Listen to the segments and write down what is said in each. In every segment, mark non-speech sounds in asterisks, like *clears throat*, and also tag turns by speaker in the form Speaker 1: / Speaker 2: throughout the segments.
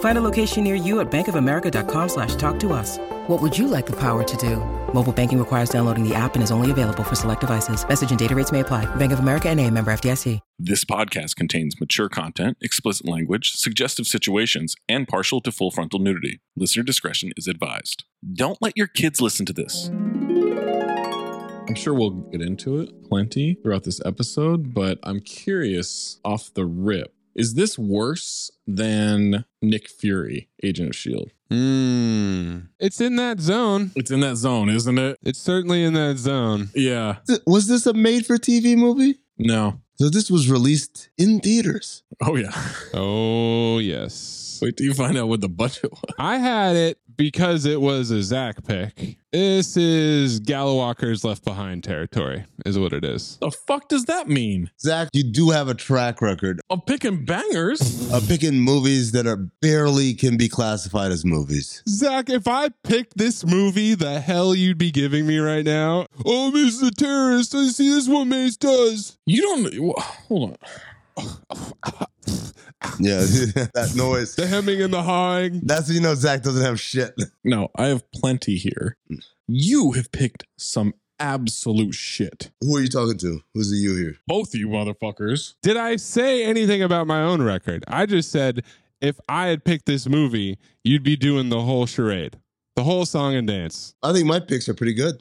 Speaker 1: Find a location near you at bankofamerica.com slash talk to us. What would you like the power to do? Mobile banking requires downloading the app and is only available for select devices. Message and data rates may apply. Bank of America and a member FDIC.
Speaker 2: This podcast contains mature content, explicit language, suggestive situations, and partial to full frontal nudity. Listener discretion is advised. Don't let your kids listen to this.
Speaker 3: I'm sure we'll get into it plenty throughout this episode, but I'm curious off the rip. Is this worse than Nick Fury, Agent of S.H.I.E.L.D.?
Speaker 4: Mm. It's in that zone.
Speaker 3: E It's in that zone, isn't it?
Speaker 4: It's certainly in that zone.
Speaker 3: Yeah.
Speaker 5: Was this a made for TV movie?
Speaker 3: No.
Speaker 5: So this was released in theaters.
Speaker 3: Oh, yeah. *laughs*
Speaker 4: Oh, yes.
Speaker 3: Wait till you find out what the budget was.
Speaker 4: I had it because it was a Zach pick. This is Gallowalker's Left Behind territory, is what it is.
Speaker 3: The fuck does that mean?
Speaker 5: Zach, you do have a track record
Speaker 3: Of picking bangers?
Speaker 5: of picking movies that are barely can be classified as movies.
Speaker 4: Zach, if I picked this movie, the hell you'd be giving me right now. Oh, Mr. the Terrorist. I see this one Mace does.
Speaker 3: You don't. Hold on.
Speaker 5: Yeah, *laughs* that noise.
Speaker 4: The hemming and the hawing.
Speaker 5: That's when you know Zach doesn't have shit.
Speaker 3: No, I have plenty here. You have picked some absolute shit.
Speaker 5: Who are you talking to? Who's the you here?
Speaker 3: Both you motherfuckers.
Speaker 4: Did I say anything about my own record? I just said if I had picked this movie, you'd be doing the whole charade, the whole song and dance.
Speaker 5: I think my picks are pretty *clears throat* good.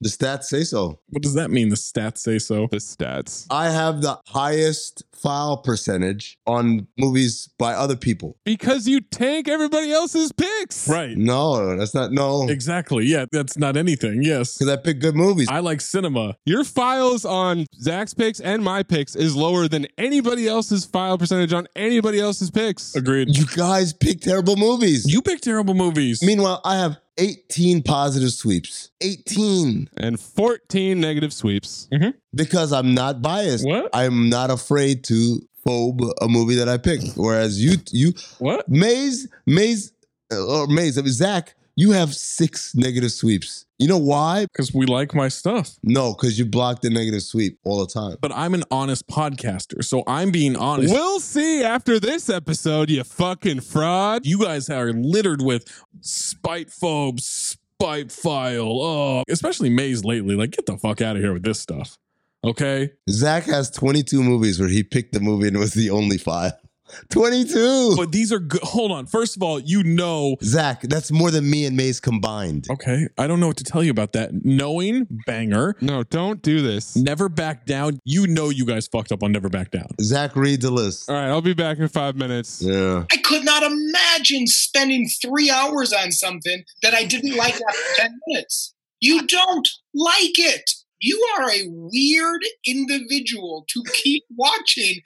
Speaker 5: The stats say so.
Speaker 3: What does that mean? The stats say so.
Speaker 4: The stats.
Speaker 5: I have the highest file percentage on movies by other people.
Speaker 4: Because you tank everybody else's picks.
Speaker 3: Right.
Speaker 5: No, that's not no.
Speaker 3: Exactly. Yeah, that's not anything. Yes.
Speaker 5: Because I pick good movies.
Speaker 3: I like cinema.
Speaker 4: Your files on Zach's picks and my picks is lower than anybody else's file percentage on anybody else's picks.
Speaker 3: Agreed.
Speaker 5: You guys pick terrible movies.
Speaker 3: You pick terrible movies.
Speaker 5: Meanwhile, I have 18 positive sweeps. 18
Speaker 4: And 14 negative sweeps.
Speaker 3: Mm-hmm.
Speaker 5: because I'm not biased.
Speaker 3: What?
Speaker 5: I'm not afraid to phobe a movie that I picked. Whereas you, you,
Speaker 3: What?
Speaker 5: Maze, Maze, uh, or Maze, I mean, Zach,
Speaker 6: You have six negative sweeps. You know why?
Speaker 3: because we like my stuff.
Speaker 6: No, because you block the negative sweep all the time.
Speaker 3: But I'm an honest podcaster, so I'm being honest.
Speaker 4: We'll see after this episode, you fucking fraud.
Speaker 3: You guys are littered with spite phobes, spite file. Oh, especially Maze lately. Like, get the fuck out of here with this stuff. Okay.
Speaker 6: Zach has 22 movies where he picked the movie and it was the only *laughs* five.
Speaker 4: Oh,
Speaker 6: 22!
Speaker 3: But these are good. Hold on. First of all, you know.
Speaker 6: Zach, that's more than me and Maze combined.
Speaker 3: Okay. I don't know what to tell you about that. Knowing banger,
Speaker 4: No, don't do this.
Speaker 3: never back down. You know, you guys fucked up on never back down.
Speaker 6: Zach, read the list.
Speaker 4: All right, I'll be back in five minutes.
Speaker 6: Yeah.
Speaker 7: I could not imagine spending three hours on something that I didn't like after 10 minutes. You don't like it. You are a weird individual to keep watching.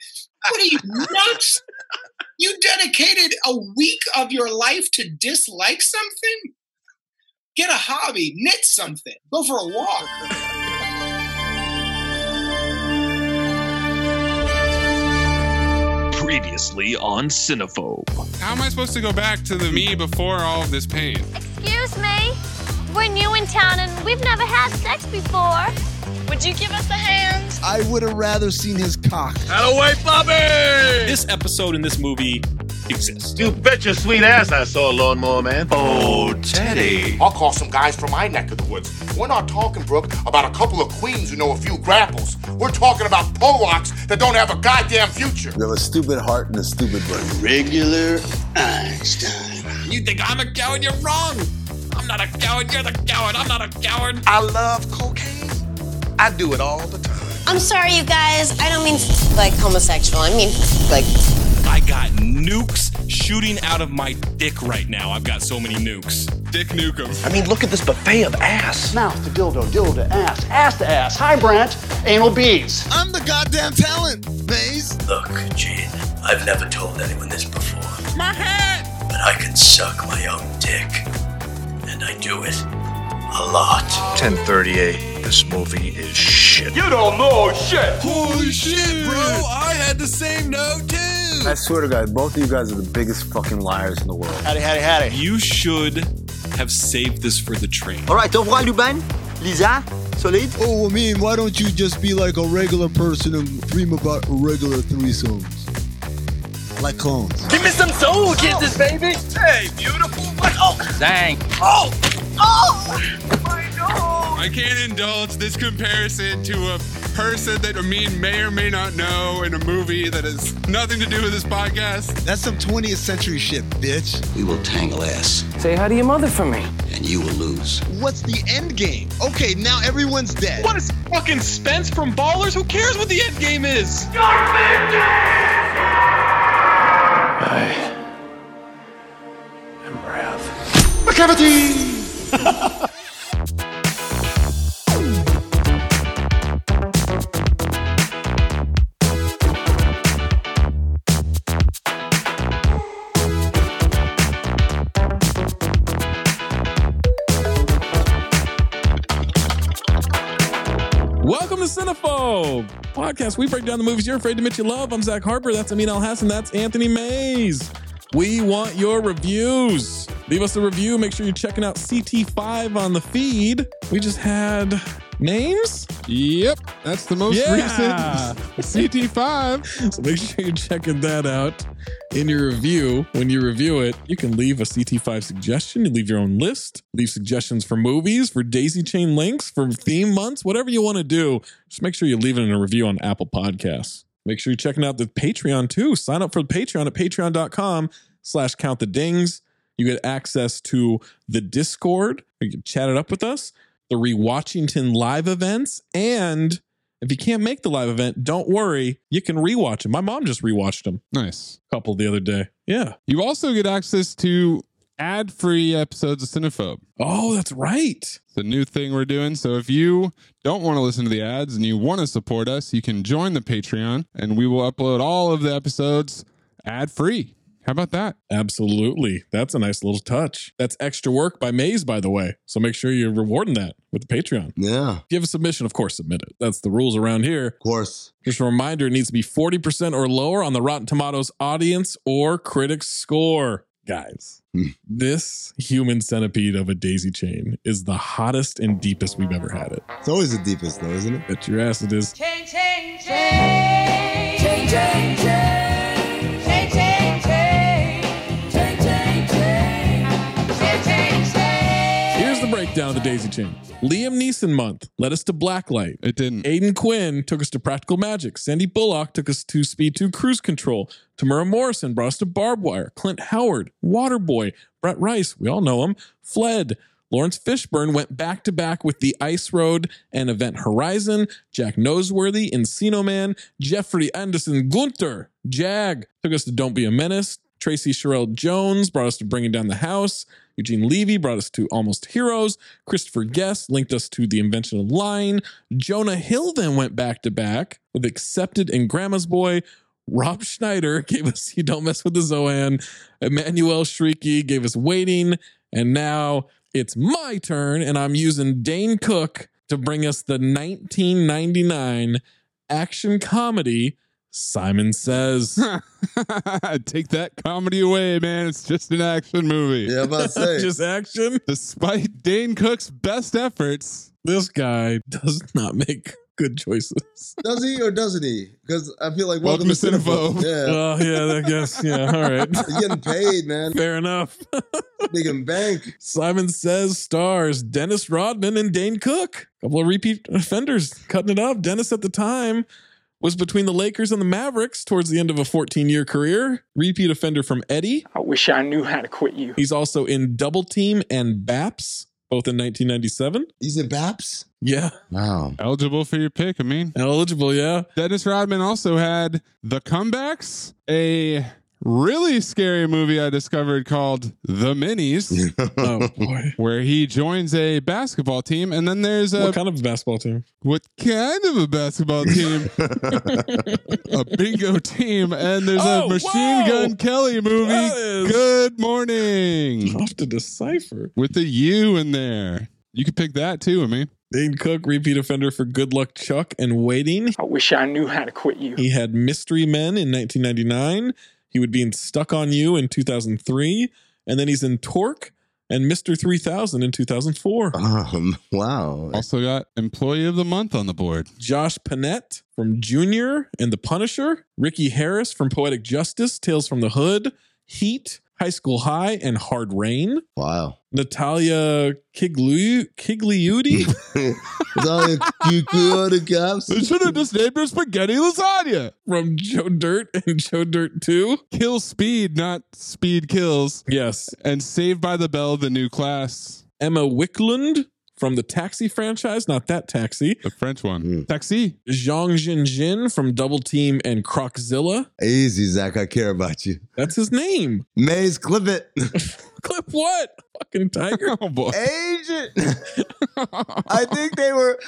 Speaker 7: What are you nuts? You dedicated a week of your life to dislike something? Get a hobby, knit something, go for a walk.
Speaker 8: Previously on Cinephobe.
Speaker 4: How am I supposed to go back to the me before all of this pain?
Speaker 9: Excuse me. We're new in town and we've never had sex before. Would you give us a hand?
Speaker 6: I would have rather seen his cock.
Speaker 8: Out away, Bobby!
Speaker 10: This episode in this movie exists.
Speaker 11: You bet your sweet ass I saw a lawnmower man.
Speaker 8: Oh, Teddy.
Speaker 11: I'll call some guys from my neck of the woods. We're not talking, Brooke, about a couple of queens who know a few grapples. We're talking about Polacks that don't have a goddamn future.
Speaker 6: You have a stupid heart and a stupid brain.
Speaker 11: Regular Einstein.
Speaker 8: You think I'm a coward? You're wrong. I'm not a coward. You're the coward. I'm not a coward.
Speaker 11: I love cocaine. I do it all the time.
Speaker 9: I'm sorry, you guys. I don't mean like homosexual. I mean like.
Speaker 10: I got nukes shooting out of my dick right now. I've got so many nukes. Dick Nukem.
Speaker 11: I mean, look at this buffet of ass.
Speaker 12: Mouth to dildo, dildo to ass, ass to ass. Hi, Brant. Anal beads.
Speaker 6: I'm the goddamn talent, Maze.
Speaker 8: Look, Gene, I've never told anyone this before,
Speaker 9: My head.
Speaker 8: but I can suck my own dick. And I do it a lot. 1038. This movie is shit.
Speaker 11: You don't know shit.
Speaker 3: Holy shit, bro. I had the same note, too.
Speaker 12: swear to God, both of you guys are the biggest fucking liars in the world. Howdy, howdy, howdy.
Speaker 10: You should have saved this for the train.
Speaker 12: All right, au revoir, Lubin. Lisa, solid.
Speaker 6: Oh, I mean, why don't you just be like a regular person and dream about regular threesomes? Like clones.
Speaker 8: Give me some soul kisses, baby. Oh. Hey, beautiful. What? Oh, dang. Oh, oh. My nose.
Speaker 4: I can't indulge this comparison to a person that Amin may or may not know in a movie that has nothing to do with this podcast.
Speaker 6: That's some 20th century shit, bitch.
Speaker 8: We will tangle ass,
Speaker 13: Say hi to your mother for me.
Speaker 8: and you will lose.
Speaker 6: What's the end game? Okay, now everyone's dead.
Speaker 8: What is fucking Spence from Ballers? Who cares what the end game is?
Speaker 12: I am Rav. McCavity!
Speaker 3: Welcome to Cinephobe podcast. We break down the movies you're afraid to admit you love. I'm Zach Harper. That's Amin Al Hassan. That's Anthony Mays. We want your reviews. Leave us a review. Make sure you're checking out CT5 on the feed. We just had names.
Speaker 4: Yep, that's the most
Speaker 3: Yeah. *laughs*
Speaker 4: recent CT5.
Speaker 3: So make sure you're checking that out in your review. When you review it, you can leave a CT5 suggestion. You leave your own list, leave suggestions for movies, for daisy chain links, for theme months, whatever you want to do. Just make sure you leave it in a review on Apple Podcasts. Make sure you're checking out the Patreon too. Sign up for the Patreon at patreon.com slash count the dings. You get access to the Discord. You can chat it up with us, the Rewatchington live events, and if you can't make the live event, don't worry. You can rewatch them. My mom just rewatched them
Speaker 4: Nice.
Speaker 3: a couple the other day. Yeah.
Speaker 4: You also get access to ad free episodes of Cinephobe.
Speaker 3: Oh, that's right.
Speaker 4: It's a new thing we're doing. So if you don't want to listen to the ads and you want to support us, you can join the Patreon and we will upload all of the episodes ad free. How about that? *laughs*
Speaker 3: Absolutely. That's a nice little touch. That's extra work by Maze, by the way. So make sure you're rewarding that with the Patreon.
Speaker 6: Yeah,
Speaker 3: If you have a submission, of course, submit it. That's the rules around here.
Speaker 6: of course.
Speaker 3: Just a reminder it needs to be 40% or lower on the Rotten Tomatoes audience or critics score. Guys, this human centipede of a daisy chain is the hottest and deepest we've ever had it. It's always the deepest, though, isn't it? Bet your ass it is.
Speaker 14: Change, change, change. Change, change, change. Change, change, change. Change, change, change. Change, change, change.
Speaker 3: Here's the breakdown of the Daisy Chain. Liam Neeson month led us to Blacklight. It didn't. Aiden Quinn took us to Practical Magic. Sandy Bullock took us to Speed 2 Cruise Control. Tamara Morrison brought us to Barbed Wire. Clint Howard, Waterboy, Brett Rice, we all know him, fled. Lawrence Fishburne went back to back with The Ice Road and Event Horizon. Jack Noseworthy, Encino Man, Jeffrey Anderson Gunter, Jag took us to Don't Be a Menace. Tracy Sherrill Jones brought us to Bringing Down the House. Eugene Levy brought us to Almost Heroes. Christopher Guest linked us to The Invention of Lying. Jonah Hill then went back to back with Accepted and Grandma's Boy. Rob Schneider *laughs* gave us You Don't Mess with the Zoan. Emmanuel Shrieky gave us Waiting. And now it's my turn, and I'm using Dane Cook to bring us the 1999 action comedy Simon Says.
Speaker 4: Take that comedy away, man. It's just an action movie. Yeah,
Speaker 3: I'm
Speaker 8: *laughs*
Speaker 3: about to say. Just action.
Speaker 4: Despite Dane Cook's best efforts,
Speaker 3: this guy does not make good choices.
Speaker 6: Does he or doesn't he? Because I feel like
Speaker 4: Welcome
Speaker 6: welcome,
Speaker 4: to Cinephobe.
Speaker 6: Yeah.
Speaker 3: Oh, yeah, I guess. Yeah, all right. *laughs*
Speaker 6: You're getting paid, man.
Speaker 3: Fair enough.
Speaker 6: Big and bank.
Speaker 3: Simon Says stars Dennis Rodman and Dane Cook. A couple of repeat offenders cutting it up. Dennis at the time was between the Lakers and the Mavericks towards the end of a 14 year career. Repeat offender from Eddie.
Speaker 15: I wish I knew how to quit you.
Speaker 3: He's also in Double Team and Baps, both in 1997.
Speaker 6: He's in Baps?
Speaker 3: Yeah.
Speaker 4: Wow. *laughs* Eligible for your pick, I mean.
Speaker 3: Eligible, yeah.
Speaker 4: Dennis Rodman also had The Comebacks, a really scary movie I discovered called The Minis, *laughs*
Speaker 3: oh, boy.
Speaker 4: where he joins a basketball team. And then there's a.
Speaker 3: What kind of basketball team?
Speaker 4: What kind of a basketball team?
Speaker 3: *laughs*
Speaker 4: a bingo team. And there's
Speaker 3: Oh,
Speaker 4: a Machine
Speaker 3: whoa!
Speaker 4: Gun Kelly movie.
Speaker 3: That is-
Speaker 4: Good morning.
Speaker 3: *laughs* Tough to decipher.
Speaker 4: With a U in there. You could pick that too, I mean.
Speaker 3: Dane Cook, repeat offender for Good Luck Chuck and Waiting.
Speaker 15: I wish I knew how to quit you.
Speaker 3: He had Mystery Men in 1999. He would be in Stuck on You in 2003. And then he's in Torque and Mr. 3000 in 2004.
Speaker 6: Um, wow.
Speaker 4: Also got Employee of the Month on the board.
Speaker 3: Josh Panette from Junior and The Punisher. Ricky Harris from Poetic Justice, Tales from the Hood, Heat, High School High, and Hard Rain.
Speaker 6: Wow.
Speaker 3: Natalia Kiglu- Kigliudi.
Speaker 6: It's all the you good cops.
Speaker 4: They should have just named her Spaghetti Lasagna.
Speaker 3: from Joe Dirt and Joe Dirt 2.
Speaker 4: Kill Speed, not Speed Kills.
Speaker 3: Yes.
Speaker 4: And Saved by the Bell, the new class.
Speaker 3: Emma Wickland from the Taxi franchise, not that taxi.
Speaker 4: The French one. Taxi.
Speaker 3: Zhang Jinjin from Double Team and Croczilla.
Speaker 6: Easy, Zach. I care about you.
Speaker 3: That's his name.
Speaker 6: Maze, clip it.
Speaker 3: Clip what? Fucking Tiger.
Speaker 4: *laughs* Oh, boy.
Speaker 6: Agent. I think they were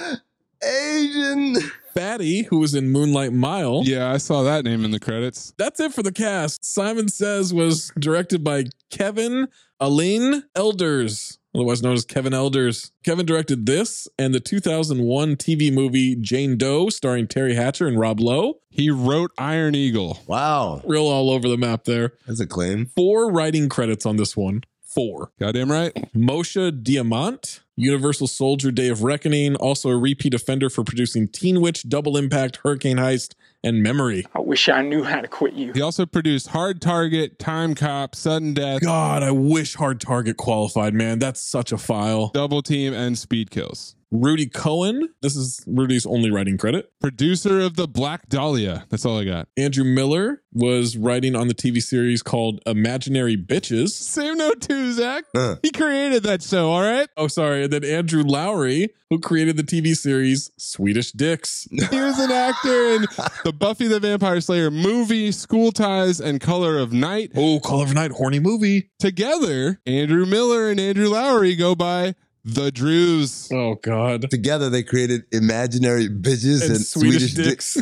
Speaker 6: Asian.
Speaker 3: Fatty, who was in Moonlight Mile.
Speaker 4: Yeah, I saw that name in the credits.
Speaker 3: That's it for the cast. Simon Says was directed by Kevin Aline Elders, otherwise known as Kevin Elders. Kevin directed this and the 2001 TV movie Jane Doe, starring Terry Hatcher and Rob Lowe.
Speaker 4: He wrote Iron Eagle.
Speaker 6: Wow.
Speaker 3: Real all over the map there.
Speaker 6: That's a claim.
Speaker 3: Four writing credits on this one. Four.
Speaker 4: Goddamn right.
Speaker 3: Moshe Diamant, Universal Soldier Day of Reckoning, also a repeat offender for producing Teen Witch, Double Impact, Hurricane Heist, and Memory.
Speaker 15: I wish I knew how to quit you.
Speaker 4: He also produced Hard Target, Time Cop, Sudden Death,
Speaker 3: God, I wish Hard Target qualified, man. That's such a file.
Speaker 4: Double Team, and Speed Kills.
Speaker 3: Rudy Cohen, this is Rudy's only writing credit.
Speaker 4: Producer of the Black Dahlia. That's all I got.
Speaker 3: Andrew Miller was writing on the TV series called Imaginary Bitches.
Speaker 4: Same note too, Zach.
Speaker 6: Huh.
Speaker 4: He created that show, all right?
Speaker 3: Oh, sorry. And then Andrew Lowry, who created the TV series Swedish Dicks.
Speaker 4: He was an actor in the Buffy the Vampire Slayer movie, School Ties, and Color of Night.
Speaker 3: Oh, Call of Night, horny movie.
Speaker 4: Together, Andrew Miller and Andrew Lowry go by the Drews.
Speaker 3: Oh, God.
Speaker 6: Together, they created imaginary bitches and, Swedish, dicks.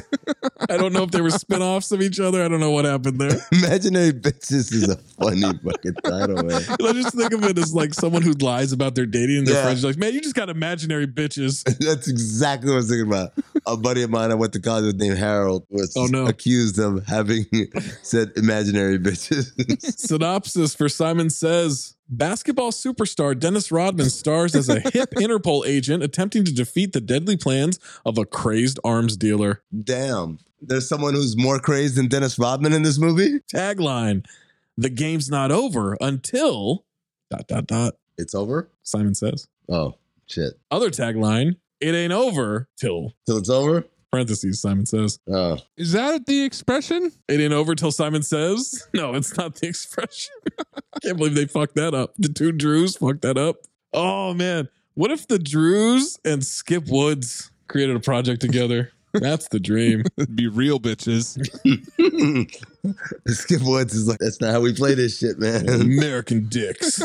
Speaker 3: I don't know if they were spin-offs of each other. I don't know what happened there.
Speaker 6: Imaginary bitches is a funny fucking title, man.
Speaker 3: I just think of it as like someone who lies about their dating and their
Speaker 6: Yeah. *laughs*
Speaker 3: friends are like, man, you just got imaginary bitches.
Speaker 6: That's exactly what I was thinking about. a buddy of mine I went to college with named Harold was
Speaker 3: Oh,
Speaker 6: accused of having *laughs* said imaginary bitches.
Speaker 3: *laughs* Synopsis for Simon Says Basketball superstar Dennis Rodman stars as a hip Interpol agent attempting to defeat the deadly plans of a crazed arms dealer.
Speaker 6: Damn. There's someone who's more crazed than Dennis Rodman in this movie?
Speaker 3: Tagline The game's not over until. Dot, dot, dot.
Speaker 6: It's over?
Speaker 3: Simon Says.
Speaker 6: Oh, shit.
Speaker 3: Other tagline It ain't over till.
Speaker 6: Till it's over?
Speaker 3: Parentheses, Simon Says.
Speaker 6: Oh. *laughs*
Speaker 4: Is that the expression?
Speaker 3: It ain't over till Simon says. *laughs* No, it's not the expression. *laughs* I can't believe they fucked that up. The two Drews fucked that up. Oh man, what if the Drews and Skip Woods created a project together? That's the dream.
Speaker 6: *laughs*
Speaker 4: Be real bitches.
Speaker 6: Skip Woods is like, that's not how we play this
Speaker 3: *laughs*
Speaker 6: shit,
Speaker 4: *laughs*
Speaker 6: man.
Speaker 3: American dicks.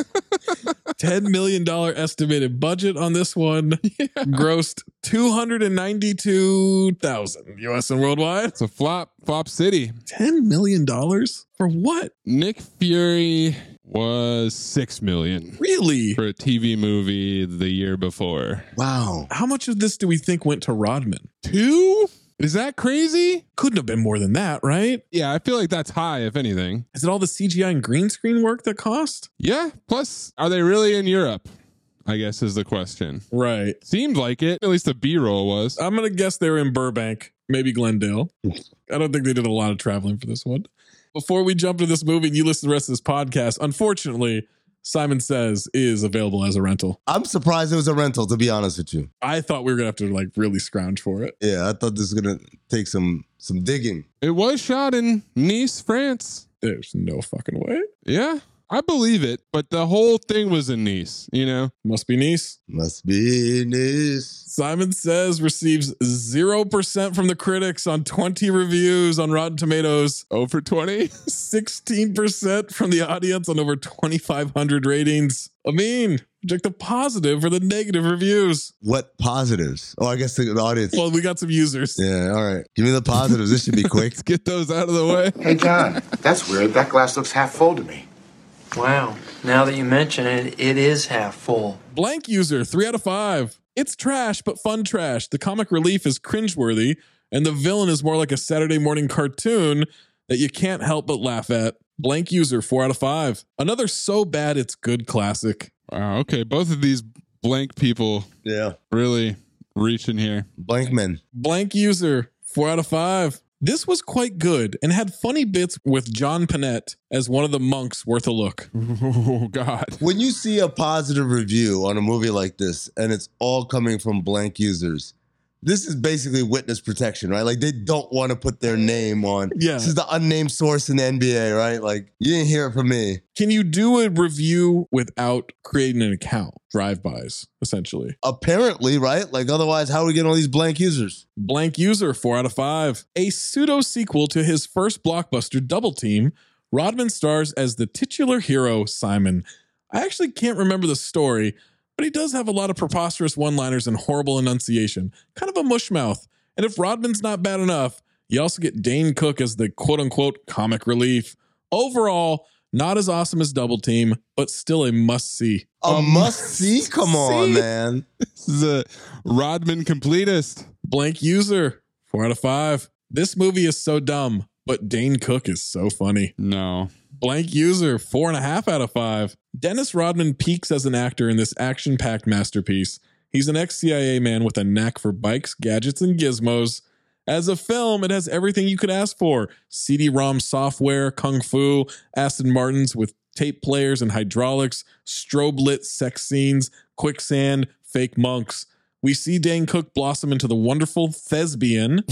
Speaker 3: Ten million dollar estimated budget on this one.
Speaker 4: *laughs*
Speaker 3: Grossed two hundred and ninety two thousand U.S. and worldwide.
Speaker 4: It's a flop, flop city.
Speaker 3: Ten million dollars for what?
Speaker 4: Nick Fury was six million
Speaker 3: Really?
Speaker 4: for a TV movie the year before.
Speaker 6: Wow.
Speaker 3: How much of this do we think went to Rodman?
Speaker 4: Two? Is that crazy?
Speaker 3: Couldn't have been more than that, right?
Speaker 4: Yeah, I feel like that's high, if anything.
Speaker 3: Is it all the CGI and green screen work that cost?
Speaker 4: Yeah. Plus, are they really in Europe? I guess is the question.
Speaker 3: Right.
Speaker 4: Seemed like it. At least the B roll was.
Speaker 3: I'm gonna guess they were in Burbank, maybe Glendale. I don't think they did a lot of traveling for this one. Before we jump to this movie and you listen to the rest of this podcast, unfortunately, Simon Says is available as a rental.
Speaker 6: I'm surprised it was a rental, to be honest with you.
Speaker 3: I thought we were gonna have to like really scrounge for it.
Speaker 6: Yeah, I thought this was gonna take some some digging.
Speaker 4: It was shot in Nice, France.
Speaker 3: There's no fucking way.
Speaker 4: Yeah, I believe it. But the whole thing was in Nice, you know?
Speaker 3: Must be nice.
Speaker 6: Must be nice.
Speaker 3: Simon Says receives 0% from the critics on 20 reviews on Rotten Tomatoes,
Speaker 4: Oh,
Speaker 3: *laughs*
Speaker 4: for 20?
Speaker 3: 16% from the audience on over 2,500 ratings. I mean, check the positive for the negative reviews.
Speaker 6: What positives? Oh, I guess the, the audience.
Speaker 3: Well, we got some users.
Speaker 6: Yeah, all right. Give me the positives. This should
Speaker 16: *laughs*
Speaker 6: be quick.
Speaker 4: Let's get those out of the way.
Speaker 17: Hey, John, that's weird. That glass looks half full to me.
Speaker 8: Wow. Now that you mention it, it is half full.
Speaker 3: Blank user, three out of five. It's trash, but fun trash. The comic relief is cringeworthy, and the villain is more like a Saturday morning cartoon that you can't help but laugh at. Blank user, four out of five. Another so bad it's good classic.
Speaker 4: Wow, okay. Both of these blank people
Speaker 6: Yeah.
Speaker 4: really reaching here.
Speaker 6: Blank men.
Speaker 3: Blank user, four out of five. This was quite good and had funny bits with John Panette as one of the monks worth a look.
Speaker 4: *laughs* Oh, God.
Speaker 6: When you see a positive review on a movie like this and it's all coming from blank users, this is basically witness protection, right? Like they don't want to put their name on.
Speaker 3: Yeah.
Speaker 6: This is the unnamed source in the NBA, right? Like you didn't hear it from me.
Speaker 3: Can you do a review without creating an account? Drive bys, essentially.
Speaker 6: Apparently, right? Like otherwise, how are we getting all these blank users?
Speaker 3: Blank user, four out of five. A pseudo sequel to his first blockbuster, Double Team, Rodman stars as the titular hero, Simon. I actually can't remember the story, but he does have a lot of preposterous one liners and horrible enunciation. Kind of a mushmouth. And if Rodman's not bad enough, you also get Dane Cook as the quote unquote comic relief. Overall, not as awesome as Double Team, but still a must see.
Speaker 6: A
Speaker 16: Um,
Speaker 6: must see? Come on,
Speaker 4: see?
Speaker 6: man.
Speaker 4: This is a Rodman completist.
Speaker 3: Blank user, four out of five. This movie is so dumb, but Dane Cook is so funny.
Speaker 4: No.
Speaker 3: Blank user, four and a half out of five. Dennis Rodman peaks as an actor in this action packed masterpiece. He's an ex CIA man with a knack for bikes, gadgets, and gizmos. As a film, it has everything you could ask for CD ROM software, kung fu, Aston Martins with tape players and hydraulics, strobe lit sex scenes, quicksand, fake monks. We see Dane Cook blossom into the wonderful thespian.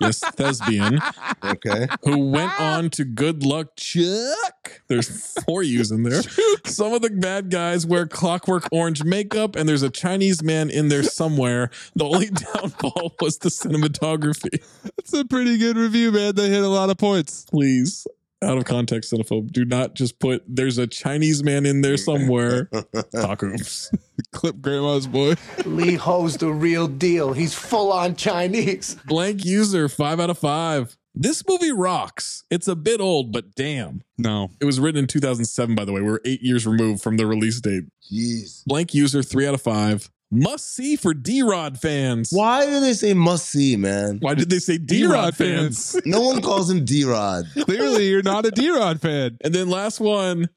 Speaker 3: yes, thespian
Speaker 6: Okay.
Speaker 4: *laughs*
Speaker 3: who went on to Good Luck Chuck. There's four U's in
Speaker 4: *laughs*
Speaker 3: there. Some of the bad guys wear clockwork orange makeup, and there's a Chinese man in there somewhere. The
Speaker 4: *laughs*
Speaker 3: only downfall was the cinematography.
Speaker 4: That's a pretty good review, man. They hit a lot of points.
Speaker 3: Please, out of context, cinephobe, do not just put there's a Chinese man in there
Speaker 4: *laughs*
Speaker 3: somewhere. Cock oops.
Speaker 4: Clip Grandma's boy.
Speaker 16: Lee Ho's the real deal. He's full on Chinese.
Speaker 3: Blank user, five out of five. This movie rocks. It's a bit old, but damn.
Speaker 4: No.
Speaker 3: It was written in 2007, by the way. We're eight years removed from the release date.
Speaker 6: Jeez.
Speaker 3: Blank user, three out of five. Must see for D Rod fans.
Speaker 6: Why do they say must see, man?
Speaker 3: Why did they say D Rod fans?
Speaker 6: no one calls him D Rod.
Speaker 3: Clearly, you're not a D Rod fan. *laughs* And then last one.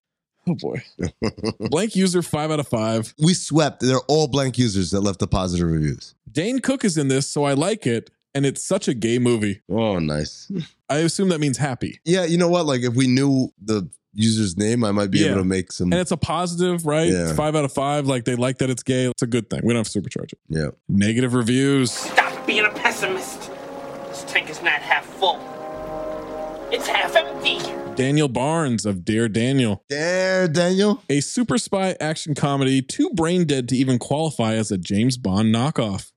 Speaker 3: Oh boy. *laughs* Blank user five out of five.
Speaker 6: We swept. They're all blank users that left the positive reviews.
Speaker 3: Dane Cook is in this, so I like it. And it's such a gay movie.
Speaker 6: Oh, nice.
Speaker 3: I assume that means happy.
Speaker 6: Yeah, you know what? Like, if we knew the user's name, I might be
Speaker 3: Yeah.
Speaker 6: able to make some.
Speaker 3: And it's a positive, right?
Speaker 6: Yeah.
Speaker 3: It's five out of five. Like they like that it's gay. It's a good thing. We don't have to supercharge it.
Speaker 6: Yeah.
Speaker 3: Negative reviews.
Speaker 18: Stop being a pessimist. This tank is not half full. It's half empty.
Speaker 3: Daniel Barnes of Dear Daniel.
Speaker 6: Dare Daniel.
Speaker 3: A super spy action comedy, too brain dead to even qualify as a James Bond knockoff.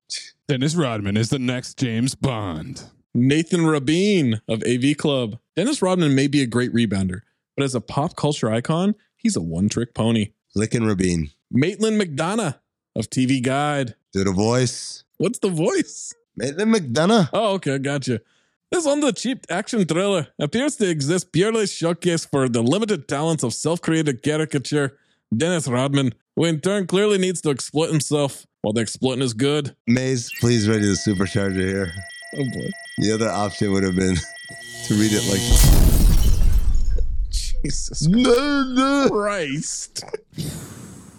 Speaker 4: Dennis Rodman is the next James Bond.
Speaker 3: Nathan Rabin of AV Club. Dennis Rodman may be a great rebounder, but as a pop culture icon, he's a one trick pony.
Speaker 6: Lickin' Rabin.
Speaker 3: Maitland McDonough of TV Guide.
Speaker 6: Do the voice.
Speaker 3: What's the voice?
Speaker 6: Maitland McDonough.
Speaker 3: Oh, okay, gotcha. This on the cheap action thriller appears to exist purely showcase for the limited talents of self-created caricature Dennis Rodman, who in turn clearly needs to exploit himself while the exploiting is good.
Speaker 6: Maze, please ready the supercharger here.
Speaker 3: Oh boy.
Speaker 6: The other option would have been *laughs* to read it like
Speaker 3: Jesus
Speaker 6: no, no.
Speaker 3: Christ.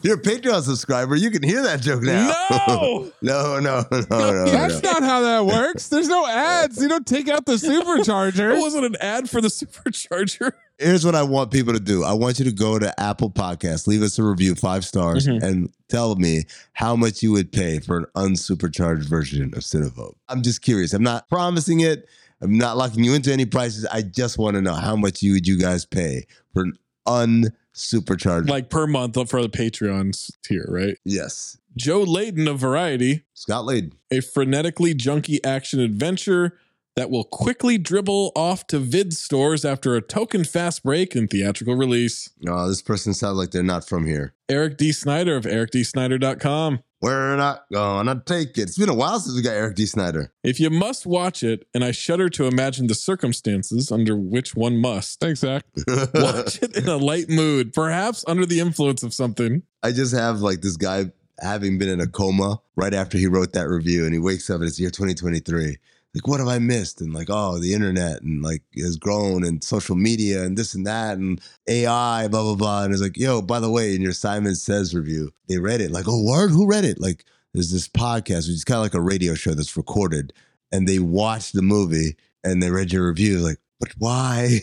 Speaker 6: You're a Patreon subscriber. You can hear that joke now. *laughs*
Speaker 3: No!
Speaker 6: no, no, *laughs* no, no, no.
Speaker 4: That's not how that works. There's no ads. You don't take out the
Speaker 3: That
Speaker 4: supercharger.
Speaker 3: wasn't an ad for the *laughs* supercharger.
Speaker 6: Here's what I want people to do. I want you to go to Apple Podcasts, leave us a review, five stars,
Speaker 4: Mm-hmm.
Speaker 6: and tell me how much you would pay for an unsupercharged version of Cinevote. I'm just curious. I'm not promising it. I'm not locking you into any prices. I just want to know how much you would you guys pay for an unsupercharged.
Speaker 3: Like per month for the Patreons tier, right?
Speaker 6: yes.
Speaker 3: Joe Layden of Variety,
Speaker 6: Scott Lade.
Speaker 3: a frenetically junky action adventure that will quickly dribble off to vid stores after a token fast break and theatrical release.
Speaker 6: No, Oh, this person sounds like they're not from here.
Speaker 3: Eric D. Snyder of ericdsnyder.com.
Speaker 6: We're not gonna take it. It's been a while since we got Eric D. Snyder.
Speaker 3: If you must watch it, and I shudder to imagine the circumstances under which one must,
Speaker 4: Thanks, Zach.
Speaker 3: *laughs*
Speaker 6: *laughs*
Speaker 3: watch it in a light mood, perhaps under the influence of something.
Speaker 6: I just have like this guy having been in a coma right after he wrote that review, and he wakes up and it's year 2023. Like, what have I missed? And like, oh, the internet and like has grown and social media and this and that and AI, blah blah blah. And it's like, yo, by the way, in your Simon Says review, they read it. Like, oh, word, who read it? Like, there's this podcast, which is kind of like a radio show that's recorded, and they watched the movie and they read your review. Like, but why?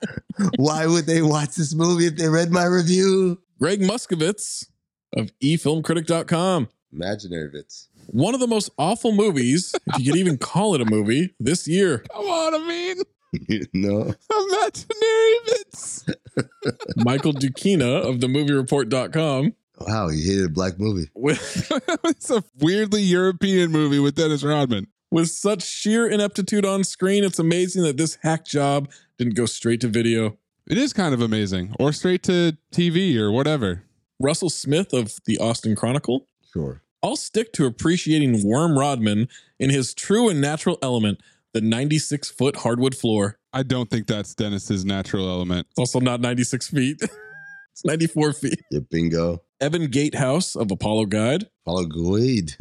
Speaker 6: *laughs* why would they watch this movie if they read my review?
Speaker 3: Greg Muskovitz of E- efilmcritic.com.
Speaker 6: Imaginary *laughs* bits.
Speaker 3: One of the most awful movies, if you could even call it a movie, this year.
Speaker 4: Come on, I mean,
Speaker 6: no.
Speaker 4: imaginary bits.
Speaker 3: *laughs* Michael Dukina of themoviereport.com.
Speaker 6: Wow, you hated a black movie.
Speaker 3: With, *laughs*
Speaker 4: it's a weirdly European movie with Dennis Rodman.
Speaker 3: with such sheer ineptitude on screen, it's amazing that this hack job didn't go straight to video.
Speaker 4: It is kind of amazing, or straight to TV or whatever.
Speaker 3: Russell Smith of the Austin Chronicle.
Speaker 6: Sure.
Speaker 3: I'll stick to appreciating Worm Rodman in his true and natural element, the 96 foot hardwood floor.
Speaker 4: I don't think that's Dennis's natural element.
Speaker 3: It's also not 96 feet, *laughs* it's 94 feet.
Speaker 6: Yeah, bingo.
Speaker 3: Evan Gatehouse of Apollo Guide.
Speaker 6: Follow Guid.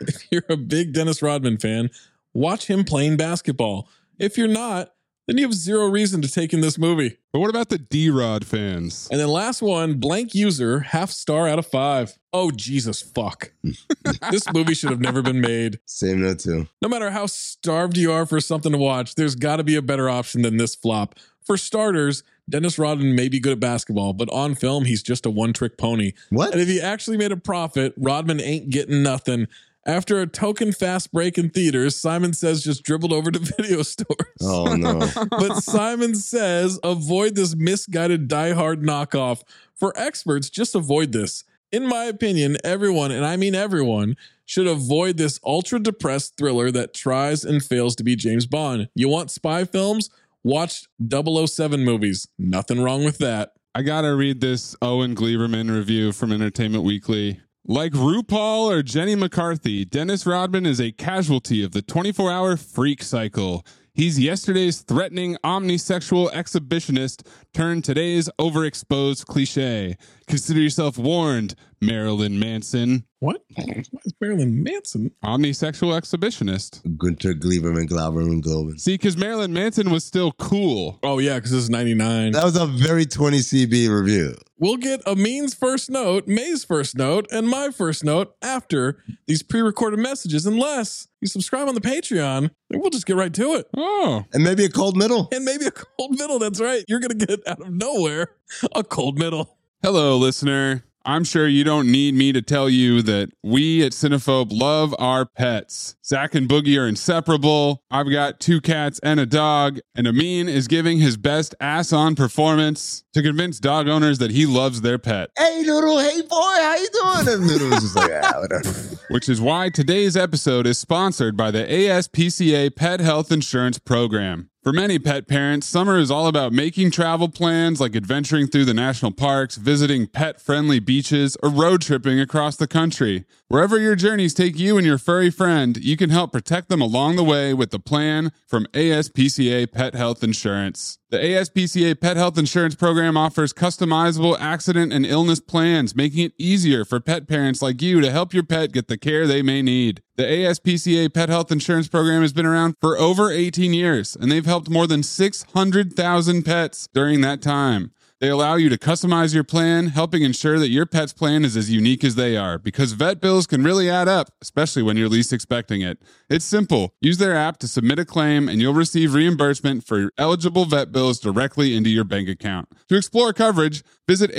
Speaker 3: If you're a big Dennis Rodman fan, watch him playing basketball. If you're not, then you have zero reason to take in this movie.
Speaker 4: But what about the D Rod fans?
Speaker 3: And then last one, blank user, half star out of five. Oh, Jesus, fuck. *laughs* this movie should have never been made.
Speaker 6: *laughs* Same note too.
Speaker 3: No matter how starved you are for something to watch, there's got to be a better option than this flop. For starters, Dennis Rodman may be good at basketball, but on film, he's just a one trick pony.
Speaker 6: What?
Speaker 3: And if he actually made a profit, Rodman ain't getting nothing. After a token fast break in theaters, Simon Says just dribbled over to *laughs* video stores.
Speaker 6: Oh no.
Speaker 3: *laughs* But Simon Says avoid this misguided diehard knockoff. For experts, just avoid this. In my opinion, everyone, and I mean everyone, should avoid this ultra depressed thriller that tries and fails to be James Bond. You want spy films? Watch 007 movies. Nothing wrong with that.
Speaker 4: I gotta read this Owen Gleiberman review from Entertainment Weekly. Like RuPaul or Jenny McCarthy, Dennis Rodman is a casualty of the 24 hour freak cycle. He's yesterday's threatening omnisexual exhibitionist turned today's overexposed cliche. Consider yourself warned, Marilyn Manson. What? Why is Marilyn Manson? Omnisexual exhibitionist.
Speaker 6: *laughs* Gunter Gleiberman, Glauberman, Globin.
Speaker 4: See, because Marilyn Manson was still cool.
Speaker 3: Oh yeah, because this is ninety nine.
Speaker 6: That was a very 20 CB review.
Speaker 3: We'll get Amin's first note, May's first note, and my first note after these pre-recorded messages, unless you subscribe on the Patreon. then We'll just get right to it.
Speaker 4: Oh.
Speaker 6: And maybe a cold middle.
Speaker 3: And maybe a cold middle. That's right. You're gonna get out of nowhere a cold middle.
Speaker 4: Hello, listener. I'm sure you don't need me to tell you that we at Cinephobe love our pets. Zach and Boogie are inseparable. I've got two cats and a dog, and Amin is giving his best ass on performance to convince dog owners that he loves their pet.
Speaker 6: Hey, Noodle. Hey, boy. How you doing? And Noodle was just like, ah, whatever.
Speaker 4: which is why today's episode is sponsored by the ASPCA Pet Health Insurance Program. For many pet parents, summer is all about making travel plans like adventuring through the national parks, visiting pet friendly beaches, or road tripping across the country. Wherever your journeys take you and your furry friend, you can help protect them along the way with the plan from ASPCA Pet Health Insurance. The ASPCA Pet Health Insurance Program offers customizable accident and illness plans, making it easier for pet parents like you to help your pet get the care they may need. The ASPCA Pet Health Insurance Program has been around for over 18 years, and they've helped more than 600,000 pets during that time. They allow you to customize your plan, helping ensure that your pet's plan is as unique as they are, because vet bills can really add up, especially when you're least expecting it. It's simple. Use their app to submit a claim, and you'll receive reimbursement for your eligible vet bills directly into your bank account. To explore coverage, visit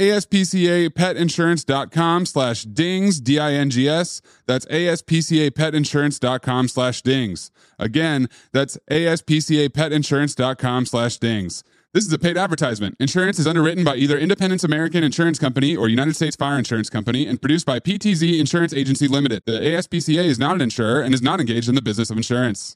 Speaker 4: aspcapetinsurance.com slash dings, D-I-N-G-S. That's aspcapetinsurance.com slash dings. Again, that's aspcapetinsurance.com slash dings. This is a paid advertisement. Insurance is underwritten by either Independence American Insurance Company or United States Fire Insurance Company and produced by PTZ Insurance Agency Limited. The ASPCA is not an insurer and is not engaged in the business of insurance.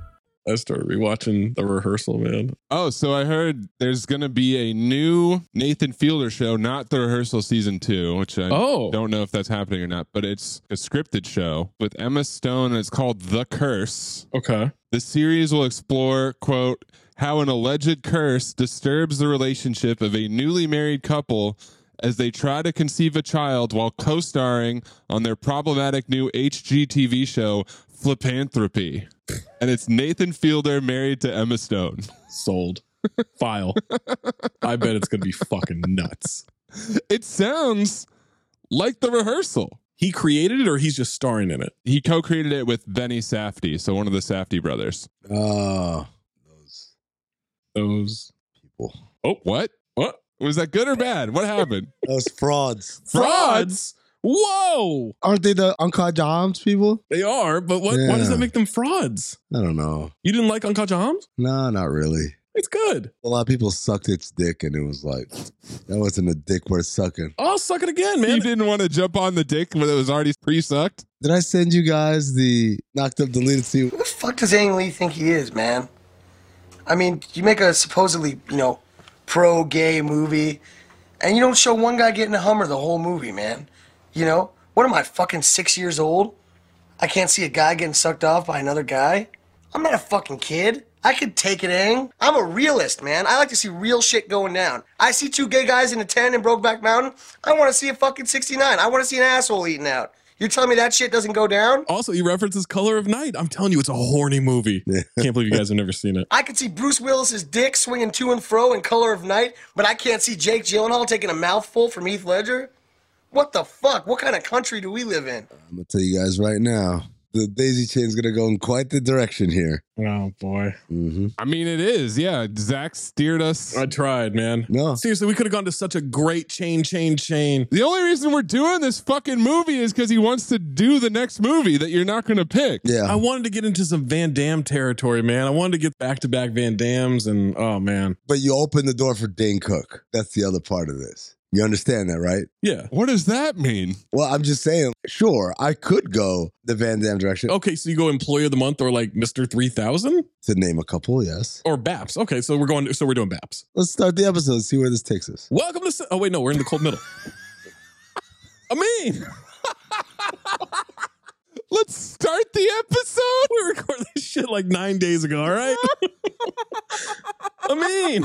Speaker 3: I started rewatching the rehearsal, man.
Speaker 4: Oh, so I heard there's going to be a new Nathan Fielder show, not the rehearsal season two, which I
Speaker 3: Oh.
Speaker 4: don't know if that's happening or not, but it's a scripted show with Emma Stone and it's called The Curse.
Speaker 3: Okay.
Speaker 4: The series will explore, quote, how an alleged curse disturbs the relationship of a newly married couple as they try to conceive a child while co starring on their problematic new HGTV show, Flipanthropy. And it's Nathan Fielder married to Emma Stone.
Speaker 3: Sold. File. I bet it's gonna be fucking nuts.
Speaker 4: *laughs* It sounds like the rehearsal.
Speaker 3: He created it or he's just starring in it?
Speaker 4: He co created it with Benny Safdie, so one of the Safdie brothers.
Speaker 6: *laughs* Oh, those
Speaker 3: Those
Speaker 6: people.
Speaker 4: Oh, what? What? Was that good or bad? What happened?
Speaker 6: Those frauds.
Speaker 3: *laughs* frauds. Whoa.
Speaker 6: Aren't they the Uncut Jobs people?
Speaker 3: They are, but what why does
Speaker 6: Yeah.
Speaker 3: that make them frauds?
Speaker 6: I don't know.
Speaker 3: You didn't like Uncle John's?
Speaker 6: No, not really.
Speaker 3: It's good.
Speaker 6: A lot of people sucked its dick, and it was like, that wasn't a dick worth sucking.
Speaker 3: I'll suck it again,
Speaker 4: you
Speaker 3: man.
Speaker 4: didn't want to jump on the dick when it was already pre sucked?
Speaker 6: Did I send you guys the knocked up
Speaker 3: *laughs*
Speaker 6: deleted scene?
Speaker 18: Who the fuck does Ang Lee think he is, man? I mean, you make a supposedly, you know, pro gay movie, and you don't show one guy getting a Hummer the whole movie, man. You know? What am I, fucking six years old? I can't see a guy getting sucked off by another guy? I'm not a fucking kid. I could take it, Ang. I'm a realist, man. I like to see real shit going down. I see two gay guys in a tent in Brokeback Mountain. I want to see a fucking 69. I want to see an asshole eating out. You're telling me that shit doesn't go down?
Speaker 3: Also, he references Color of Night. I'm telling you, it's a horny movie. Can't believe you guys have never seen it.
Speaker 18: I can see Bruce Willis's dick swinging to and fro in Color of Night, but I can't see Jake Gyllenhaal taking a mouthful from Heath Ledger. What the fuck? What kind of country do we live in?
Speaker 6: I'm going to tell you guys right now. The daisy chain's going to go in quite the direction here.
Speaker 3: Oh boy.
Speaker 6: hmm
Speaker 4: I mean, it is. Yeah. Zach steered us.
Speaker 3: I tried, man.
Speaker 6: No.
Speaker 3: Seriously, we could have gone to such a great chain, chain, chain.
Speaker 4: the only reason we're doing this fucking movie is because he wants to do the next movie that you're not going to pick.
Speaker 3: I
Speaker 6: Yeah.
Speaker 3: wanted to get into some Van Damme territory, man. I wanted to get back to back Van Dams and oh man.
Speaker 6: But you open the door for Dane Cook. That's the other part of this. You understand that, right?
Speaker 19: Yeah.
Speaker 6: What does that mean? Well, I'm just saying, sure, I could go the Van Damme direction.
Speaker 3: Okay, so you go employee of the month or like Mr. 3000
Speaker 6: To name a couple, yes.
Speaker 3: or BAPS. Okay, so we're going, so we're doing BAPS.
Speaker 6: Let's start the episode and see where this takes us.
Speaker 3: Welcome to, oh wait, no, we're in the
Speaker 19: *laughs*
Speaker 3: cold middle. I *laughs* mean,
Speaker 19: Let's start the episode.
Speaker 3: We recorded this shit like nine days ago,
Speaker 19: *laughs*
Speaker 3: all right? I mean,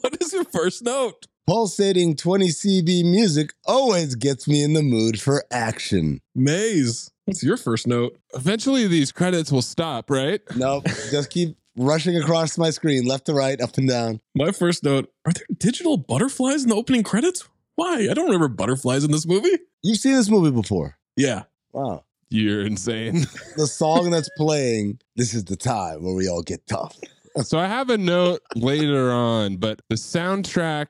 Speaker 3: what is your first note?
Speaker 6: Pulsating 20 CB music always gets me in the mood for action.
Speaker 19: Maze, what's your first note? Eventually, these credits will stop, right?
Speaker 6: Nope. *laughs* Just keep rushing across my screen, left to right, up and down.
Speaker 3: My first note are there digital butterflies in the opening credits? Why? I don't remember butterflies in this movie.
Speaker 6: You've seen this movie before.
Speaker 3: Yeah.
Speaker 6: Wow.
Speaker 19: You're insane.
Speaker 6: The song that's playing, this is the time where we all get tough.
Speaker 4: so I have a note later on, but the soundtrack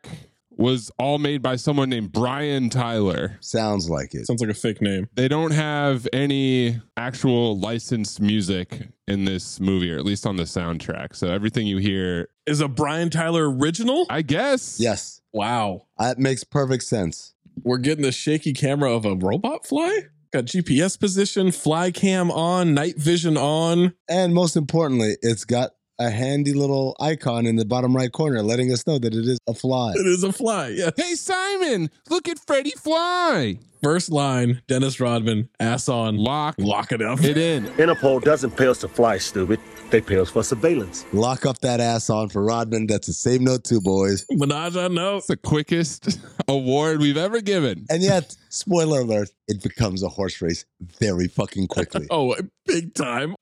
Speaker 4: was all made by someone named Brian Tyler.
Speaker 6: Sounds like it.
Speaker 3: Sounds like a fake name.
Speaker 4: They don't have any actual licensed music in this movie, or at least on the soundtrack. So everything you hear,
Speaker 3: Is a Brian Tyler original?
Speaker 4: I guess.
Speaker 6: Yes.
Speaker 3: Wow.
Speaker 6: That makes perfect sense.
Speaker 3: We're getting the shaky camera of a robot fly? Got GPS position, fly cam on, night vision on.
Speaker 6: And most importantly, it's got a handy little icon in the bottom right corner letting us know that it is a fly.
Speaker 3: It is a fly. Yeah. *laughs*
Speaker 4: Hey, Simon, look at Freddy Fly.
Speaker 3: First line Dennis Rodman, ass on.
Speaker 4: Lock
Speaker 3: Lock it up.
Speaker 4: it in.
Speaker 20: Interpol doesn't pay us to fly, stupid. They pay us for surveillance.
Speaker 6: Lock up that ass on for Rodman. That's the same note, too, boys.
Speaker 3: Menage on note.
Speaker 4: It's the quickest *laughs* award we've ever given.
Speaker 6: And yet, spoiler alert, it becomes a horse race very fucking quickly.
Speaker 3: Oh, big time.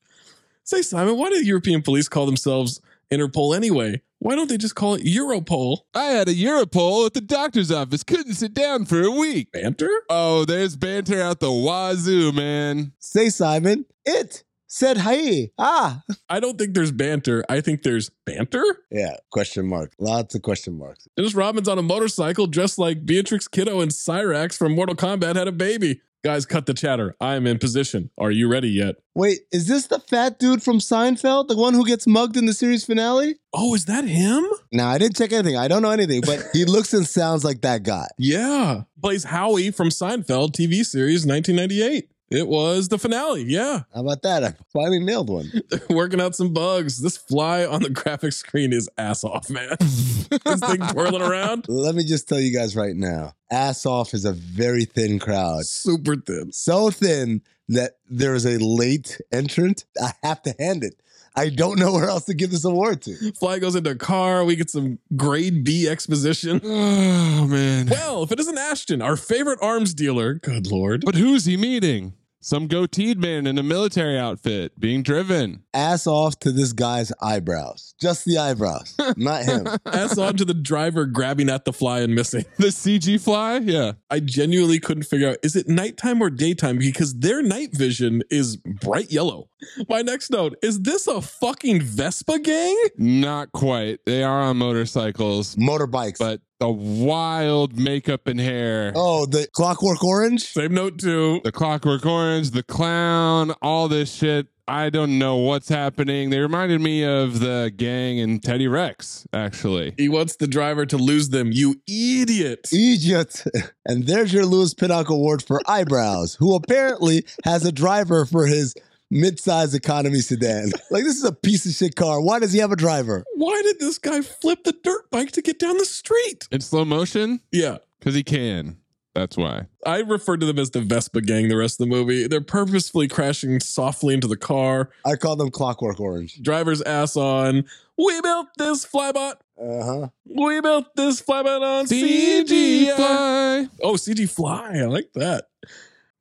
Speaker 3: Say, Simon, why do European police call themselves Interpol anyway? Why don't they just call it Europol?
Speaker 4: I had a Europol at the doctor's office, couldn't sit down for a week.
Speaker 3: Banter?
Speaker 4: Oh, there's banter out the wazoo, man.
Speaker 6: Say, Simon, it said hey. Ah.
Speaker 3: I don't think there's banter. I think there's banter.
Speaker 6: Yeah, question mark. Lots of question marks.
Speaker 3: Dennis Rodman's on a motorcycle dressed like Beatrix Kiddo and Cyrax from Mortal Kombat had a baby. Guys, cut the chatter. I am in position. Are you ready yet?
Speaker 6: Wait, is this the fat dude from Seinfeld? The one who gets mugged in the series finale?
Speaker 3: Oh, is that him?
Speaker 6: No, I didn't check anything. I don't know anything, but he looks and sounds like that guy.
Speaker 3: Yeah. Plays Howie from Seinfeld TV series 1998. It was the finale. Yeah. *laughs*
Speaker 6: How about that? I finally nailed one.
Speaker 3: Working out some bugs. This fly on the graphic screen is ass off, man. *laughs* this thing twirling
Speaker 4: *laughs*
Speaker 3: around.
Speaker 6: Let me just tell you guys right now Ass Off is a very thin crowd.
Speaker 3: Super thin.
Speaker 6: So thin that there is a late entrant. I have to hand it. I don't know where else to give this award to.
Speaker 3: Fly goes into a car. We get some grade B exposition.
Speaker 4: *sighs* Oh, man.
Speaker 3: Well, if it isn't Ashton, our favorite arms dealer, good lord.
Speaker 4: But who's he meeting? Some goateed man in a military outfit being driven.
Speaker 6: Ass off to this guy's eyebrows. Just the eyebrows, not him.
Speaker 3: That's on to the driver grabbing at the fly and missing.
Speaker 4: The CG fly? Yeah.
Speaker 3: I genuinely couldn't figure out is it nighttime or daytime because their night vision is bright yellow. My next note is this a fucking Vespa gang?
Speaker 4: Not quite. They are on motorcycles,
Speaker 6: Motorbikes.
Speaker 4: but the wild makeup and hair.
Speaker 6: oh, the Clockwork Orange?
Speaker 3: Same note too.
Speaker 4: The Clockwork Orange, the clown, all this shit. I don't know what's happening. They reminded me of the gang in Teddy Rex, actually.
Speaker 3: He wants the driver to lose them. You idiot.
Speaker 6: Egypt. And there's your Lewis Pinnock Award for eyebrows, who apparently has a driver for his mid-size economy sedan. Like this is a piece of shit car. Why does he have a driver?
Speaker 3: Why did this guy flip the dirt bike to get down the street?
Speaker 4: In slow motion?
Speaker 3: Yeah.
Speaker 4: Because he can. That's why.
Speaker 3: I refer to them as the Vespa gang the rest of the movie. They're purposefully crashing softly into the car.
Speaker 6: I call them Clockwork Orange.
Speaker 3: Driver's ass on. We built this flybot.
Speaker 6: Uh-huh.
Speaker 3: We built this flybot on
Speaker 4: CG
Speaker 3: CG.
Speaker 4: fly.
Speaker 3: Oh, CG fly. I like that.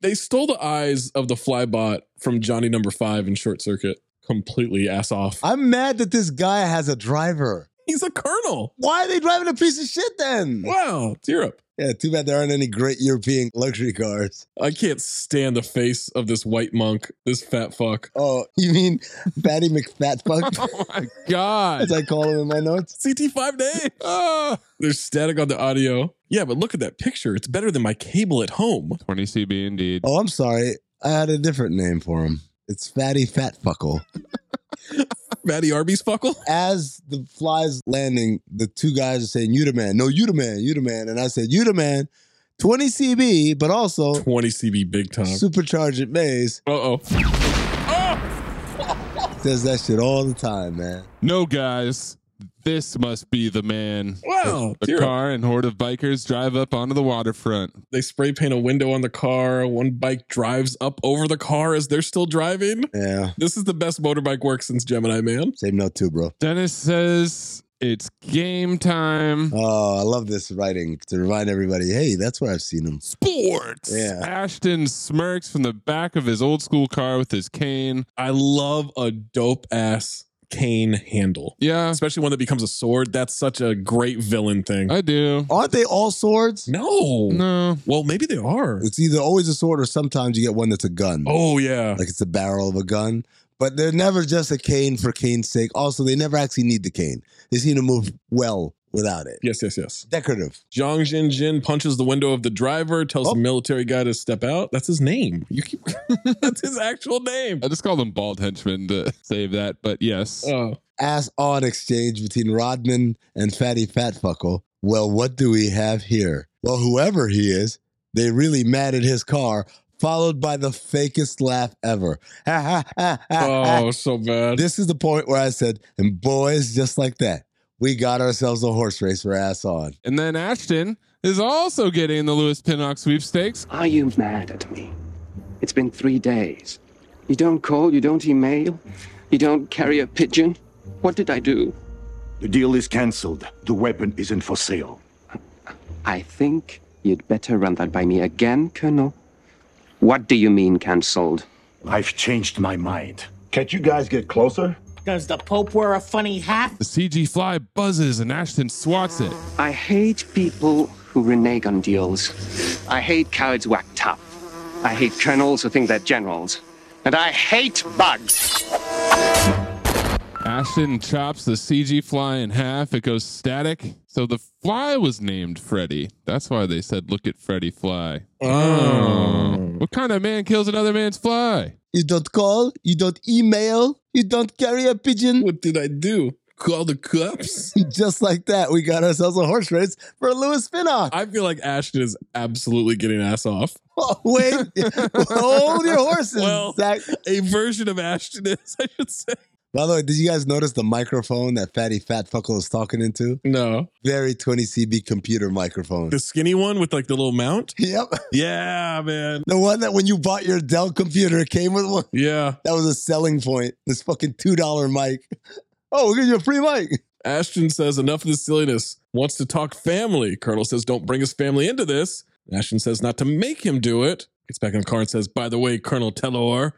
Speaker 3: They stole the eyes of the flybot from Johnny number five in Short Circuit. Completely ass off.
Speaker 6: I'm mad that this guy has a driver.
Speaker 3: He's a colonel.
Speaker 6: Why are they driving a piece of shit then?
Speaker 3: Wow, it's Europe.
Speaker 6: Yeah, too bad there aren't any great European luxury cars.
Speaker 3: I can't stand the face of this white monk, this fat fuck.
Speaker 6: Oh, you mean Fatty
Speaker 4: *laughs*
Speaker 6: McFatfuck?
Speaker 4: *laughs* Oh my God.
Speaker 6: as I call him in my notes.
Speaker 3: CT5 Dave.
Speaker 4: Ah.
Speaker 3: There's static on the audio. Yeah, but look at that picture. It's better than my cable at home.
Speaker 4: 20 CB indeed.
Speaker 6: Oh, I'm sorry. I had a different name for him. It's *laughs* Fatty Fatfuckle. Matty Arby's fuckle? As the fly's landing, the two guys are saying, You the man. No, you the man. You the man. And I said, You the man. 20 CB, but also
Speaker 3: 20 CB big time.
Speaker 6: Supercharge it Maze.
Speaker 3: Uh oh.
Speaker 6: *laughs* Says that shit all the time, man.
Speaker 4: No, guys, this must be the man.
Speaker 3: Wow,
Speaker 4: The, the
Speaker 3: Tira.
Speaker 4: car and horde of bikers drive up onto the waterfront.
Speaker 3: They spray paint a window on the car. One bike drives up over the car as they're still driving.
Speaker 6: Yeah.
Speaker 3: This is the best motorbike work since Gemini Man.
Speaker 6: Same note too, bro.
Speaker 4: Dennis says it's game time.
Speaker 6: Oh, I love this writing to remind everybody, hey, that's where I've seen him.
Speaker 4: Sports.
Speaker 6: Yeah.
Speaker 4: Ashton smirks from the back of his old school car with his cane.
Speaker 3: I love a dope ass cane handle.
Speaker 4: Yeah.
Speaker 3: Especially one that becomes a sword. That's such a great villain thing.
Speaker 4: I do.
Speaker 6: Aren't they all swords?
Speaker 3: No.
Speaker 4: Uh, No.
Speaker 3: Well, maybe they are.
Speaker 6: It's either always a sword or sometimes you get one that's a gun.
Speaker 3: Oh, yeah.
Speaker 6: Like it's the barrel of a gun. But they're never just a cane for cane's sake. Also, they never actually need the cane. They seem to move well without it.
Speaker 3: Yes, yes, yes.
Speaker 6: Decorative.
Speaker 3: Zhang Jin Jin punches the window of the driver, tells the military guy to step out. That's his name. You keep *laughs* that's his actual name.
Speaker 4: I just called him Bald Henchman to *laughs* save that, but yes. *laughs*
Speaker 3: Oh.
Speaker 6: Ass on exchange between Rodman and Fatty Fatfuckle. Well, what do we have here? Well, whoever he is, they really mad at his car, followed by the fakest laugh ever. *laughs* Ha ha ha ha. ha.
Speaker 3: Oh, so bad.
Speaker 6: This is the point where I said, and boys, just like that, we got ourselves a horse race for ass on.
Speaker 4: And then Ashton is also getting the Lewis Pinnock sweepstakes.
Speaker 21: Are you mad at me? It's been three days. You don't call, you don't email, you don't carry a pigeon. What did I do?
Speaker 22: The deal is cancelled. The weapon isn't for sale.
Speaker 21: I think you'd better run that by me again, Colonel. What do you mean cancelled?
Speaker 22: I've changed my mind. Can't you guys get closer?
Speaker 23: Does the Pope wear a funny hat?
Speaker 4: The CG fly buzzes and Ashton swats it.
Speaker 21: I hate people who renege on deals. I hate cowards who act tough. I hate colonels who think they're generals. And I hate bugs.
Speaker 4: Ashton chops the CG fly in half. It goes static. So the fly was named Freddy. That's why they said, look at Freddy Fly.
Speaker 6: Oh.
Speaker 4: What kind of man kills another man's fly?
Speaker 6: You don't call, you don't email, you don't carry a pigeon.
Speaker 3: What did I do? Call the cops?
Speaker 6: *laughs* just like that, we got ourselves a horse race for
Speaker 3: *laughs*
Speaker 6: Lewis Finnock.
Speaker 3: I feel like Ashton is absolutely getting ass off.
Speaker 6: Oh, *laughs* wait, hold your horses,
Speaker 3: Well,
Speaker 6: Zach.
Speaker 3: a version of Ashton is, I should say.
Speaker 6: By the way, did you guys notice the microphone that Fatty Fat Fuckle is talking into?
Speaker 3: No.
Speaker 6: Very 20 CB computer microphone.
Speaker 3: The skinny one with like the little mount?
Speaker 6: *laughs* Yep.
Speaker 3: Yeah, man.
Speaker 6: The one that when you bought your Dell computer, it came with one.
Speaker 3: Yeah.
Speaker 6: That was a selling point. This fucking $2 mic. *laughs* Oh, we'll give you a free mic.
Speaker 3: Ashton says, enough of this silliness. Wants to talk family. Colonel says, don't bring his family into this. Ashton says, not to make him do it. Gets back in the car and says, by the way, Colonel Tellor,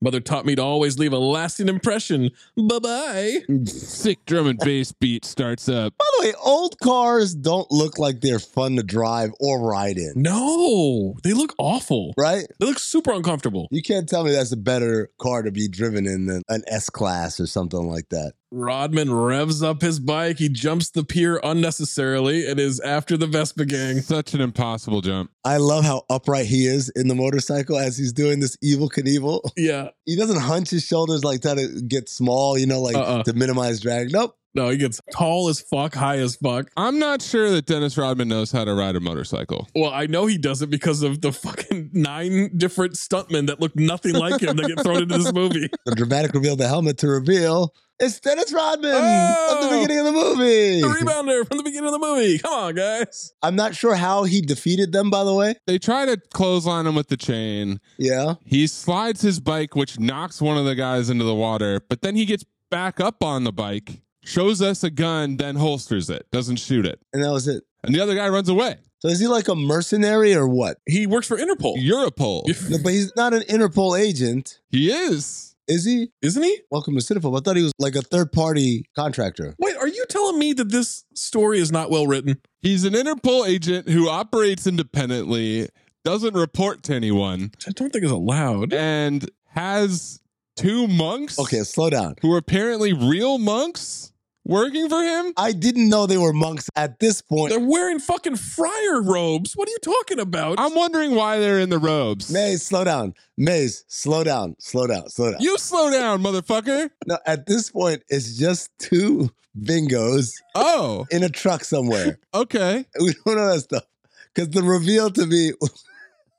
Speaker 3: mother taught me to always leave a lasting impression. Bye bye.
Speaker 4: Sick drum and bass beat starts up.
Speaker 6: By the way, old cars don't look like they're fun to drive or ride in,
Speaker 3: No, they look awful.
Speaker 6: right?
Speaker 3: They look super uncomfortable.
Speaker 6: You can't tell me that's a better car to be driven in than an S class or something like that.
Speaker 3: Rodman revs up his bike. He jumps the pier unnecessarily and is after *laughs* the Vespa gang.
Speaker 4: Such an impossible jump.
Speaker 6: I love how upright he is in the motorcycle as he's doing this evil Knievel. *laughs*
Speaker 3: Yeah.
Speaker 6: He doesn't hunch his shoulders like that to get small, you know, like
Speaker 3: Uh-uh.
Speaker 6: to minimize drag. Nope.
Speaker 3: No, he gets tall as fuck, high as fuck.
Speaker 4: I'm not sure that Dennis Rodman knows how to ride a motorcycle.
Speaker 3: Well, I know he doesn't because of the fucking nine different stuntmen that look nothing like him that get thrown into this
Speaker 18: *laughs*
Speaker 3: movie.
Speaker 6: The dramatic reveal of the helmet to reveal it's Dennis Rodman
Speaker 3: Oh!
Speaker 6: at the beginning of the
Speaker 3: The
Speaker 6: movie.
Speaker 3: rebounder from the beginning of the movie. Come on, guys.
Speaker 6: I'm not sure how he defeated them, by the way.
Speaker 4: They try to clothesline him with the chain.
Speaker 6: Yeah.
Speaker 4: He slides his bike, which knocks one of the guys into the water, but then he gets back up on the bike, shows us a gun, then holsters it, doesn't shoot it.
Speaker 6: And that was it.
Speaker 4: And the other guy runs away.
Speaker 6: So is he like a mercenary or what?
Speaker 3: He works for Interpol,
Speaker 4: Europol.
Speaker 6: No, but he's not an Interpol agent,
Speaker 4: He is.
Speaker 6: is he?
Speaker 3: isn't he?
Speaker 6: Welcome to Cinephobe. I thought he was like a third party contractor.
Speaker 3: Wait, are you telling me that this story is not well written?
Speaker 4: He's an Interpol agent who operates independently, doesn't report to anyone,
Speaker 3: Which I don't think is allowed.
Speaker 4: and has two monks
Speaker 6: Okay, slow down.
Speaker 4: who are apparently real monks
Speaker 6: working for him? I didn't know they were monks at this point. They're wearing fucking friar robes. What are you talking about? I'm wondering why they're in the robes. Maze, slow down. Maze, slow down. Slow down. Slow down. You slow down, motherfucker. No, at this point, it's just two bingos. Oh. In a truck somewhere. *laughs* okay. We don't know that stuff. Because the reveal to me, *laughs*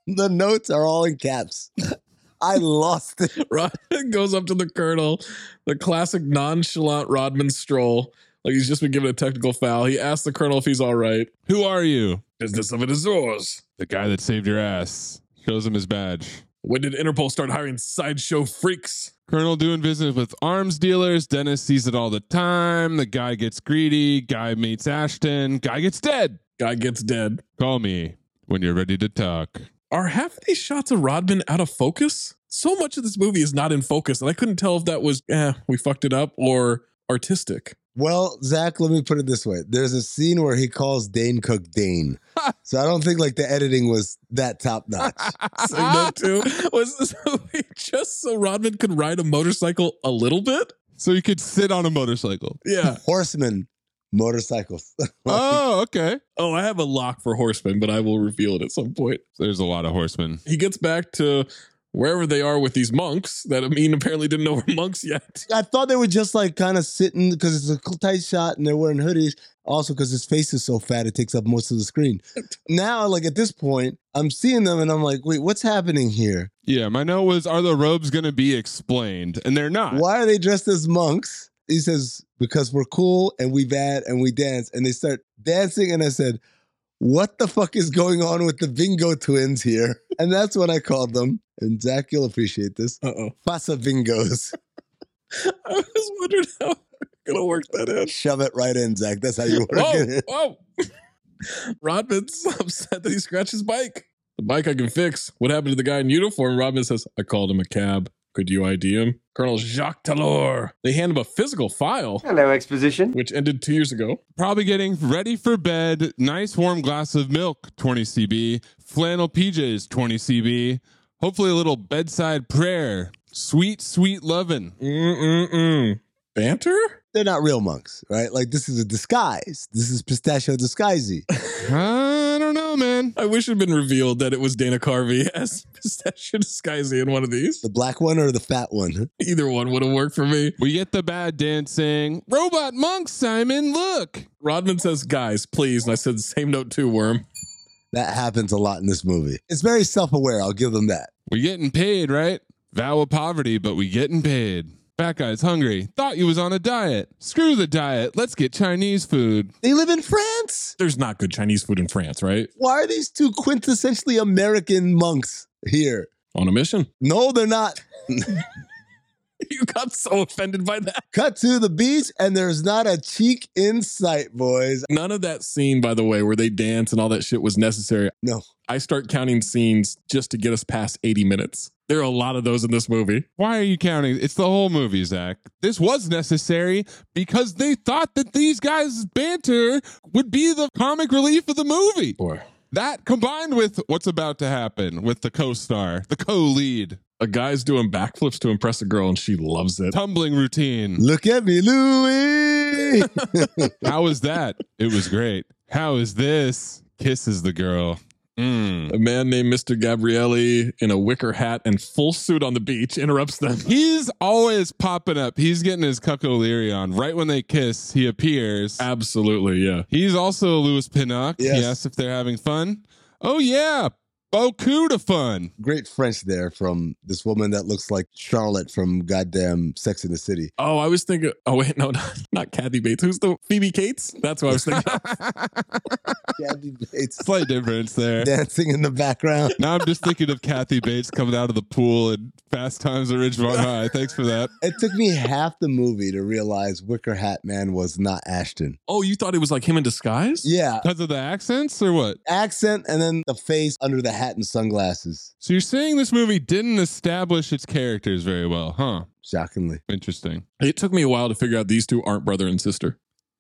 Speaker 6: the notes are all in caps. *laughs* I lost it.
Speaker 3: Rodman *laughs* goes up to the colonel, the classic nonchalant Rodman stroll. Like he's just been given a technical foul. He asks the colonel if he's all right. Who are you? Business of it is yours.
Speaker 4: The guy that saved your ass shows him his badge.
Speaker 3: When did Interpol start hiring sideshow freaks?
Speaker 4: Colonel doing business with arms dealers. Dennis sees it all the time. The guy gets greedy. Guy meets Ashton. Guy gets dead.
Speaker 3: Guy gets dead.
Speaker 4: Call me when you're ready to talk.
Speaker 3: Are half of these shots of Rodman out of focus? So much of this movie is not in focus, and I couldn't tell if that was, eh, we fucked it up or artistic.
Speaker 6: Well, Zach, let me put it this way. There's a scene where he calls Dane Cook Dane. so I don't think like the editing was that top notch.
Speaker 3: So no two was this movie just so Rodman could ride a motorcycle a little bit?
Speaker 4: So he could sit on a motorcycle. *laughs*
Speaker 3: Yeah.
Speaker 6: Horsemen, motorcycles.
Speaker 3: Oh, okay. Oh, I have a lock for Horseman, but I will reveal it at some point.
Speaker 4: There's a lot of horsemen.
Speaker 3: He gets back to wherever they are with these monks that Amin apparently didn't know *laughs* were monks yet.
Speaker 6: *laughs* I thought they were just like kind of sitting because it's a tight shot and they're wearing hoodies. Also, because his face is so fat, it takes up most of the screen. Now, like at this point, I'm seeing them and I'm like, wait, what's happening here?
Speaker 4: Yeah, my note was Are the robes going to be explained? And they're not.
Speaker 6: Why are they dressed as monks? He says, because we're cool and we bad and we dance. And they start dancing. And I said, what the fuck is going on with the bingo twins here? *laughs* And that's when I called them. And Zach, you'll appreciate this. Uh oh. Pasa bingos.
Speaker 3: *laughs* I was wondering how I'm going to work that in.
Speaker 6: Shove it right in, Zach. That's how you work
Speaker 3: Whoa,
Speaker 6: it.
Speaker 3: whoa. *laughs* Rodman's *laughs* upset that he scratched his bike. The bike I can fix. What happened to the guy in uniform? Rodman says, I called him a cab. Could you ID him? Colonel Jacques Talor. They hand him a physical file.
Speaker 21: Hello, exposition.
Speaker 3: Which ended two years ago.
Speaker 4: Probably getting ready for bed. Nice warm glass of milk, 20 CB. Flannel PJs, 20 CB. Hopefully, a little bedside prayer. Sweet, sweet lovin'.
Speaker 3: Mm-mm-mm. Banter?
Speaker 6: They're not real monks, right? Like, this is a disguise. This is pistachio disguisey.
Speaker 4: I don't know, man.
Speaker 3: I wish it had been revealed that it was Dana Carvey as *laughs* Pistachio Disguisey in one of these.
Speaker 6: The black one or the fat one?
Speaker 3: Either one would have worked for me.
Speaker 4: We get the bad dancing. Robot monk, Simon, look.
Speaker 3: Rodman says, guys, please. And I said, same note too, Worm.
Speaker 6: That happens a lot in this movie. It's very self aware. I'll give them that.
Speaker 4: We getting paid, right? Vow of poverty, but we getting paid. Fat guy's hungry. Thought you was on a diet. Screw the diet. Let's get Chinese food.
Speaker 6: They live in France.
Speaker 3: There's not good Chinese food in France, right?
Speaker 6: Why are these two quintessentially American monks here?
Speaker 3: On a mission. *laughs*
Speaker 6: No, they're not.
Speaker 3: You got so offended by that.
Speaker 6: Cut to the beach, and there's not a cheek in sight, boys.
Speaker 3: None of that scene, by the way, where they dance and all that shit was necessary.
Speaker 6: No.
Speaker 3: I start counting scenes just to get us past 80 minutes. There are a lot of those in this movie.
Speaker 4: Why are you counting? It's the whole movie, Zach. This was necessary because they thought that these guys' banter would be the comic relief of the movie.
Speaker 3: Boy.
Speaker 4: That combined with what's about to happen with the co star, the co lead,
Speaker 3: A guy's doing backflips to impress a girl, and she loves it.
Speaker 4: tumbling routine.
Speaker 6: Look at me, Louie.
Speaker 4: How was that? It was great. How is this? Kisses the girl. Mm.
Speaker 3: A man named Mr. Gabrielli in a wicker hat and full suit on the beach interrupts them.
Speaker 4: He's always popping up. He's getting his cuck O'Leary on. Right when they kiss, he appears.
Speaker 3: Absolutely, yeah.
Speaker 4: He's also Lewis Pinnock. Yes.
Speaker 6: Yes.
Speaker 4: He asks if they're having fun. Oh, yeah. Beaucoup de fun.
Speaker 6: Great French there from this woman that looks like Charlotte from goddamn Sex in the City.
Speaker 3: Oh, I was thinking. Oh wait, no, *laughs* not, not Kathy Bates. Who's the Phoebe Cates? That's what I was thinking.
Speaker 6: Kathy
Speaker 4: *laughs*
Speaker 6: Bates
Speaker 4: Slight difference there.
Speaker 6: dancing in the background.
Speaker 4: Now I'm just thinking of Kathy Bates coming out of the pool and Fast Times at Ridgemont High. Thanks for that.
Speaker 6: It took me half the movie to realize Wicker Hat Man was not Ashton.
Speaker 3: oh, you thought it was like him in disguise?
Speaker 6: Yeah,
Speaker 4: Because of the accents or what?
Speaker 6: accent and then the face under the hat and sunglasses.
Speaker 4: So you're saying this movie didn't establish its characters very well, huh?
Speaker 6: Shockingly.
Speaker 4: Interesting.
Speaker 3: It took me a while to figure out these two aren't brother and sister,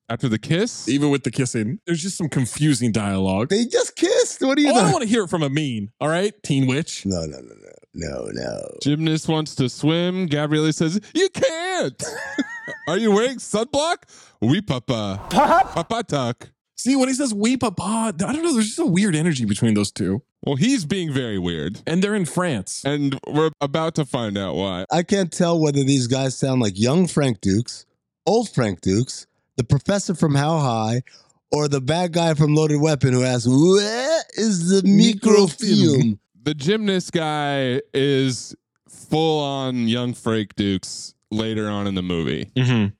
Speaker 4: After the kiss?
Speaker 3: even with the kissing. There's just some confusing dialogue.
Speaker 6: They just kissed. What do you
Speaker 3: Oh, I don't
Speaker 6: know?
Speaker 3: want to hear it from a mean. All right, Teen Witch.
Speaker 6: *laughs* No, no, no, no. No, no.
Speaker 4: Gymnast wants to swim. Gabrielle says, You can't. *laughs* Are you wearing sunblock? We papa. Papa tuck.
Speaker 3: See, when he says we papa, I don't know. There's just a weird energy between those two. Well, he's being very weird.
Speaker 10: And they're in France.
Speaker 4: And we're about to find out why.
Speaker 6: I can't tell whether these guys sound like young Frank Dukes, old Frank Dukes, the professor from How High, or the bad guy from Loaded Weapon who asks, Where is the microfume?
Speaker 4: The gymnast guy is full on young Frank Dukes later on in the movie.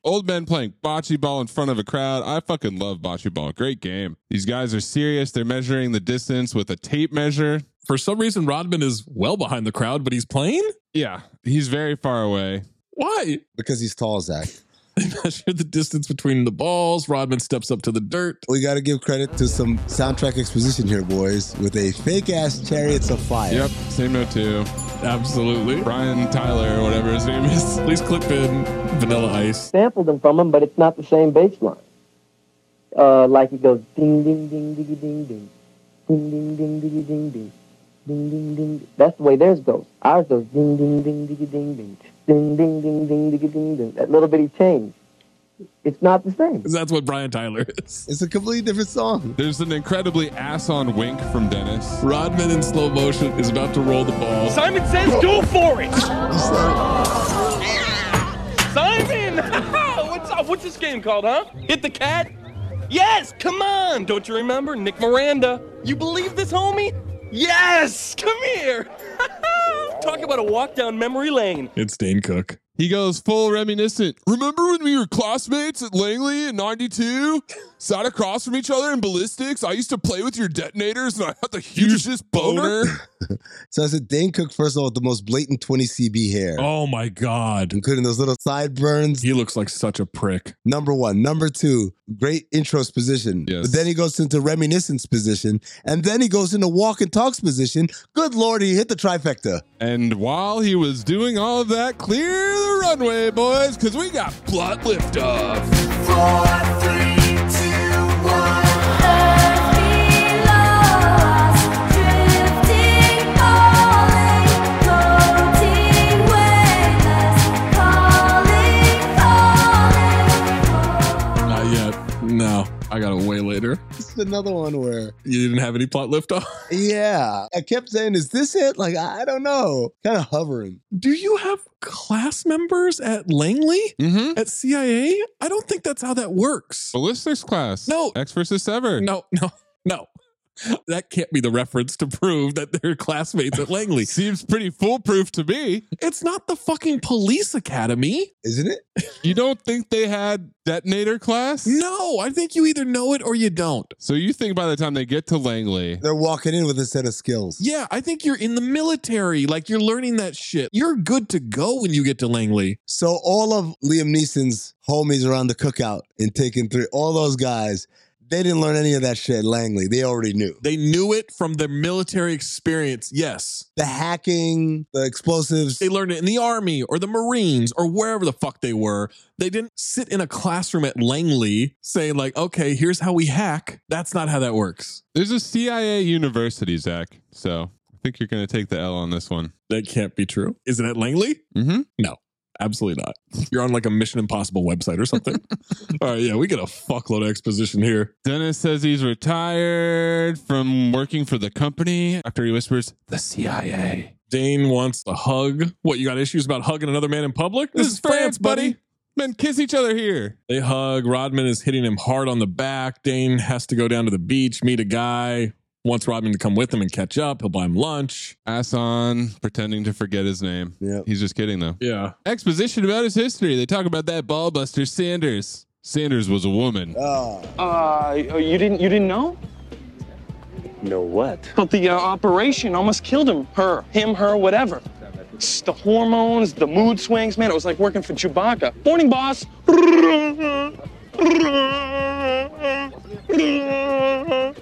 Speaker 4: Old men playing bocce ball in front of a crowd. I fucking love bocce ball. Great game. These guys are serious. They're measuring the distance with a tape measure.
Speaker 3: For some reason, Rodman is well behind the crowd, but he's playing?
Speaker 4: Yeah, he's very far away.
Speaker 3: Why?
Speaker 6: *laughs*
Speaker 3: *laughs*
Speaker 6: Because he's tall, Zach.
Speaker 3: They measure the distance between the balls. Rodman steps up to the dirt.
Speaker 6: We got to give credit to some soundtrack exposition here, boys, with a fake ass Chariots of Fire.
Speaker 4: Yep, same note too. Absolutely. Brian Tyler, whatever his name is.
Speaker 3: Please clip in Vanilla Ice.
Speaker 24: sampled them from him, but it's not the same bass line. Uh, like it goes ding ding ding diggy ding ding, ding ding ding diggy ding ding, ding ding ding. That's the way theirs goes. Ours goes ding ding ding diggy ding ding, ding ding ding ding diggy ding ding. That little bitty change. It's not the same.
Speaker 3: That's what Brian Tyler is.
Speaker 6: It's a completely different song. *laughs*
Speaker 4: There's an incredibly ass on wink from Dennis.
Speaker 3: Rodman in slow motion is about to roll the ball.
Speaker 14: Simon says go for it! Simon! *laughs* what's, up? what's this game called, huh? Hit the cat? Yes! Come on! Don't you remember? Nick Miranda. You believe this, homie? Yes! Come here! *laughs* Talk about a walk down memory lane.
Speaker 3: It's Dane Cook.
Speaker 4: He goes full reminiscent. Remember when we were classmates at Langley in 92? Sat across from each other in ballistics? I used to play with your detonators and I had the hugest boner.
Speaker 6: So I said, Dane Cook, first of all, with the most blatant 20 CB hair,
Speaker 3: Oh my God.
Speaker 6: including those little sideburns.
Speaker 3: He looks like such a prick.
Speaker 6: Number one. Number two, great intros position.
Speaker 4: Yes.
Speaker 6: But then he goes into reminiscence position. And then he goes into walk and talks position. Good Lord, he hit the trifecta. *laughs*
Speaker 4: And while he was doing all of that, clear the runway, boys, because we got plot liftoff.
Speaker 3: Not yet. No. I got it way later.
Speaker 6: This is another one where,
Speaker 3: You didn't have any plot liftoff?
Speaker 6: yeah, I kept saying, is this it? Like, I I don't know. Kind of hovering.
Speaker 3: Do you have class members at Langley?
Speaker 4: Mm-hmm.
Speaker 3: At CIA? I don't think that's how that works.
Speaker 4: Ballistics class.
Speaker 3: No.
Speaker 4: X versus Sever.
Speaker 3: No, no, no. That can't be the reference to prove that they're classmates at
Speaker 4: *laughs*
Speaker 3: Langley.
Speaker 4: Seems pretty foolproof to me.
Speaker 3: It's not the fucking police academy.
Speaker 6: Isn't it?
Speaker 4: You don't think they had detonator class?
Speaker 3: No, I think you either know it or you don't.
Speaker 4: So you think by the time they get to Langley,
Speaker 6: They're walking in with a set of skills.
Speaker 3: Yeah, I think you're in the military. Like you're learning that shit. You're good to go when you get to Langley.
Speaker 6: So all of Liam Neeson's homies around the cookout and taking three, all those guys, they didn't learn any of that shit at Langley. They already knew.
Speaker 3: They knew it from their military experience. Yes.
Speaker 6: The hacking, the explosives.
Speaker 3: They learned it in the army or the marines or wherever the fuck they were. They didn't sit in a classroom at Langley saying like, "Okay, here's how we hack." That's not how that works.
Speaker 4: there's a CIA university, Zach. So I think you're going to take the L on this one.
Speaker 3: That can't be true. Is it at Langley?
Speaker 4: Mm-hmm.
Speaker 3: Absolutely not. You're on like a Mission Impossible website or something. All right, yeah, we got a fuckload of exposition here.
Speaker 4: Dennis says he's retired from working for the company after he whispers, the CIA.
Speaker 3: Dane wants a hug. What, you got issues about hugging another man in public? This, is France, buddy.
Speaker 4: Men kiss each other here.
Speaker 3: They hug. Rodman is hitting him hard on the back. Dane has to go down to the beach, meet a guy, wants Rodman to come with him and catch up. He'll buy him lunch.
Speaker 4: Ass on, pretending to forget his name.
Speaker 6: Yep.
Speaker 4: He's just kidding, though.
Speaker 3: Yeah.
Speaker 4: Exposition about his history. They talk about that ballbuster Sanders. Sanders was a woman.
Speaker 6: Ah.
Speaker 15: Uh, you didn't you didn't know?
Speaker 22: Know what?
Speaker 15: But the uh, operation almost killed him. Her, him, her, whatever. It's the hormones, the mood swings. Man, it was like working for Chewbacca. Morning, boss. *laughs*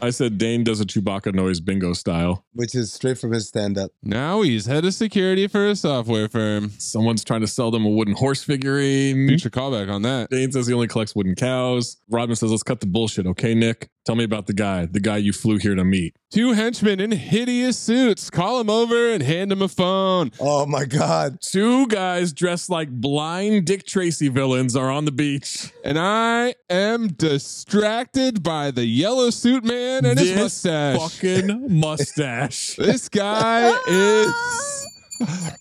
Speaker 3: I said Dane does a Chewbacca noise bingo style.
Speaker 6: which is straight from his stand up.
Speaker 4: Now he's head of security for a software firm.
Speaker 3: Someone's trying to sell them a wooden horse figurine.
Speaker 4: Future callback on that.
Speaker 3: Dane says he only collects wooden cows. Rodman says, let's cut the bullshit, okay, Nick? Tell me about the guy, the guy you flew here to meet.
Speaker 4: Two henchmen in hideous suits call him over and hand him a phone.
Speaker 6: Oh my God.
Speaker 3: Two guys dressed like blind Dick Tracy villains are on the beach.
Speaker 4: And I am distracted by the yellow suit man and his
Speaker 3: This
Speaker 4: mustache.
Speaker 3: Fucking
Speaker 4: *laughs*
Speaker 3: mustache. *laughs*
Speaker 4: This guy is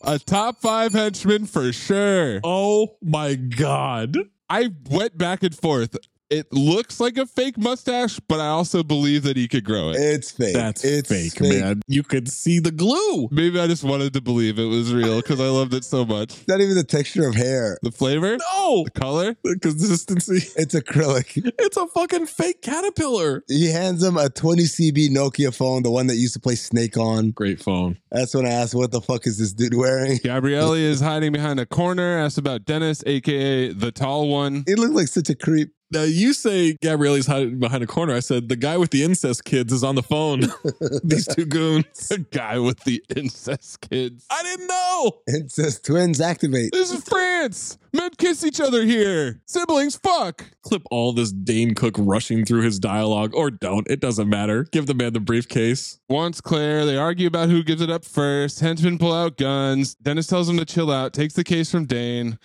Speaker 4: a top five henchman for sure.
Speaker 3: Oh my God.
Speaker 4: I went back and forth. It looks like a fake mustache, but I also believe that he could grow it.
Speaker 6: It's fake.
Speaker 3: That's
Speaker 6: it's
Speaker 3: fake, man. You could see the glue.
Speaker 4: Maybe I just wanted to believe it was real because I loved it so much.
Speaker 6: It's not even the texture of hair.
Speaker 4: The flavor,
Speaker 3: No,
Speaker 4: the color.
Speaker 3: the consistency. *laughs*
Speaker 6: It's acrylic.
Speaker 3: It's a fucking fake caterpillar.
Speaker 6: He hands him a 20 CB Nokia phone, the one that used to play Snake on.
Speaker 4: Great phone.
Speaker 6: That's when I asked, what the fuck is this dude wearing? *laughs*
Speaker 4: Gabrielli is hiding behind a corner. Asked about Dennis, aka the
Speaker 3: *laughs*
Speaker 4: tall one.
Speaker 6: He looked like such a creep.
Speaker 3: Now you say Gabrielle's hiding behind a corner. I said the guy with the incest kids is on the phone. *laughs* These two goons.
Speaker 4: The guy with the incest kids.
Speaker 3: I didn't know.
Speaker 6: It says twins
Speaker 3: *laughs*
Speaker 6: activate.
Speaker 4: This is France. Men kiss each other here. Siblings fuck.
Speaker 3: Clip all this Dane Cook rushing through his dialogue, or don't. It doesn't matter. Give the man the briefcase.
Speaker 4: Once clear, they argue about who gives it up first. Henchmen pull out guns. Dennis tells them to chill out, takes the case from Dane.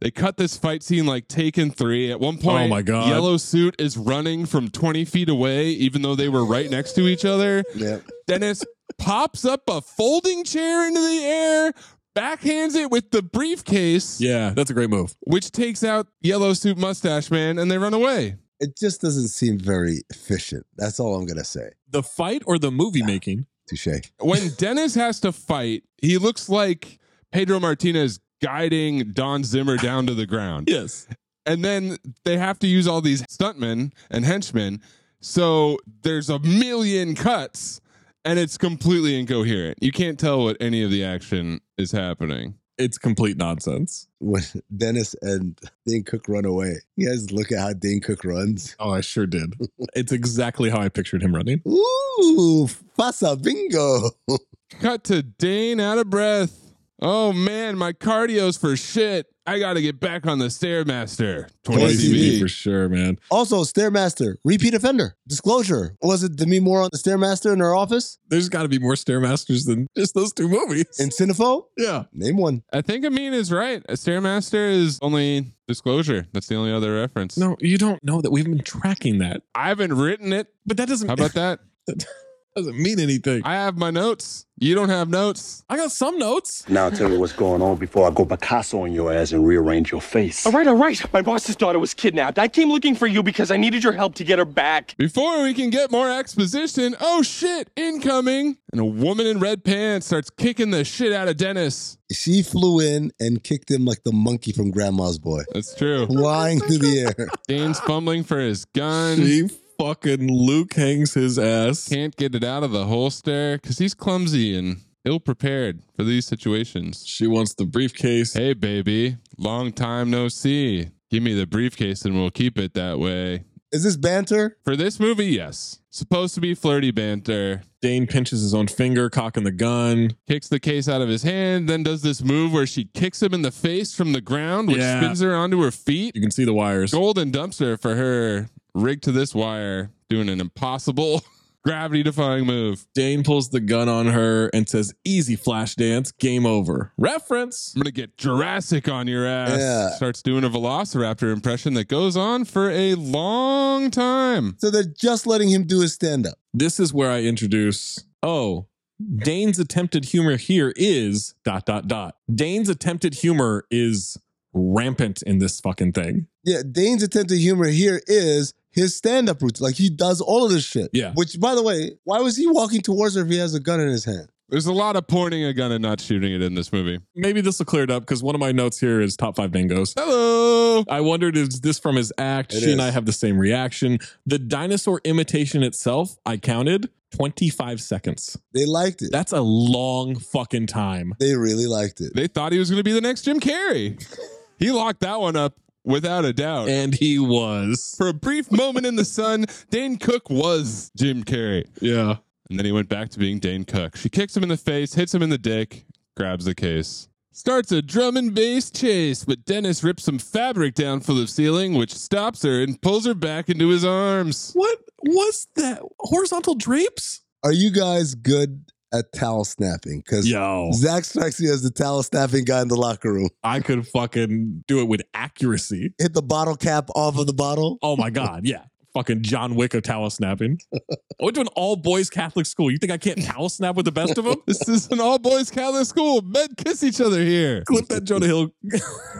Speaker 4: They cut this fight scene like Taken 3. At one point,
Speaker 3: Oh my God.
Speaker 4: Yellow Suit is running from 20 feet away, even though they were right next to each other.
Speaker 6: Yeah.
Speaker 4: Dennis *laughs* pops up a folding chair into the air, backhands it with the briefcase,
Speaker 3: Yeah, that's a great move.
Speaker 4: which takes out Yellow Suit Mustache Man, and they run away.
Speaker 6: It just doesn't seem very efficient. That's all I'm going to say.
Speaker 3: The fight or the movie making?
Speaker 6: Touche.
Speaker 4: when Dennis has to fight, he looks like Pedro Martinez guiding Don Zimmer down to the ground.
Speaker 3: Yes.
Speaker 4: And then they have to use all these stuntmen and henchmen. So there's a million cuts and it's completely incoherent. You can't tell what any of the action is happening.
Speaker 3: It's complete nonsense.
Speaker 6: When *laughs* Dennis and Dane Cook run away, you guys look at how Dane Cook runs.
Speaker 3: Oh, I sure did. *laughs* it's exactly how I pictured him running.
Speaker 6: Ooh, Fasa Bingo. *laughs*
Speaker 4: Cut to Dane out of breath. Oh man, my cardio's for shit. I got to get back on the Stairmaster.
Speaker 6: 20 CB.
Speaker 3: for sure, man.
Speaker 6: Also, Stairmaster, repeat offender. Disclosure. Was it Demi Moore on the Stairmaster in her office?
Speaker 3: There's got to be more stairmasters than just those two movies.
Speaker 6: In Cinephobe?
Speaker 3: *laughs* yeah.
Speaker 6: Name one.
Speaker 4: I think Amin is right. A Stairmaster is only disclosure. That's the only other reference.
Speaker 3: No, you don't know that we've been tracking that.
Speaker 4: I haven't written it.
Speaker 3: But that doesn't *laughs*
Speaker 4: How about that?
Speaker 3: doesn't mean anything.
Speaker 4: I have my notes. You don't have notes.
Speaker 3: I got some notes.
Speaker 20: Now tell me what's going on before I go Picasso on your ass and rearrange your face.
Speaker 8: All right, all right. My boss's daughter was kidnapped. I came looking for you because I needed your help to get her back.
Speaker 4: Before we can get more exposition, oh shit, incoming. And a woman in red pants starts kicking the shit out of Dennis.
Speaker 6: She flew in and kicked him like the monkey from Grandma's Boy,
Speaker 4: That's true.
Speaker 6: flying through the air.
Speaker 4: Dane's fumbling for his gun.
Speaker 3: She fucking Luke hangs his ass.
Speaker 4: Can't get it out of the holster because he's clumsy and ill prepared for these situations.
Speaker 3: She wants the briefcase.
Speaker 4: Hey, baby. Long time no see. Give me the briefcase and we'll keep it that way.
Speaker 6: Is this banter?
Speaker 4: For this movie, yes. Supposed to be flirty banter.
Speaker 3: Dane pinches his own finger, cocking the gun.
Speaker 4: Kicks the case out of his hand, then does this move where she kicks him in the face from the ground, which
Speaker 3: Yeah.
Speaker 4: spins her onto her feet.
Speaker 3: You can see the wires.
Speaker 4: Golden dumpster for her, rigged to this wire, doing an impossible *laughs* gravity defying move.
Speaker 3: Dane pulls the gun on her and says, Easy flash dance, game over. Reference.
Speaker 4: I'm gonna get Jurassic on your ass.
Speaker 6: Yeah.
Speaker 4: Starts doing a Velociraptor impression that goes on for a long time.
Speaker 6: So they're just letting him do his stand up.
Speaker 3: This is where I introduce, oh, Dane's attempted humor here is dot, dot, dot. Dane's attempted humor is rampant in this fucking thing.
Speaker 6: Yeah, Dane's attempt at humor here is his stand up routine. Like he does all of this shit.
Speaker 3: Yeah.
Speaker 6: Which, by the way, why was he walking towards her if he has a gun in his hand?
Speaker 4: There's a lot of pointing a gun and not shooting it in this movie.
Speaker 3: Maybe this will clear it up because one of my notes here is top five dingoes.
Speaker 4: Hello.
Speaker 3: I wondered, is this from his act?
Speaker 6: It
Speaker 3: she and
Speaker 6: is.
Speaker 3: I have the same reaction. The dinosaur imitation itself, I counted 25 seconds.
Speaker 6: They liked it.
Speaker 3: That's a long fucking time.
Speaker 6: they really liked it.
Speaker 4: They thought he was going to be the next Jim Carrey. he locked that one up without a
Speaker 3: *laughs*
Speaker 4: doubt.
Speaker 3: And he was.
Speaker 4: For a brief moment in the sun, Dane Cook was Jim Carrey.
Speaker 3: Yeah.
Speaker 4: And then he went back to being Dane Cook. She kicks him in the face, hits him in the dick, grabs the case. Starts a drum and bass chase, but Dennis rips some fabric down from the ceiling, which stops her and pulls her back into his arms.
Speaker 3: What was that? Horizontal drapes?
Speaker 6: Are you guys good at towel snapping? Because
Speaker 3: Yo.
Speaker 6: Zach strikes me as the towel snapping guy in the locker room.
Speaker 3: I could fucking do it with accuracy.
Speaker 6: Hit the bottle cap off of the bottle.
Speaker 3: Oh my God. Yeah. Fucking John Wick of towel snapping. I went to an all boys Catholic school. You think I can't towel snap with the best of them?
Speaker 4: This is an all boys Catholic school. Men kiss each other here.
Speaker 3: Clip that Jonah Hill *laughs*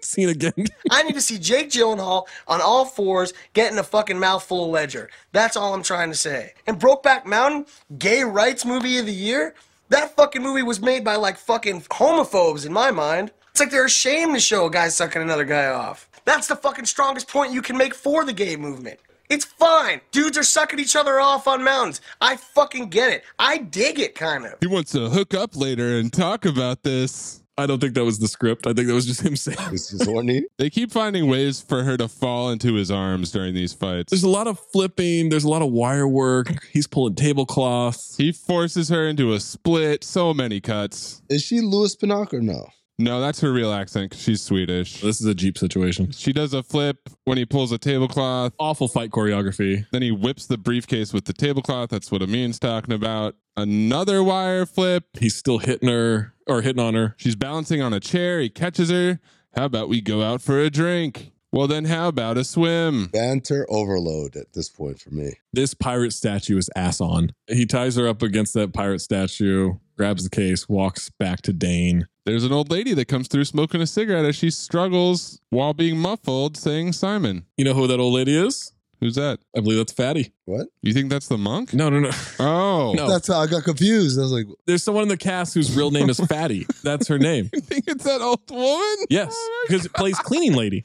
Speaker 3: scene again.
Speaker 18: I need to see Jake Gyllenhaal on all fours getting a fucking mouthful of ledger. That's all I'm trying to say. And Brokeback Mountain, gay rights movie of the year? That fucking movie was made by like fucking homophobes in my mind. It's like they're ashamed to show a guy sucking another guy off. That's the fucking strongest point you can make for the gay movement. It's fine. Dudes are sucking each other off on mountains. I fucking get it. I dig it, kind of.
Speaker 4: He wants to hook up later and talk about this.
Speaker 3: I don't think that was the script. I think that was just him saying.
Speaker 6: This is horny.
Speaker 4: They keep finding ways for her to fall into his arms during these fights.
Speaker 3: There's a lot of flipping. There's a lot of wire work. He's pulling tablecloths.
Speaker 4: He forces her into a split. So many cuts.
Speaker 6: Is she Louis Pinnock or no?
Speaker 4: No, that's her real accent 'cause she's Swedish.
Speaker 3: This is a Jeep situation.
Speaker 4: She does a flip when he pulls a tablecloth.
Speaker 3: Awful fight choreography.
Speaker 4: Then he whips the briefcase with the tablecloth. That's what Amin's talking about. Another wire flip.
Speaker 3: He's still hitting her or hitting on her.
Speaker 4: She's balancing on a chair. He catches her. How about we go out for a drink? Well, then, how about a swim?
Speaker 6: Banter overload at this point for me.
Speaker 3: This pirate statue is ass on. He ties her up against that pirate statue, grabs the case, walks back to Dane.
Speaker 4: There's an old lady that comes through smoking a cigarette as she struggles while being muffled, saying Simon.
Speaker 3: You know who that old lady is?
Speaker 4: Who's that?
Speaker 3: I believe that's Fatty.
Speaker 6: What?
Speaker 4: You think that's the monk?
Speaker 3: No, no, *laughs* no.
Speaker 4: Oh,
Speaker 3: No.
Speaker 6: That's how I got confused. I was like,
Speaker 3: There's someone in the cast whose real name is Fatty. That's her name.
Speaker 4: you think it's that old woman?
Speaker 3: Yes, because it plays cleaning lady.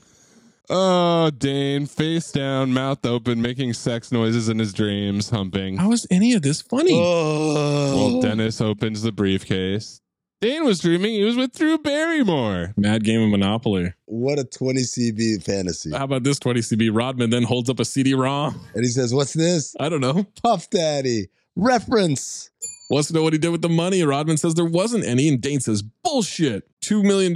Speaker 4: Oh, Dane, face down, mouth open, making sex noises in his dreams, humping.
Speaker 3: How is any of this funny?
Speaker 4: Well, Dennis opens the briefcase. Dane was dreaming he was with Drew Barrymore.
Speaker 3: Mad game of Monopoly.
Speaker 6: what a 20 CB fantasy.
Speaker 4: Ah.
Speaker 3: How about this 20CB? Rodman then holds up a CD-ROM.
Speaker 6: And he says, What's this?
Speaker 3: I don't know.
Speaker 6: Puff Daddy. Reference.
Speaker 3: Wants to know what he did with the money. Rodman says there wasn't any, and Dane says, bullshit. $2 million.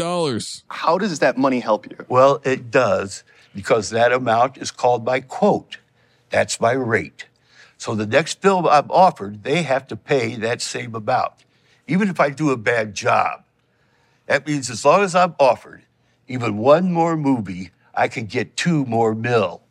Speaker 25: How does that money help you?
Speaker 20: Well, it does because that amount is called my quote. That's my rate. So the next bill I'm offered, they have to pay that same amount, even if I do a bad job. That means as long as I'm offered even one more movie, I can get two more mil.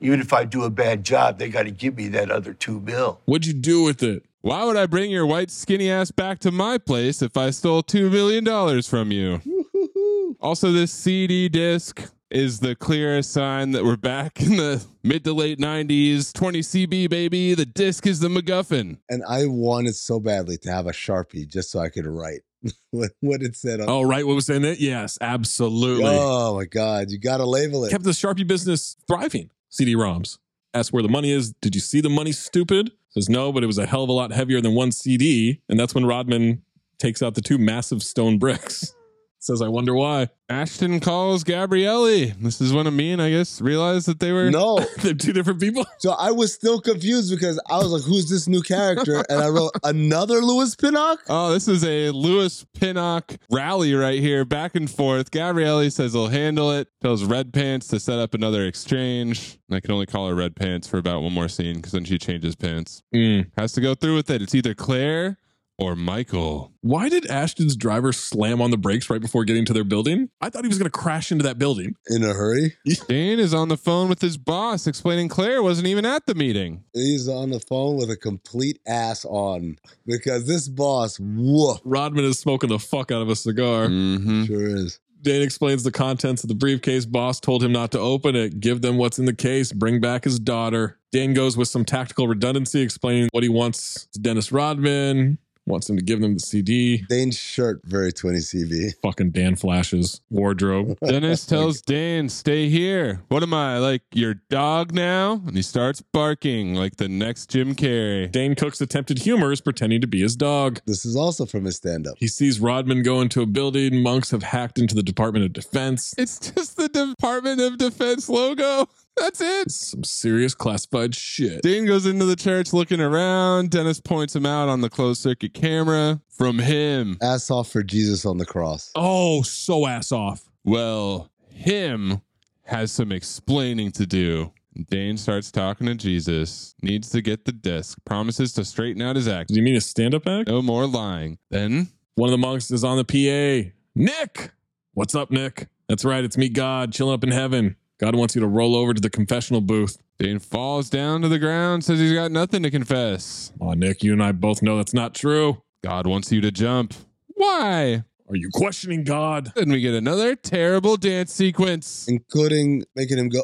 Speaker 20: Even if I do a bad job, they got to give me that other two mil.
Speaker 3: What'd you do with it?
Speaker 4: Why would I bring your white skinny ass back to my place if I stole $2 million from *laughs* you? also, this CD disc is the clearest sign that we're back in the mid to late 90s. 20 CB, baby. The disc is the MacGuffin.
Speaker 6: And I wanted so badly to have a Sharpie just so I could write *laughs* what what it said on.
Speaker 3: Oh, right. What was in it? Yes, absolutely.
Speaker 6: Oh my God. You got to label it.
Speaker 3: Kept the Sharpie business thriving. CD-ROMs. Asks where the money is. Did you see the money, stupid? Says no, but it was a hell of a lot heavier than one CD. And that's when Rodman takes out the two massive stone bricks. *laughs* Says, I wonder why.
Speaker 4: Ashton calls Gabrielli. This is when Amin, I guess, realized that they were.
Speaker 6: No.
Speaker 3: *laughs* They're two different people. *laughs*
Speaker 6: So I was still confused because I was like, who's this new character? And I wrote another Louis Pinnock?
Speaker 4: Oh, this is a Lewis Pinnock rally right here, back and forth. Gabrielli says he'll handle it, tells Red Pants to set up another exchange. And I can only call her Red Pants for about one more scene because then she changes pants.
Speaker 3: Mm.
Speaker 4: Has to go through with it. It's either Claire or Michael.
Speaker 3: Why did Ashton's driver slam on the brakes right before getting to their building? I thought he was going to crash into that building.
Speaker 6: In a hurry.
Speaker 4: Dane is on the phone with his boss explaining Claire wasn't even at the meeting.
Speaker 6: He's on the phone with a complete ass on because this boss, whoa,
Speaker 3: Rodman is smoking the fuck out of a cigar.
Speaker 4: Mm-hmm.
Speaker 6: sure is.
Speaker 3: Dane explains the contents of the briefcase. Boss told him not to open it, give them what's in the case, bring back his daughter. Dane goes with some tactical redundancy, explaining what he wants to Dennis Rodman, wants him to give them the CD.
Speaker 6: Dane's shirt, very 20 CB.
Speaker 3: Fucking Dan Flash's wardrobe.
Speaker 4: Dennis tells Dan, stay here. What am I, like your dog now? And he starts barking like the next Jim Carrey.
Speaker 3: Dane Cook's attempted humor is pretending to be his dog.
Speaker 6: This is also from his stand up.
Speaker 3: He sees Rodman go into a building. Monks have hacked into the Department of Defense.
Speaker 4: It's just the Department of Defense logo. *laughs* That's it.
Speaker 3: Some serious classified shit.
Speaker 4: Dean goes into the church looking around. Dennis points him out on the closed circuit camera from him.
Speaker 6: Ass off for Jesus on the cross.
Speaker 3: Oh, so ass off.
Speaker 4: Well, him has some explaining to do. Dane starts talking to Jesus, needs to get the disc, promises to straighten out his act.
Speaker 3: Do you mean a stand up act?
Speaker 4: No more lying. Then
Speaker 3: One of the monks is on the PA. Nick! What's up, Nick? That's right. It's me, God, chilling up in heaven. God wants you to roll over to the confessional booth.
Speaker 4: Dane falls down to the ground, says he's got nothing to confess.
Speaker 3: Aw, Nick, you and I both know that's not true.
Speaker 4: God wants you to jump. Why?
Speaker 3: Are you questioning
Speaker 4: *laughs*
Speaker 3: God?
Speaker 4: Then we get another terrible dance sequence.
Speaker 6: including making him go,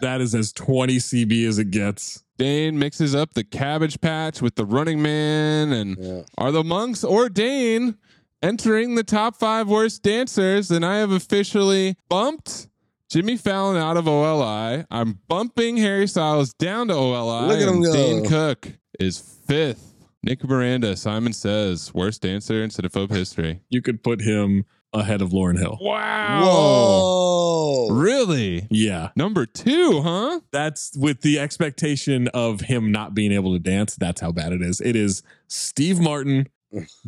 Speaker 3: That is as 20 CB as it gets.
Speaker 4: Dane mixes up the cabbage patch with the running man. And are the monks or Dane entering the top five worst dancers? And I have officially bumped Jimmy Fallon out of OLI. I'm bumping Harry Styles down to OLI.
Speaker 6: Look at him
Speaker 4: and
Speaker 6: go.
Speaker 4: Dane Cook is fifth. Nick Miranda, Simon says, worst dancer in Cinephobe history.
Speaker 3: You could put him ahead of Lauren Hill.
Speaker 4: Wow.
Speaker 6: whoa.
Speaker 4: Really?
Speaker 3: Yeah.
Speaker 4: Number two, huh?
Speaker 3: That's with the expectation of him not being able to dance. That's how bad it is. It is Steve
Speaker 4: *laughs*
Speaker 3: Martin,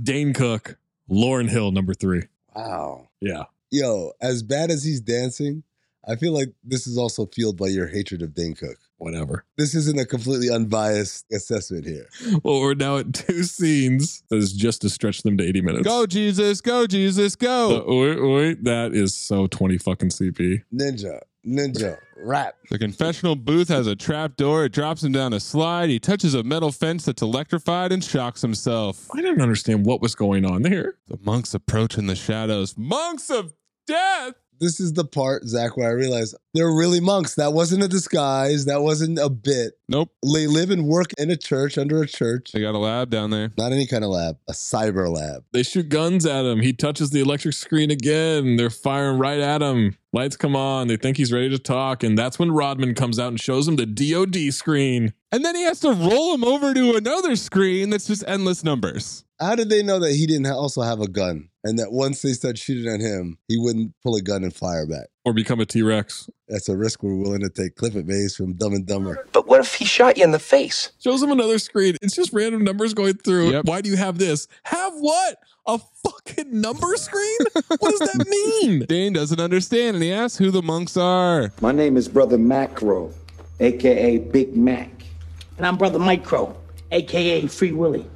Speaker 3: Dane Cook, Lauren Hill, number three.
Speaker 6: Wow.
Speaker 3: Yeah.
Speaker 6: Yo, as bad as he's dancing, I feel like this is also fueled by your hatred of Dane Cook.
Speaker 3: Whatever.
Speaker 6: This isn't a completely unbiased assessment here.
Speaker 3: Well, we're now at two scenes. That is just to stretch them to 80 minutes.
Speaker 4: Go, Jesus. Go, Jesus.
Speaker 3: Uh,
Speaker 4: Go.
Speaker 3: wait, wait, that is so 20 fucking CP.
Speaker 6: Ninja,
Speaker 3: *laughs*
Speaker 6: ninja, rap.
Speaker 4: The confessional booth has a trap door. It drops him down a slide. He touches a metal fence that's electrified and shocks himself.
Speaker 3: I didn't understand what was going on there.
Speaker 4: The monks approach in the shadows. Monks of death!
Speaker 6: This is the part, Zach, where I realized they're really monks. That wasn't a disguise. That wasn't a bit.
Speaker 4: Nope.
Speaker 6: They live and work in a church, under a church.
Speaker 4: They got a lab down there.
Speaker 6: Not any kind of lab, a cyber lab.
Speaker 3: They shoot guns at him. He touches the electric screen again. They're firing right at him. Lights come on. They think he's ready to talk. And that's when Rodman comes out and shows him the DOD screen.
Speaker 4: And then he has to roll him over to another screen that's just endless numbers.
Speaker 6: How did they know that he didn't ha- also have a gun? And that once they start shooting at him, he wouldn't pull a gun and fire back.
Speaker 3: Or become a T Rex.
Speaker 6: That's a risk we're willing to take. Clifford Mays from Dumb and Dumber.
Speaker 18: But what if he shot you in the face?
Speaker 3: Shows him another screen. It's just random numbers going through.
Speaker 4: Yep.
Speaker 3: Why do you have this? Have what? A fucking number screen? what does
Speaker 4: *laughs*
Speaker 3: that mean?
Speaker 4: Dane doesn't understand and he asks who the monks are.
Speaker 22: My name is Brother Macro, aka Big Mac.
Speaker 23: And I'm Brother Micro, aka Free Willy.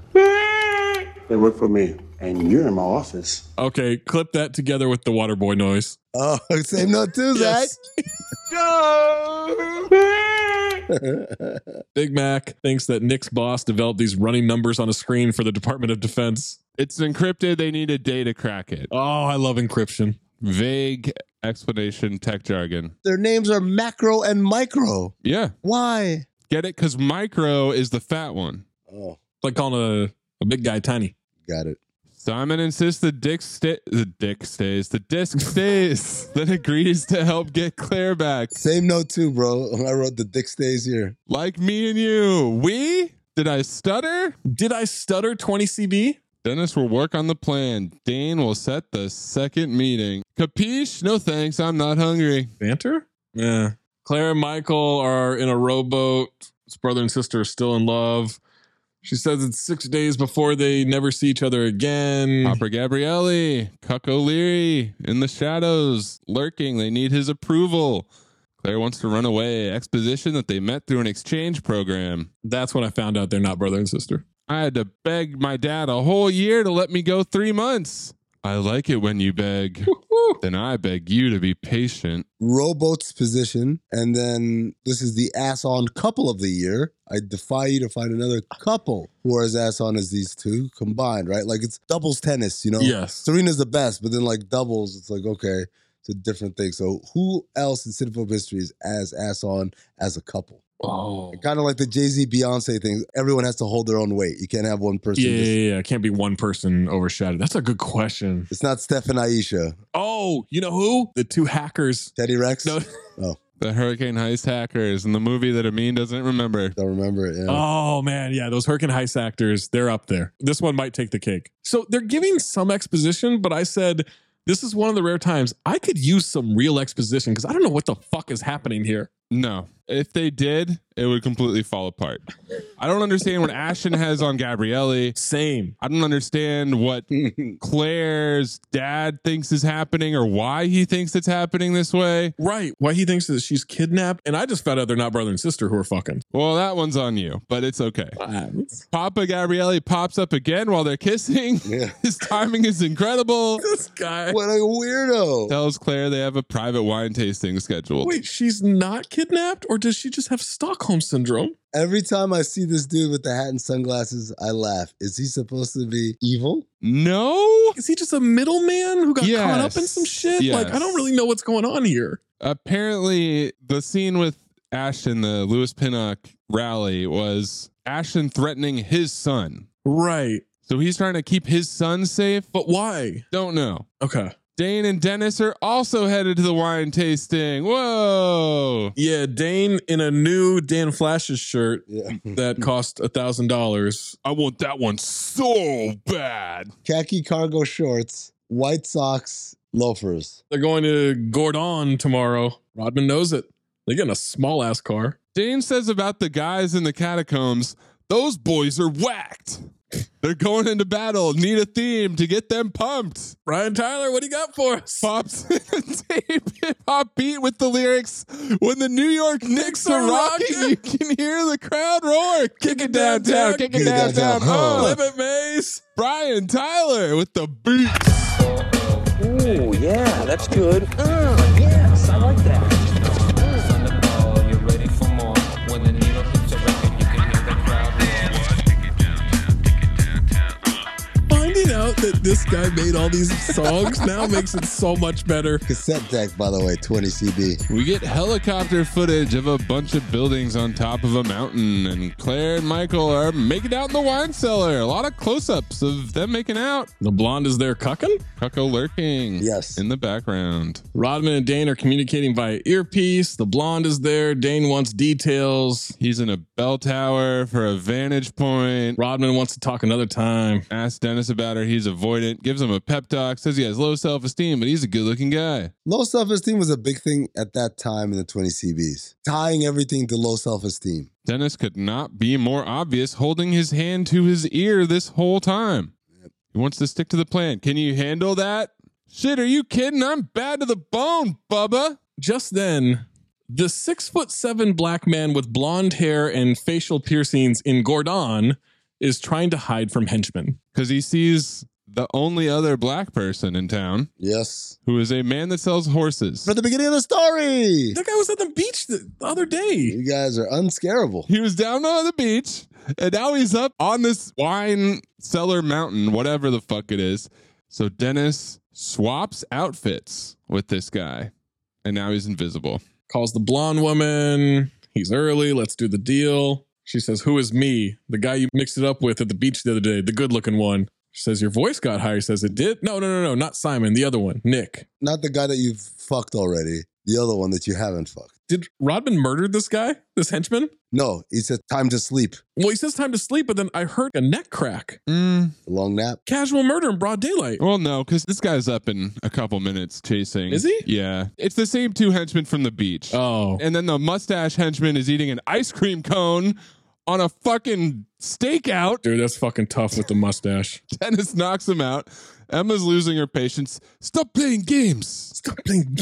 Speaker 22: They work for me, and you're in my office.
Speaker 3: Okay, clip that together with the water boy noise.
Speaker 6: Oh, *laughs* same note too, Zach.
Speaker 3: Yes. *laughs* Big Mac thinks that Nick's boss developed these running numbers on a screen for the Department of Defense.
Speaker 4: It's encrypted. They need a day to crack it.
Speaker 3: Oh, I love encryption.
Speaker 4: Vague explanation, tech jargon.
Speaker 6: Their names are macro and micro.
Speaker 4: Yeah.
Speaker 6: Why?
Speaker 4: Get it? Because micro is the fat one.
Speaker 6: Oh,
Speaker 3: It's like calling a, a big guy tiny.
Speaker 6: got it.
Speaker 4: Simon insists the dick sta- the dick stays. The disc stays. *laughs* then agrees to help get Claire back.
Speaker 6: Same note too, bro. *laughs* I wrote the dick stays here.
Speaker 4: Like me and you. We? Did I stutter?
Speaker 3: Did I stutter 20 CB?
Speaker 4: Dennis will work on the plan. Dane will set the second meeting. Capiche? No thanks. I'm not hungry.
Speaker 3: Banter? Yeah. Claire and Michael are in a rowboat. His brother and sister are still in love. She says it's six days before they never see each other again.
Speaker 4: Opera Gabrielli, Cuck O'Leary in the shadows, lurking. They need his approval. Claire wants to run away. Exposition that they met through an exchange program.
Speaker 3: That's when I found out they're not brother and sister.
Speaker 4: I had to beg my dad a whole year to let me go three months. I like it when you beg. then I beg you to be patient.
Speaker 6: Rowboat's position, and then this is the ass on couple of the year. I defy you to find another couple who are as ass on as these two combined, right? Like it's doubles tennis, you know?
Speaker 3: Yes.
Speaker 6: Serena's the best, but then like doubles, it's like, okay, it's a different thing. So who else in cinephobe history is as ass on as a couple?
Speaker 3: Oh.
Speaker 6: Kind of like the Jay Z Beyonce thing. Everyone has to hold their own weight. You can't have one person.
Speaker 3: Yeah,
Speaker 6: just-
Speaker 3: yeah, yeah. It can't be one person overshadowed. That's a good question.
Speaker 6: It's not Steph and Aisha.
Speaker 3: Oh, you know who? The two hackers.
Speaker 6: Teddy Rex? Oh,
Speaker 3: No.
Speaker 4: The Hurricane Heist hackers in the movie that Amin doesn't remember.
Speaker 6: Don't remember it. Yeah. *laughs*
Speaker 3: Oh man, yeah, those Hurricane Heist actors, they're up there. This one might take the cake. So they're giving some exposition, but I said this is one of the rare times I could use some real exposition because I don't know what the fuck is happening here.
Speaker 4: No, If they did, it would completely fall apart. I don't understand what Ashton has on Gabrielli.
Speaker 10: Same.
Speaker 4: I don't understand
Speaker 3: *laughs*
Speaker 4: what Claire's dad thinks is happening or why he thinks it's happening this way.
Speaker 3: Right. Why he thinks that she's kidnapped. And I just found out they're not brother and sister who are fucking.
Speaker 4: Well, that one's on you, but it's okay. Papa Gabrielli pops up again while they're kissing. *laughs* His timing is incredible.
Speaker 3: This guy.
Speaker 6: What a
Speaker 3: *laughs*
Speaker 6: weirdo.
Speaker 4: Tells Claire they have a private wine tasting scheduled.
Speaker 3: Oh. Wait, she's not kidnapped or does she just have Stockholm syndrome?
Speaker 6: Every time I see this dude with the hat and sunglasses, I laugh. Is he supposed to be evil?
Speaker 4: No.
Speaker 3: Is he just a middleman who got caught up in
Speaker 4: Yes.
Speaker 3: some shit? Like, I
Speaker 4: Yes.
Speaker 3: don't really know what's going on here.
Speaker 4: Apparently, the scene with Ashton, the Lewis Pinnock rally, was Ashton threatening his son.
Speaker 3: Right.
Speaker 4: So he's trying to keep his son safe.
Speaker 3: But why?
Speaker 4: Don't know.
Speaker 3: Okay.
Speaker 4: Dane and Dennis are also headed to the wine tasting. Whoa.
Speaker 3: Yeah, Dane in a new Dan Flash's shirt
Speaker 6: Yeah.
Speaker 3: that cost a thousand dollars.
Speaker 4: I want that one so bad.
Speaker 6: *laughs* Khaki cargo shorts, white socks, loafers.
Speaker 3: They're going to Gordon tomorrow. Rodman knows it. They get in a small ass car.
Speaker 4: Dane says about the guys in the catacombs, those boys are whacked. They're going into battle, need a theme to get them pumped.
Speaker 3: Brian Tyler, what do you got for us?
Speaker 4: Pops *laughs* in a tape hip hop beat with the lyrics. When the New York Knicks are rocking, you can hear the crowd roar. Kick it downtown, kick it downtown. Oh,
Speaker 3: Limit Maze.
Speaker 4: Brian Tyler with the beat.
Speaker 14: Ooh, yeah, that's good. Mm, yes, I like that.
Speaker 3: Finding out that this guy made all these
Speaker 4: *laughs*
Speaker 3: songs now makes it so much better.
Speaker 6: Cassette deck, by the way, 20 CD.
Speaker 4: We get helicopter footage of a bunch of buildings on top of a mountain, and Claire and Michael are making out in the wine cellar. A lot of close ups of them making out.
Speaker 3: The blonde is there cucking.
Speaker 4: Cucko lurking.
Speaker 6: Yes.
Speaker 4: In the background.
Speaker 3: Rodman and Dane are communicating via earpiece. The blonde is there. Dane wants details.
Speaker 4: He's in a bell tower for a vantage point.
Speaker 3: Rodman wants to talk another time.
Speaker 4: Asks Dennis about her. He's avoidant. Gives him a pep talk. Says he has low self esteem, but he's a good looking guy.
Speaker 6: Low self esteem was a big thing at that time in the 20 CBs, tying everything to low self esteem.
Speaker 4: Dennis could not be more obvious, holding his hand to his ear this whole time. He wants to stick to the plan. Can you handle that? Shit, are you kidding? I'm bad to the bone, Bubba.
Speaker 3: Just then, the six foot seven black man with blonde hair and facial piercings in Gordon is trying to hide from henchmen.
Speaker 4: Because he sees the only other black person in town
Speaker 6: Yes.
Speaker 4: who is a man that sells horses.
Speaker 6: From the beginning of the story,
Speaker 3: That guy was at the beach the, the other day.
Speaker 6: you guys are unscarable.
Speaker 4: He was down on the beach, and now he's up on this wine cellar mountain, whatever the fuck it is. So Dennis swaps outfits with this guy, and now he's invisible.
Speaker 3: Calls the blonde woman. He's early. Let's do the deal. She says, Who is me? The guy you mixed it up with at the beach the other day, the good looking one. She says, Your voice got higher. He says, It did? No, no, no, no, not Simon, the other one, Nick.
Speaker 6: Not the guy that you've fucked already, the other one that you haven't fucked.
Speaker 3: Did Rodman murder this guy, this henchman?
Speaker 6: No, he said time to sleep.
Speaker 3: Well, he says time to sleep, but then I heard a neck crack.
Speaker 4: Mm,
Speaker 6: Long nap.
Speaker 3: Casual murder in broad daylight.
Speaker 4: Well, no, because this guy's up in a couple minutes chasing.
Speaker 3: Is he?
Speaker 4: Yeah. It's the same two henchmen from the beach.
Speaker 3: Oh.
Speaker 4: And then the mustache henchman is eating an ice cream cone on a fucking stakeout.
Speaker 3: Dude, that's fucking tough with the mustache.
Speaker 4: Dennis knocks him out. Emma's losing her patience. Stop playing games.
Speaker 3: Stop playing.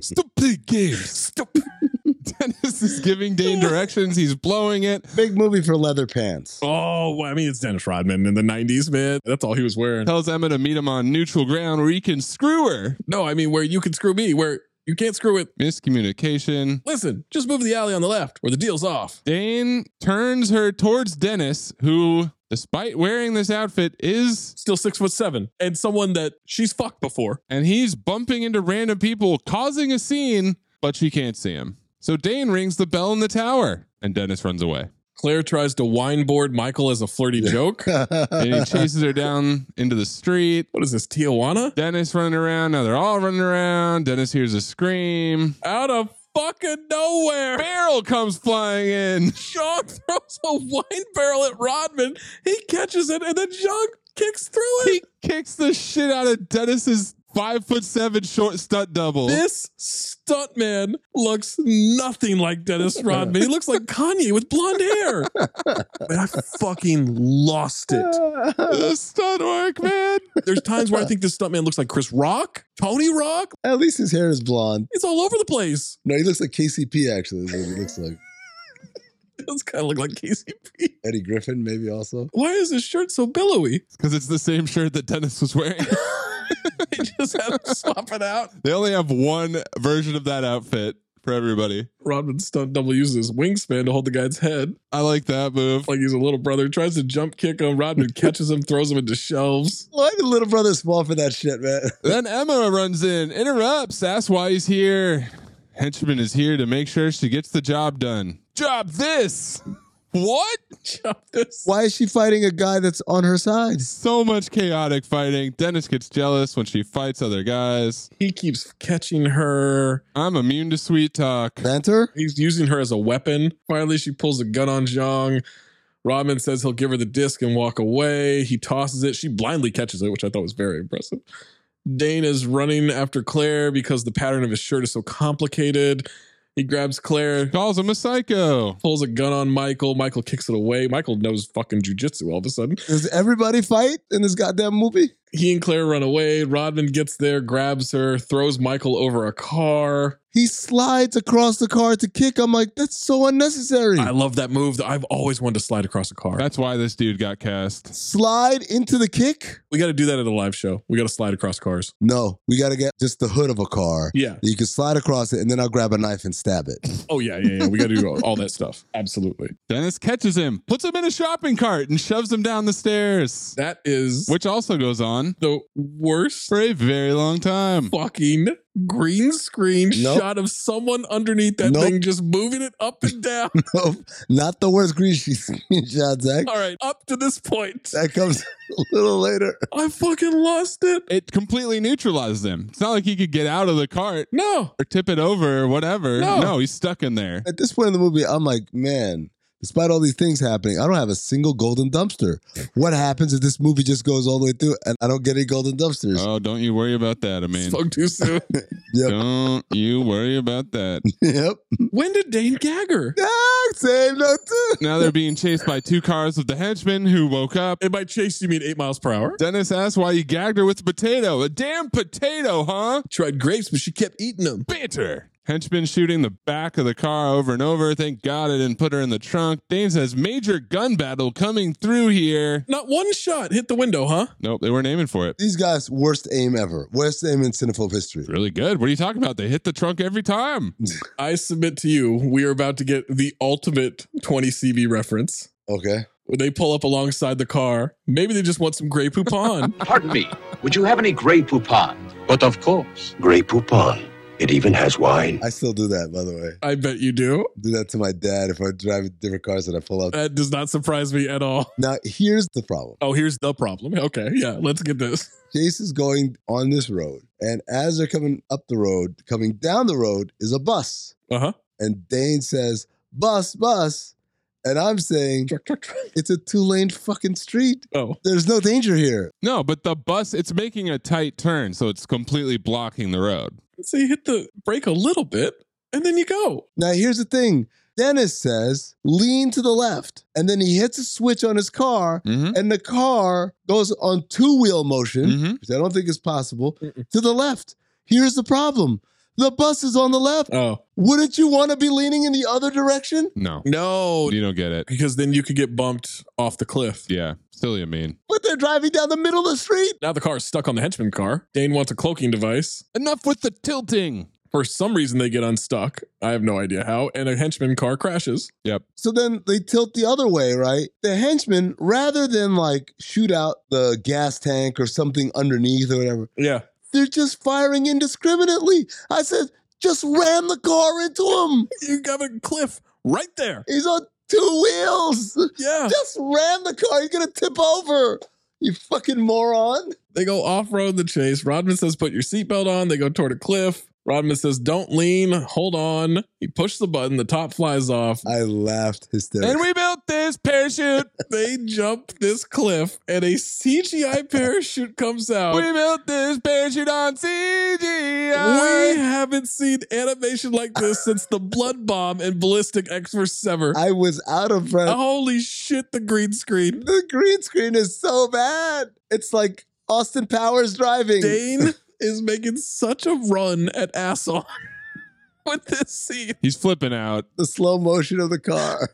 Speaker 4: Stop playing games. Stop. *laughs* Dennis is giving Dane directions. He's blowing it.
Speaker 6: Big movie for leather pants. *laughs*
Speaker 3: Oh, well, I mean, it's Dennis Rodman in the 90s, man. That's all he was wearing.
Speaker 4: Tells Emma to meet him on neutral ground where he can screw her.
Speaker 3: No, I mean, where you can screw me, where you can't screw it.
Speaker 4: Miscommunication.
Speaker 3: Listen, just move to the alley on the left where the deal's off.
Speaker 4: Dane turns her towards Dennis, who, despite wearing this outfit, is
Speaker 3: Still six foot seven and someone that she's fucked before.
Speaker 4: and he's bumping into random people, causing a scene, but she can't see him. So Dane rings the bell in the tower, and Dennis runs away.
Speaker 3: Claire tries to wineboard Michael as a flirty joke.
Speaker 4: And he chases her down into the street.
Speaker 3: What is this, Tijuana?
Speaker 4: Dennis running around. Now they're all running around. Dennis hears a scream.
Speaker 3: Out of fucking nowhere.
Speaker 4: Barrel comes flying in. *laughs*
Speaker 3: Jean throws a wine barrel at Rodman. He catches it and then Jean kicks through it.
Speaker 4: He kicks the shit out of Dennis's five foot seven short stunt double.
Speaker 3: This stuntman looks nothing like
Speaker 4: *laughs*
Speaker 3: Dennis Rodman. He looks like Kanye with blonde hair. Man, I fucking lost it.
Speaker 4: The stunt work, man.
Speaker 3: There's times where I think this stuntman looks like Chris Rock, Tony Rock.
Speaker 6: At least his hair is blonde.
Speaker 3: It's all over the place.
Speaker 6: No, he looks like KCP, actually, is what he looks like.
Speaker 3: It *laughs* does kind of look like KCP.
Speaker 6: Eddie Griffin, maybe also.
Speaker 3: Why is his shirt so billowy?
Speaker 4: Because it's the same shirt that Dennis
Speaker 3: *laughs*
Speaker 4: was wearing.
Speaker 3: They just had to swap it out.
Speaker 4: they only have one version of that outfit for everybody.
Speaker 3: Rodman stunt double uses his wingspan to hold the guy's head
Speaker 4: I like that move.
Speaker 3: like he's a little brother. Tries to jump kick him.
Speaker 4: *laughs*
Speaker 3: Rodman catches him, throws him into shelves. *laughs*
Speaker 6: Why the little brother's small for that shit, man? *laughs*
Speaker 4: Then Emma runs in, interrupts, asks why he's here. Henchman is here to make sure she gets the job done. Job this! What?
Speaker 3: Chop this.
Speaker 6: Why is she fighting a guy that's on her side?
Speaker 4: So much chaotic fighting. Dennis gets jealous when she fights other guys.
Speaker 3: He keeps catching her.
Speaker 4: I'm immune to sweet talk.
Speaker 6: Banter?
Speaker 3: He's using her as a weapon. Finally, she pulls a gun on Zhang. Rodman says he'll give her the disc and walk away. He tosses it. She blindly catches it, which I thought was very impressive. Dana's running after Claire because the pattern of his shirt is so complicated. He grabs Claire,
Speaker 4: Calls him a psycho.
Speaker 3: pulls a gun on Michael. Michael kicks it away. Michael knows fucking jujitsu all of a sudden.
Speaker 6: Does everybody fight in this goddamn movie?
Speaker 3: He and Claire run away. Rodman gets there, grabs her, throws Michael over a car.
Speaker 6: He slides across the car to kick. I'm like, that's so unnecessary.
Speaker 3: I love that move. I've always wanted to slide across a car.
Speaker 4: That's why this dude got cast.
Speaker 6: Slide into the kick?
Speaker 3: we got to do that at a live show. We got to slide across cars.
Speaker 6: No, we got to get just the hood of a car.
Speaker 3: Yeah.
Speaker 6: You can slide across it, and then I'll grab a knife and stab it. *laughs*
Speaker 3: Oh yeah, yeah, yeah. We got to do all, all that stuff. *laughs* Absolutely.
Speaker 4: Dennis catches him, puts him in a shopping cart, and shoves him down the stairs,
Speaker 3: That is
Speaker 4: which also goes on
Speaker 3: the worst
Speaker 4: for a very long time.
Speaker 3: fucking green screen
Speaker 6: Nope.
Speaker 3: shot of someone underneath that
Speaker 6: Nope.
Speaker 3: thing just moving it up and
Speaker 6: *laughs*
Speaker 3: down.
Speaker 6: Nope, Not the worst green *laughs* shot, Zach.
Speaker 3: all right, up to this point,
Speaker 6: That comes *laughs* a little later.
Speaker 3: I fucking lost it.
Speaker 4: It completely neutralized him. It's not like he could get out of the cart
Speaker 3: No,
Speaker 4: or tip it over or whatever.
Speaker 3: No.
Speaker 4: No, he's stuck in there.
Speaker 6: At this point in the movie, I'm like, man, despite all these things happening, I don't have a single golden dumpster. What happens if this movie just goes all the way through and I don't get any golden dumpsters?
Speaker 3: Uh-huh.
Speaker 4: Oh, don't you worry about that, I mean.
Speaker 3: spoke too soon.
Speaker 6: *laughs* yep.
Speaker 4: Don't you worry about that.
Speaker 6: *laughs* Yep.
Speaker 3: when did Dane Gagger?
Speaker 6: *laughs* Ah, same note too.
Speaker 4: Now they're being chased by two cars of the henchmen who woke up.
Speaker 3: And by chase, you mean eight miles per hour?
Speaker 4: Dennis asks why you gagged her with a potato. A damn potato, huh?
Speaker 3: Tried grapes, but she kept eating them.
Speaker 4: Banter. Henchman shooting the back of the car over and over. Thank God I didn't put her in the trunk. Dane says, Major gun battle coming through here.
Speaker 3: Not one shot hit the window, huh?
Speaker 4: Nope, they weren't aiming for it.
Speaker 6: These guys, worst aim ever. Worst aim in cinephobe history.
Speaker 4: Really good. What are you talking about? They hit the trunk every time.
Speaker 3: I submit to you, we are about to get the ultimate 20 CV reference.
Speaker 6: Okay.
Speaker 3: When they pull up alongside the car, maybe they just want some Grey Poupon.
Speaker 4: *laughs*
Speaker 2: Pardon me, would you have any Grey Poupon? But of course.
Speaker 22: Grey Poupon. It even has wine.
Speaker 6: I still do that, by the way.
Speaker 3: I bet you do.
Speaker 6: Do that to my dad if I drive different cars that I pull up.
Speaker 3: That does not surprise me at all.
Speaker 6: Now, here's the problem.
Speaker 3: Oh, here's the problem. Okay, yeah, let's get this.
Speaker 6: Chase is going on this road, and as they're coming up the road, coming down the road is a bus.
Speaker 3: Uh huh.
Speaker 6: And Dane says, bus, bus. And I'm saying, it's a two lane fucking street.
Speaker 3: Oh,
Speaker 6: There's no danger here.
Speaker 4: No, but the bus, it's making a tight turn, so it's completely blocking the road.
Speaker 3: so you hit the brake a little bit and then you go.
Speaker 6: Now, here's the thing Dennis says, lean to the left. And then he hits a switch on his car,
Speaker 4: Mm-hmm.
Speaker 6: and the car goes on two wheel motion,
Speaker 4: Mhm.
Speaker 6: which I don't think is possible, to the left. Here's the problem the bus is on the left.
Speaker 3: Oh,
Speaker 6: Wouldn't you want to be leaning in the other direction?
Speaker 4: No,
Speaker 3: no,
Speaker 4: you don't get it.
Speaker 3: because then you could get bumped off the cliff.
Speaker 4: Yeah, silly, I mean.
Speaker 6: But they're driving down the middle of the street.
Speaker 3: Now the car is stuck on the henchman car. Dane wants a cloaking device.
Speaker 4: Enough with the tilting.
Speaker 3: For some reason, they get unstuck. I have no idea how. And a henchman car crashes.
Speaker 4: Yep.
Speaker 6: So then they tilt the other way, right? The henchmen, rather than like shoot out the gas tank or something underneath or whatever,
Speaker 3: Yeah.
Speaker 6: they're just firing indiscriminately. I said, just ram the car into him.
Speaker 3: You got a cliff right there.
Speaker 6: He's on two wheels.
Speaker 3: Yeah.
Speaker 6: *laughs* Just ram the car. He's going to tip over. You fucking moron.
Speaker 3: They go off road the chase. Rodman says, put your seatbelt on. They go toward a cliff. Rodman says, don't lean. Hold on. He pushes the button. The top flies off. *laughs*
Speaker 6: I laughed hysterically.
Speaker 4: And we built
Speaker 3: his parachute. they jump this cliff, and a
Speaker 4: *laughs*
Speaker 3: CGI parachute comes out.
Speaker 4: We built this parachute on CGI.
Speaker 3: We haven't seen animation like this since the blood bomb and ballistic X were sever.
Speaker 6: I was out of breath.
Speaker 3: Holy shit, the green screen.
Speaker 6: The green screen is so bad. It's like Austin Powers driving.
Speaker 3: Dane is making such a run at Assaw *laughs* with this scene.
Speaker 4: He's flipping out.
Speaker 6: The slow motion of the *laughs* car,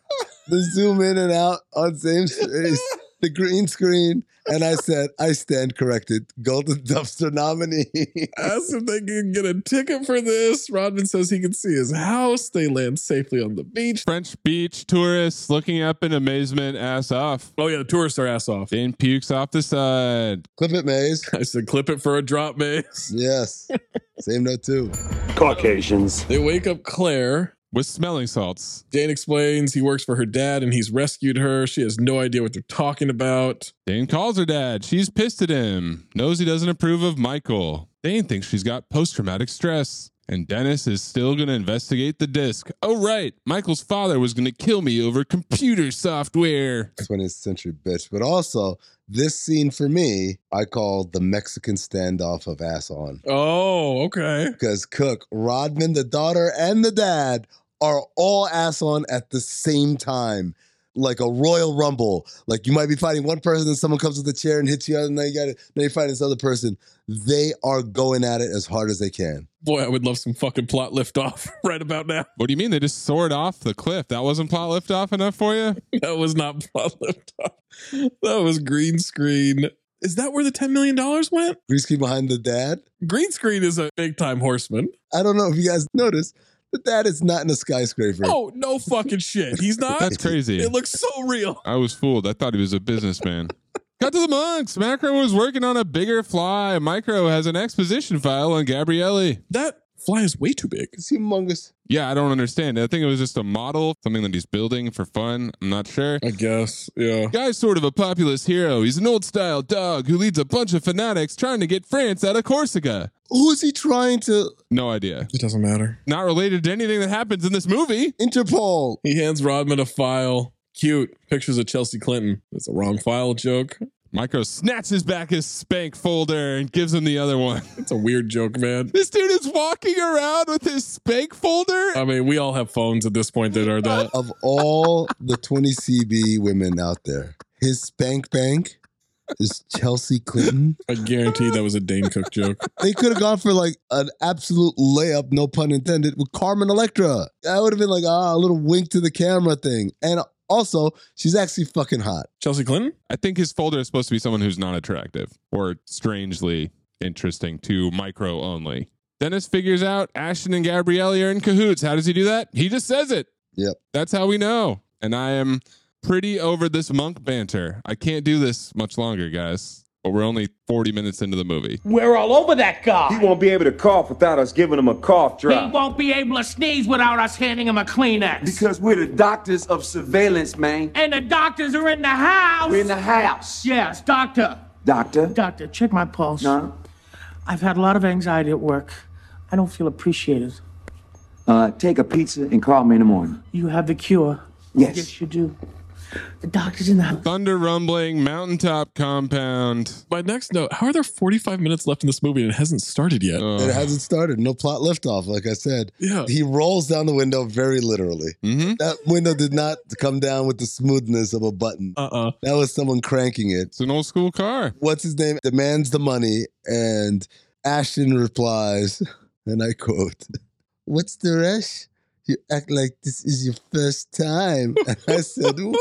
Speaker 6: the zoom in and out on same *laughs* space, the green screen. And I said, I stand corrected. Golden *laughs* Dumpster nominee. *laughs*
Speaker 3: Asks if they can get a ticket for this. Rodman says he can see his house. They land safely on the beach.
Speaker 4: French beach tourists looking up in amazement, ass off.
Speaker 3: Oh, yeah, the tourists are ass off.
Speaker 4: Then pukes off the side.
Speaker 6: Clip it, Maze.
Speaker 3: I said, clip it for a drop, Maze.
Speaker 6: *laughs* Yes. Same note, too.
Speaker 22: Caucasians.
Speaker 3: They wake up Claire.
Speaker 4: With smelling salts.
Speaker 3: Dane explains he works for her dad and he's rescued her. She has no idea what they're talking about.
Speaker 4: Dane calls her dad. She's pissed at him. Knows he doesn't approve of Michael. Dane thinks she's got post traumatic stress. And Dennis is still going to investigate the disc. Oh, right. Michael's father was going to kill me over computer software.
Speaker 6: 20th century bitch. But also, this scene for me, I call the Mexican standoff of ass on.
Speaker 3: Oh, okay.
Speaker 6: Because Cook, Rodman, the daughter, and the dad are all ass on at the same time. Like a royal rumble. Like you might be fighting one person and someone comes with a chair and hits you, and now you got it. Now you're fighting this other person. They are going at it as hard as they can.
Speaker 3: Boy, I would love some fucking plot lift off *laughs* right about now.
Speaker 4: What do you mean? They just soared off the cliff. That wasn't plot lift off enough for you?
Speaker 3: *laughs* That was not plot lift off. That was green screen. Is that where the $10 million went?
Speaker 6: Green screen behind the dad.
Speaker 3: Green screen is a big time horseman.
Speaker 6: I don't know if you guys noticed, but that is not in a skyscraper.
Speaker 3: Oh, no fucking shit. He's not.
Speaker 4: That's crazy.
Speaker 3: It looks so real.
Speaker 4: I was fooled. I thought he was a businessman. Cut to the monks. Macro was working on a bigger fly. Micro has an exposition file on Gabrielli.
Speaker 3: That fly is way too big.
Speaker 6: It's humongous.
Speaker 4: Yeah, I don't understand. I think it was just a model, something that he's building for fun. I'm not sure.
Speaker 3: I guess, yeah.
Speaker 4: Guy's sort of a populist hero. He's an old style dog who leads a bunch of fanatics trying to get France out of Corsica.
Speaker 6: Who is he trying to?
Speaker 4: No idea.
Speaker 3: It doesn't matter.
Speaker 4: Not related to anything that happens in this movie.
Speaker 6: Interpol.
Speaker 3: He hands Rodman a file. Cute. Pictures of Chelsea Clinton. It's a wrong file joke.
Speaker 4: Micro snatches back his spank folder and gives him the other one. *laughs*
Speaker 3: It's a weird joke, man.
Speaker 4: This dude is walking around with his spank folder.
Speaker 3: I mean, we all have phones at this point that are that.
Speaker 6: Of all the 20 CB women out there, his spank bank is Chelsea Clinton.
Speaker 3: I guarantee that was a Dane Cook joke.
Speaker 6: They could have gone for like an absolute layup, no pun intended, with Carmen Electra. That would have been like ah, a little wink to the camera thing. And also, she's actually fucking hot.
Speaker 3: Chelsea Clinton?
Speaker 4: I think his folder is supposed to be someone who's not attractive or strangely interesting to micro only. Dennis figures out Ashton and Gabrielle are in cahoots. How does he do that? He just says it.
Speaker 6: Yep.
Speaker 4: That's how we know. And I am pretty over this monk banter. I can't do this much longer, guys. But we're only 40 minutes into the movie.
Speaker 23: We're all over that guy.
Speaker 22: He won't be able to cough without us giving him a cough
Speaker 23: He
Speaker 22: drop.
Speaker 23: won't be able to sneeze without us handing him a Kleenex.
Speaker 22: Because we're the doctors of surveillance, man.
Speaker 23: And the doctors are in the house.
Speaker 22: We're in the house.
Speaker 23: yes, doctor.
Speaker 22: Doctor?
Speaker 23: Doctor, check my pulse.
Speaker 22: No?
Speaker 23: I've had a lot of anxiety at work. I don't feel appreciated.
Speaker 22: Uh, take a pizza and call me in the morning.
Speaker 23: You have the cure.
Speaker 22: Yes.
Speaker 23: Yes, you do. The doctor's in the house.
Speaker 4: Thunder rumbling, mountaintop compound.
Speaker 3: My next note How are there 45 minutes left in this movie and it hasn't started yet?
Speaker 6: And it hasn't started. No plot left off, like I said.
Speaker 3: Yeah.
Speaker 6: He rolls down the window very literally.
Speaker 4: Mhm.
Speaker 6: That window did not come down with the smoothness of a button.
Speaker 3: Uh uh
Speaker 6: That was someone cranking it.
Speaker 4: It's an old school car.
Speaker 6: What's his name? Demands the money, and Ashton replies, *laughs* and I quote, What's the rush? You act like this is your first time. *laughs* And I said, "Ooh,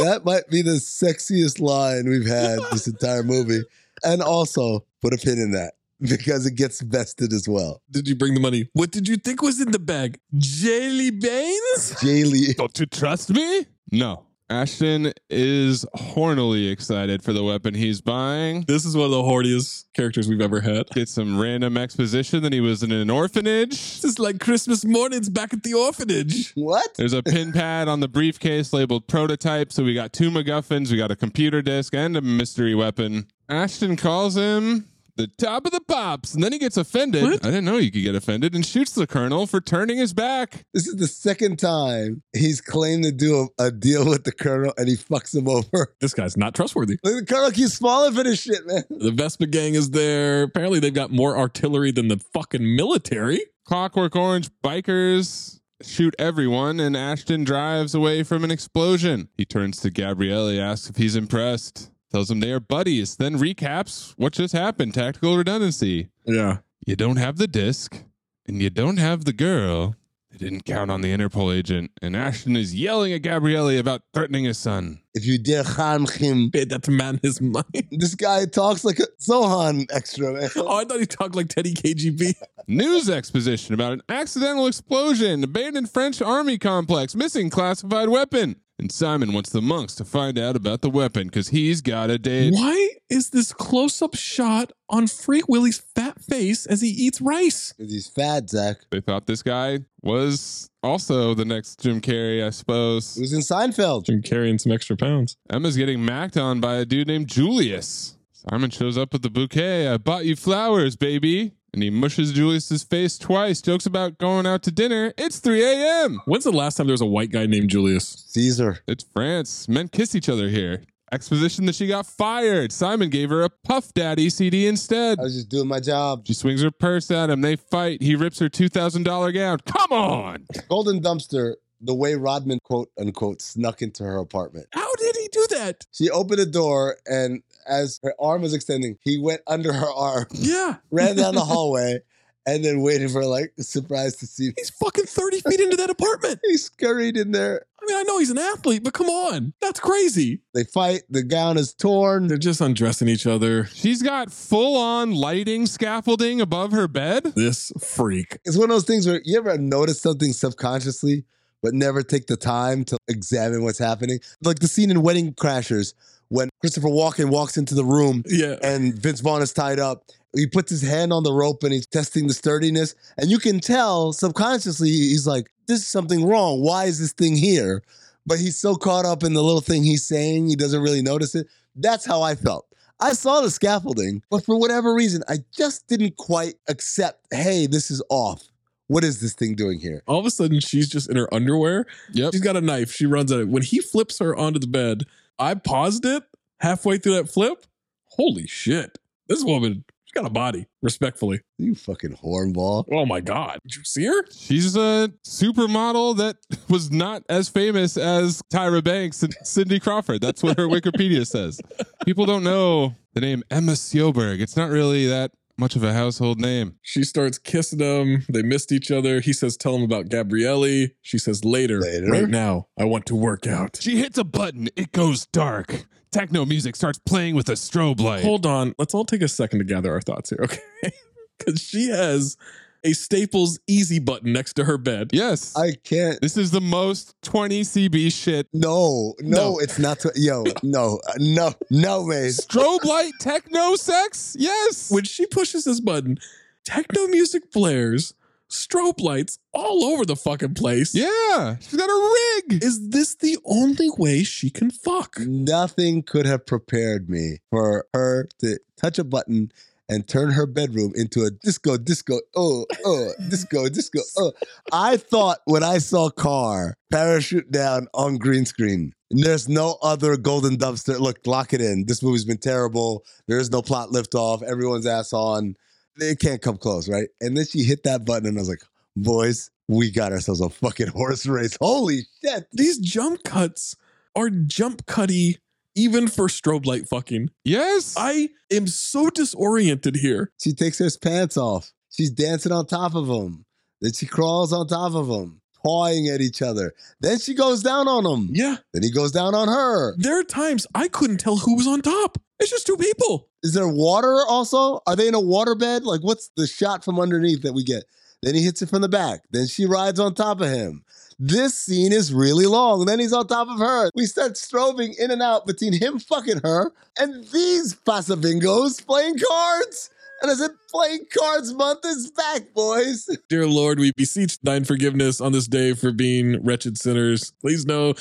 Speaker 6: That might be the sexiest line we've had this entire movie. And also, put a pin in that because it gets vested as well.
Speaker 3: Did you bring the money? What did you think was in the bag? Jelly beans?
Speaker 6: Jaylee
Speaker 4: Don't you trust me? No. Ashton is hornily excited for the weapon he's buying.
Speaker 3: This is one of the horniest characters we've ever had.
Speaker 4: Get some random exposition that he was in an orphanage.
Speaker 3: This is like Christmas mornings back at the orphanage.
Speaker 6: What?
Speaker 4: *laughs* There's a pin pad on the briefcase labeled prototype. So we got two MacGuffins, we got a computer disk, and a mystery weapon. Ashton calls him the top of the pops. And then he gets offended. I didn't know you could get offended and shoots the colonel for turning his back.
Speaker 6: This is the second time he's claimed to do a, a deal with the colonel and he fucks him over. *laughs*
Speaker 3: This guy's not trustworthy.
Speaker 6: Look, the colonel keeps smiling for this shit, man.
Speaker 3: The Vespa gang is there. Apparently, they've got more artillery than the fucking military.
Speaker 4: Clockwork Orange bikers shoot everyone, and Ashton drives away from an explosion. He turns to Gabrielli, asks if he's impressed, tells him they are buddies, then recaps what just happened tactical redundancy.
Speaker 3: Yeah.
Speaker 4: You don't have the disc, and you don't have the girl. They didn't count on the Interpol agent, and Ashton is yelling at Gabrielli about threatening his son.
Speaker 6: If you dare harm him,
Speaker 3: pay that man his money. *laughs*
Speaker 6: This guy talks like a Zohan extra, man.
Speaker 3: Oh, I thought he talked like Teddy KGB.
Speaker 4: News exposition about an accidental explosion, abandoned French army complex, missing classified weapon. And Simon wants the monks to find out about the weapon because he's got a date.
Speaker 3: Why is this close up shot on Frank Willie's fat face as he eats rice?
Speaker 6: 'Cause he's fat, Zach.
Speaker 4: They thought this guy was also the next Jim Carrey, I suppose.
Speaker 6: He was in Seinfeld.
Speaker 3: Jim Carrey and some extra pounds.
Speaker 4: Emma's getting macked on by a dude named Julius. Simon shows up with the bouquet. I bought you flowers, baby. And he mushes Julius's face twice, jokes about going out to dinner. It's 3 a.m.
Speaker 3: When's the last time there was a white guy named Julius?
Speaker 6: Caesar.
Speaker 4: It's France. Men kiss each other here. Exposition that she got fired. Simon gave her a Puff Daddy CD instead.
Speaker 6: I
Speaker 3: Uh,
Speaker 6: was just doing my job.
Speaker 4: She swings her purse at him. They fight. He rips her $2,000 gown. Come on.
Speaker 6: Golden Dumpster, the way Rodman, quote unquote, snuck into her apartment.
Speaker 3: How did he do that?
Speaker 6: She opened the door, and as her arm was extending, he went under her arm, *laughs*
Speaker 3: Yeah.
Speaker 6: ran down the hallway, and then waited for like a surprise to see.
Speaker 3: He's fucking 30 feet into that apartment.
Speaker 6: He scurried in there.
Speaker 3: I mean, I know he's an athlete, but come on. That's crazy.
Speaker 6: They fight. The gown is torn.
Speaker 3: They're just undressing each other.
Speaker 4: She's got full on lighting scaffolding above her bed.
Speaker 3: This freak.
Speaker 6: It's one of those things where you ever notice something subconsciously, but never take the time to examine what's happening. Like the scene in Wedding Crashers when Christopher Walken walks into the room
Speaker 3: Yeah.
Speaker 6: and Vince Vaughn is tied up. He puts his hand on the rope and he's testing the sturdiness. And you can tell subconsciously, he's like, this is something wrong. Why is this thing here? But he's so caught up in the little thing he's saying, he doesn't really notice it. That's how I felt. I saw the scaffolding, but for whatever reason, I just didn't quite accept, hey, this is off. What is this thing doing here?
Speaker 3: All of a sudden, she's just in her underwear.
Speaker 4: Yep.
Speaker 3: She's got a knife. She runs at it. When he flips her onto the bed, I paused it halfway through that flip. Holy shit. This woman, she's got a body, respectfully.
Speaker 6: You fucking hornball.
Speaker 3: Oh my God. Did you see her?
Speaker 4: She's a supermodel that *laughs* was not as famous as Tyra Banks and Cindy Crawford. That's what her
Speaker 3: *laughs*
Speaker 4: Wikipedia says. People don't know the name Emma Sjoberg. It's not really that much of a household name.
Speaker 3: She starts kissing him. They missed each other. He says, Tell him about Gabrielli. She says, Later.
Speaker 6: Later.
Speaker 3: Right now, I want to work out.
Speaker 4: She hits a button, it goes dark. Techno music starts playing with a strobe light.
Speaker 3: Hold on. Let's all take a second to gather our thoughts here, okay? *laughs* Because she has a Staples easy button next to her bed.
Speaker 4: Yes.
Speaker 6: I can't.
Speaker 4: this is the most 20 CB shit.
Speaker 6: No, no,
Speaker 3: No.
Speaker 6: it's not. tw- Yo, no, uh, no, no, man.
Speaker 4: Strobe light techno sex? Yes.
Speaker 3: When she pushes this button, techno music blares, strobe lights all over the fucking place.
Speaker 4: yeah. She's got a rig.
Speaker 3: Is this the only way she can fuck?
Speaker 6: Nothing could have prepared me for her to touch a button and turn her bedroom into a disco, disco, oh, oh, disco, disco, oh. I thought when I saw Carr parachute down on green screen, and there's no other golden dumpster. Look, lock it in. This movie's been terrible. There is no plot liftoff. Everyone's ass on. It can't come close, right? And then she hit that button, and I was like, boys, we got ourselves a fucking horse race. Holy shit.
Speaker 3: These jump cuts are jump cutty even for strobe light fucking.
Speaker 4: Yes.
Speaker 3: I am so disoriented here.
Speaker 6: She takes her pants off. She's dancing on top of him. Then she crawls on top of him, pawing at each other. Then she goes down on him.
Speaker 3: Yeah.
Speaker 6: Then he goes down on her.
Speaker 3: There are times I couldn't tell who was on top. It's just two people.
Speaker 6: Is there water also? Are they in a water bed? Like, what's the shot from underneath that we get? Then he hits it from the back. Then she rides on top of him. This scene is really long. Then he's on top of her. We start strobing in and out between him fucking her and these pasavingos playing cards. And I said, playing cards month is back, boys.
Speaker 3: Dear Lord, we beseech thine forgiveness on this day for being wretched sinners. Please know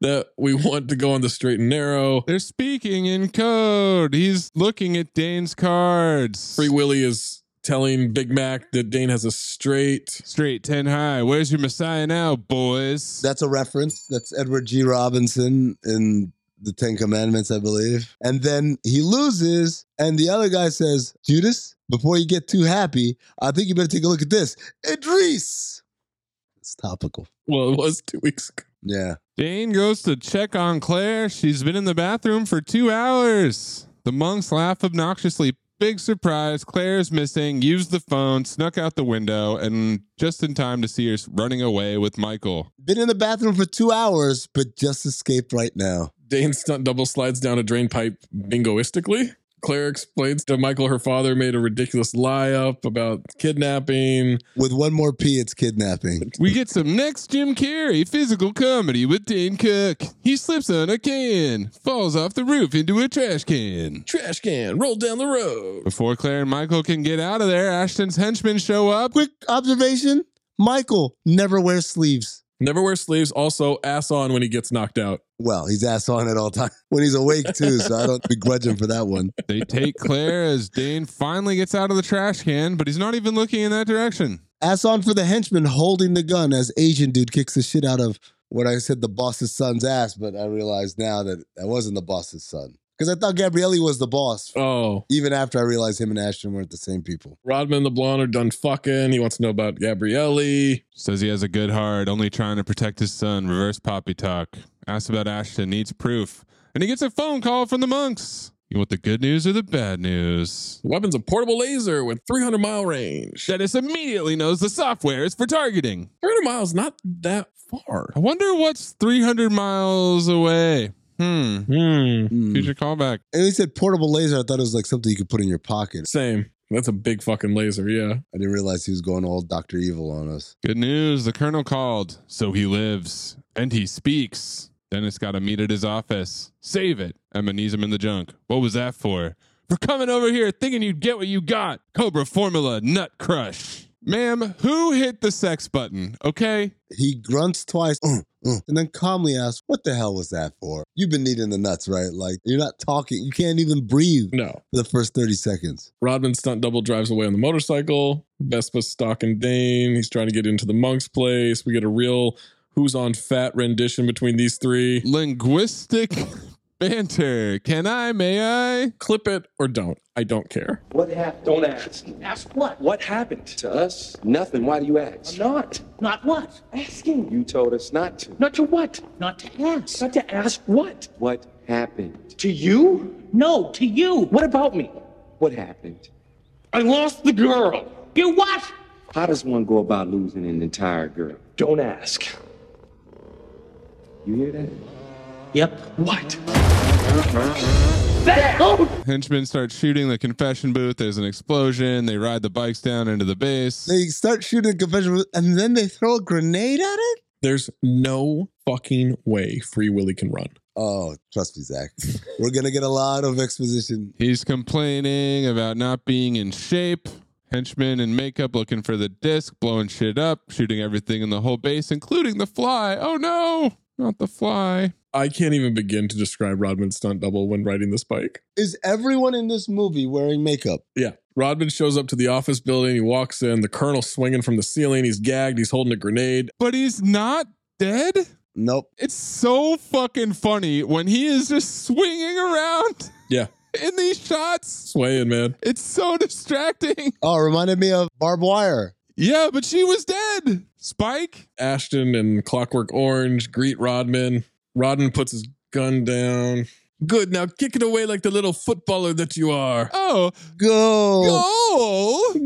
Speaker 3: that we want to go on the straight and narrow.
Speaker 4: They're speaking in code. He's looking at Dane's cards.
Speaker 3: Free Willy is telling Big Mac that Dane has a straight.
Speaker 4: Straight 10 high. Where's your Messiah now, boys?
Speaker 6: That's a reference. That's Edward G. Robinson in the Ten Commandments, I believe. And then he loses, and the other guy says, Judas, before you get too happy, I think you better take a look at this. Idris! It's topical.
Speaker 3: Well, it was two weeks ago.
Speaker 6: Yeah.
Speaker 4: Dane goes to check on Claire. She's been in the bathroom for two hours. The monks laugh obnoxiously. Big surprise. Claire's missing, used the phone, snuck out the window, and just in time to see her running away with Michael.
Speaker 6: Been in the bathroom for two hours, but just escaped right now.
Speaker 3: Dane stunt double slides down a drain pipe bingoistically. Claire explains to Michael her father made a ridiculous lie up about kidnapping.
Speaker 6: With one more P,
Speaker 3: *laughs*
Speaker 6: it's kidnapping.
Speaker 4: We get some next Jim Carrey physical comedy with Dane Cook. He slips on a can, falls off the roof into a trash can.
Speaker 3: Trash can, roll down the road.
Speaker 4: Before Claire and Michael can get out of there, Ashton's henchmen show up.
Speaker 6: Quick observation Michael never wears sleeves.
Speaker 3: Never wear sleeves. Also, ass on when he gets knocked out.
Speaker 6: Well, he's ass on at all times when he's awake too, so I don't begrudge him for that one.
Speaker 4: They take Claire as Dane finally gets out of the trash can, but he's not even looking in that direction.
Speaker 6: Ass on for the henchman holding the gun as Asian dude kicks the shit out of what I said the boss's son's ass, but I realize now that that wasn't the boss's son. Because I thought Gabrielli was the boss.
Speaker 3: Oh.
Speaker 6: Even after I realized him and Ashton weren't the same people.
Speaker 3: Rodman and the blonde are done fucking. He wants to know about Gabrielli.
Speaker 4: Says he has a good heart, only trying to protect his son. Reverse poppy talk. Asks about Ashton, needs proof. And he gets a phone call from the monks. You want the good news or the bad news?
Speaker 3: The weapon's a portable laser with 300 mile range.
Speaker 4: Dennis immediately knows the software is for targeting.
Speaker 3: 300 miles, not that far.
Speaker 4: I wonder what's 300 miles away. Hmm.
Speaker 3: Hmm.
Speaker 4: Future callback.
Speaker 6: And he said portable laser. I thought it was like something you could put in your pocket.
Speaker 3: Same. That's a big fucking laser, yeah.
Speaker 6: I didn't realize he was going all Dr. Evil on us.
Speaker 4: Good news. The colonel called. So he lives. And he speaks. Dennis got to meet at his office. Save it. Emma needs him in the junk. What was that for? For coming over here thinking you'd get what you got. Cobra formula, nut crush. Ma'am, who hit the sex button? Okay.
Speaker 6: He grunts twice "Mm, mm," and then calmly asks, What the hell was that for? You've been eating the nuts, right? Like, you're not talking. You can't even breathe
Speaker 3: No.
Speaker 6: for the first 30 seconds.
Speaker 3: Rodman stunt double drives away on the motorcycle. Vespa stalking Dane. He's trying to get into the monk's place. We get a real who's on fat rendition between these three.
Speaker 4: Linguistic *laughs* banter. Can I? May I?
Speaker 3: Clip it or don't. I don't care.
Speaker 23: What happened? Don't ask. Ask what?
Speaker 1: What happened? To us? Nothing. Why do you ask?
Speaker 23: I'm not. Not what? Asking.
Speaker 1: You told us not to.
Speaker 23: Not to what? Not to ask. Not to ask what?
Speaker 1: What happened?
Speaker 23: To you? No, to you. What about me?
Speaker 1: What happened?
Speaker 23: I lost the girl. You what?
Speaker 1: How does one go about losing an entire girl?
Speaker 23: Don't ask.
Speaker 1: You hear that?
Speaker 23: Yep. What? That! Oh!
Speaker 4: Henchmen start shooting the confession booth. There's an explosion. They ride the bikes down into the base.
Speaker 6: They start shooting a confession booth, and then they throw a grenade at it?
Speaker 3: There's no fucking way Free Willy can run.
Speaker 6: Oh, trust me, Zach. We're going to get a lot of exposition.
Speaker 4: He's complaining about not being in shape. Henchmen in makeup looking for the disc, blowing shit up, shooting everything in the whole base, including the fly. Oh no, not the fly.
Speaker 3: I can't even begin to describe Rodman's stunt double when riding this bike.
Speaker 6: Is everyone in this movie wearing makeup?
Speaker 3: Yeah. Rodman shows up to the office building. He walks in. The colonel swinging from the ceiling. He's gagged. He's holding a grenade.
Speaker 4: But he's not dead?
Speaker 6: Nope.
Speaker 4: It's so fucking funny when he is just swinging around
Speaker 3: Yeah.
Speaker 4: *laughs* in these shots.
Speaker 3: Swaying, man.
Speaker 4: It's so distracting. *laughs*
Speaker 6: Oh, it reminded me of barbed wire.
Speaker 4: Yeah, but she was dead. Spike?
Speaker 3: Ashton and Clockwork Orange greet Rodman. Rodman puts his gun down. Good. Now kick it away like the little footballer that you are.
Speaker 4: Oh,
Speaker 6: Go.
Speaker 4: goal.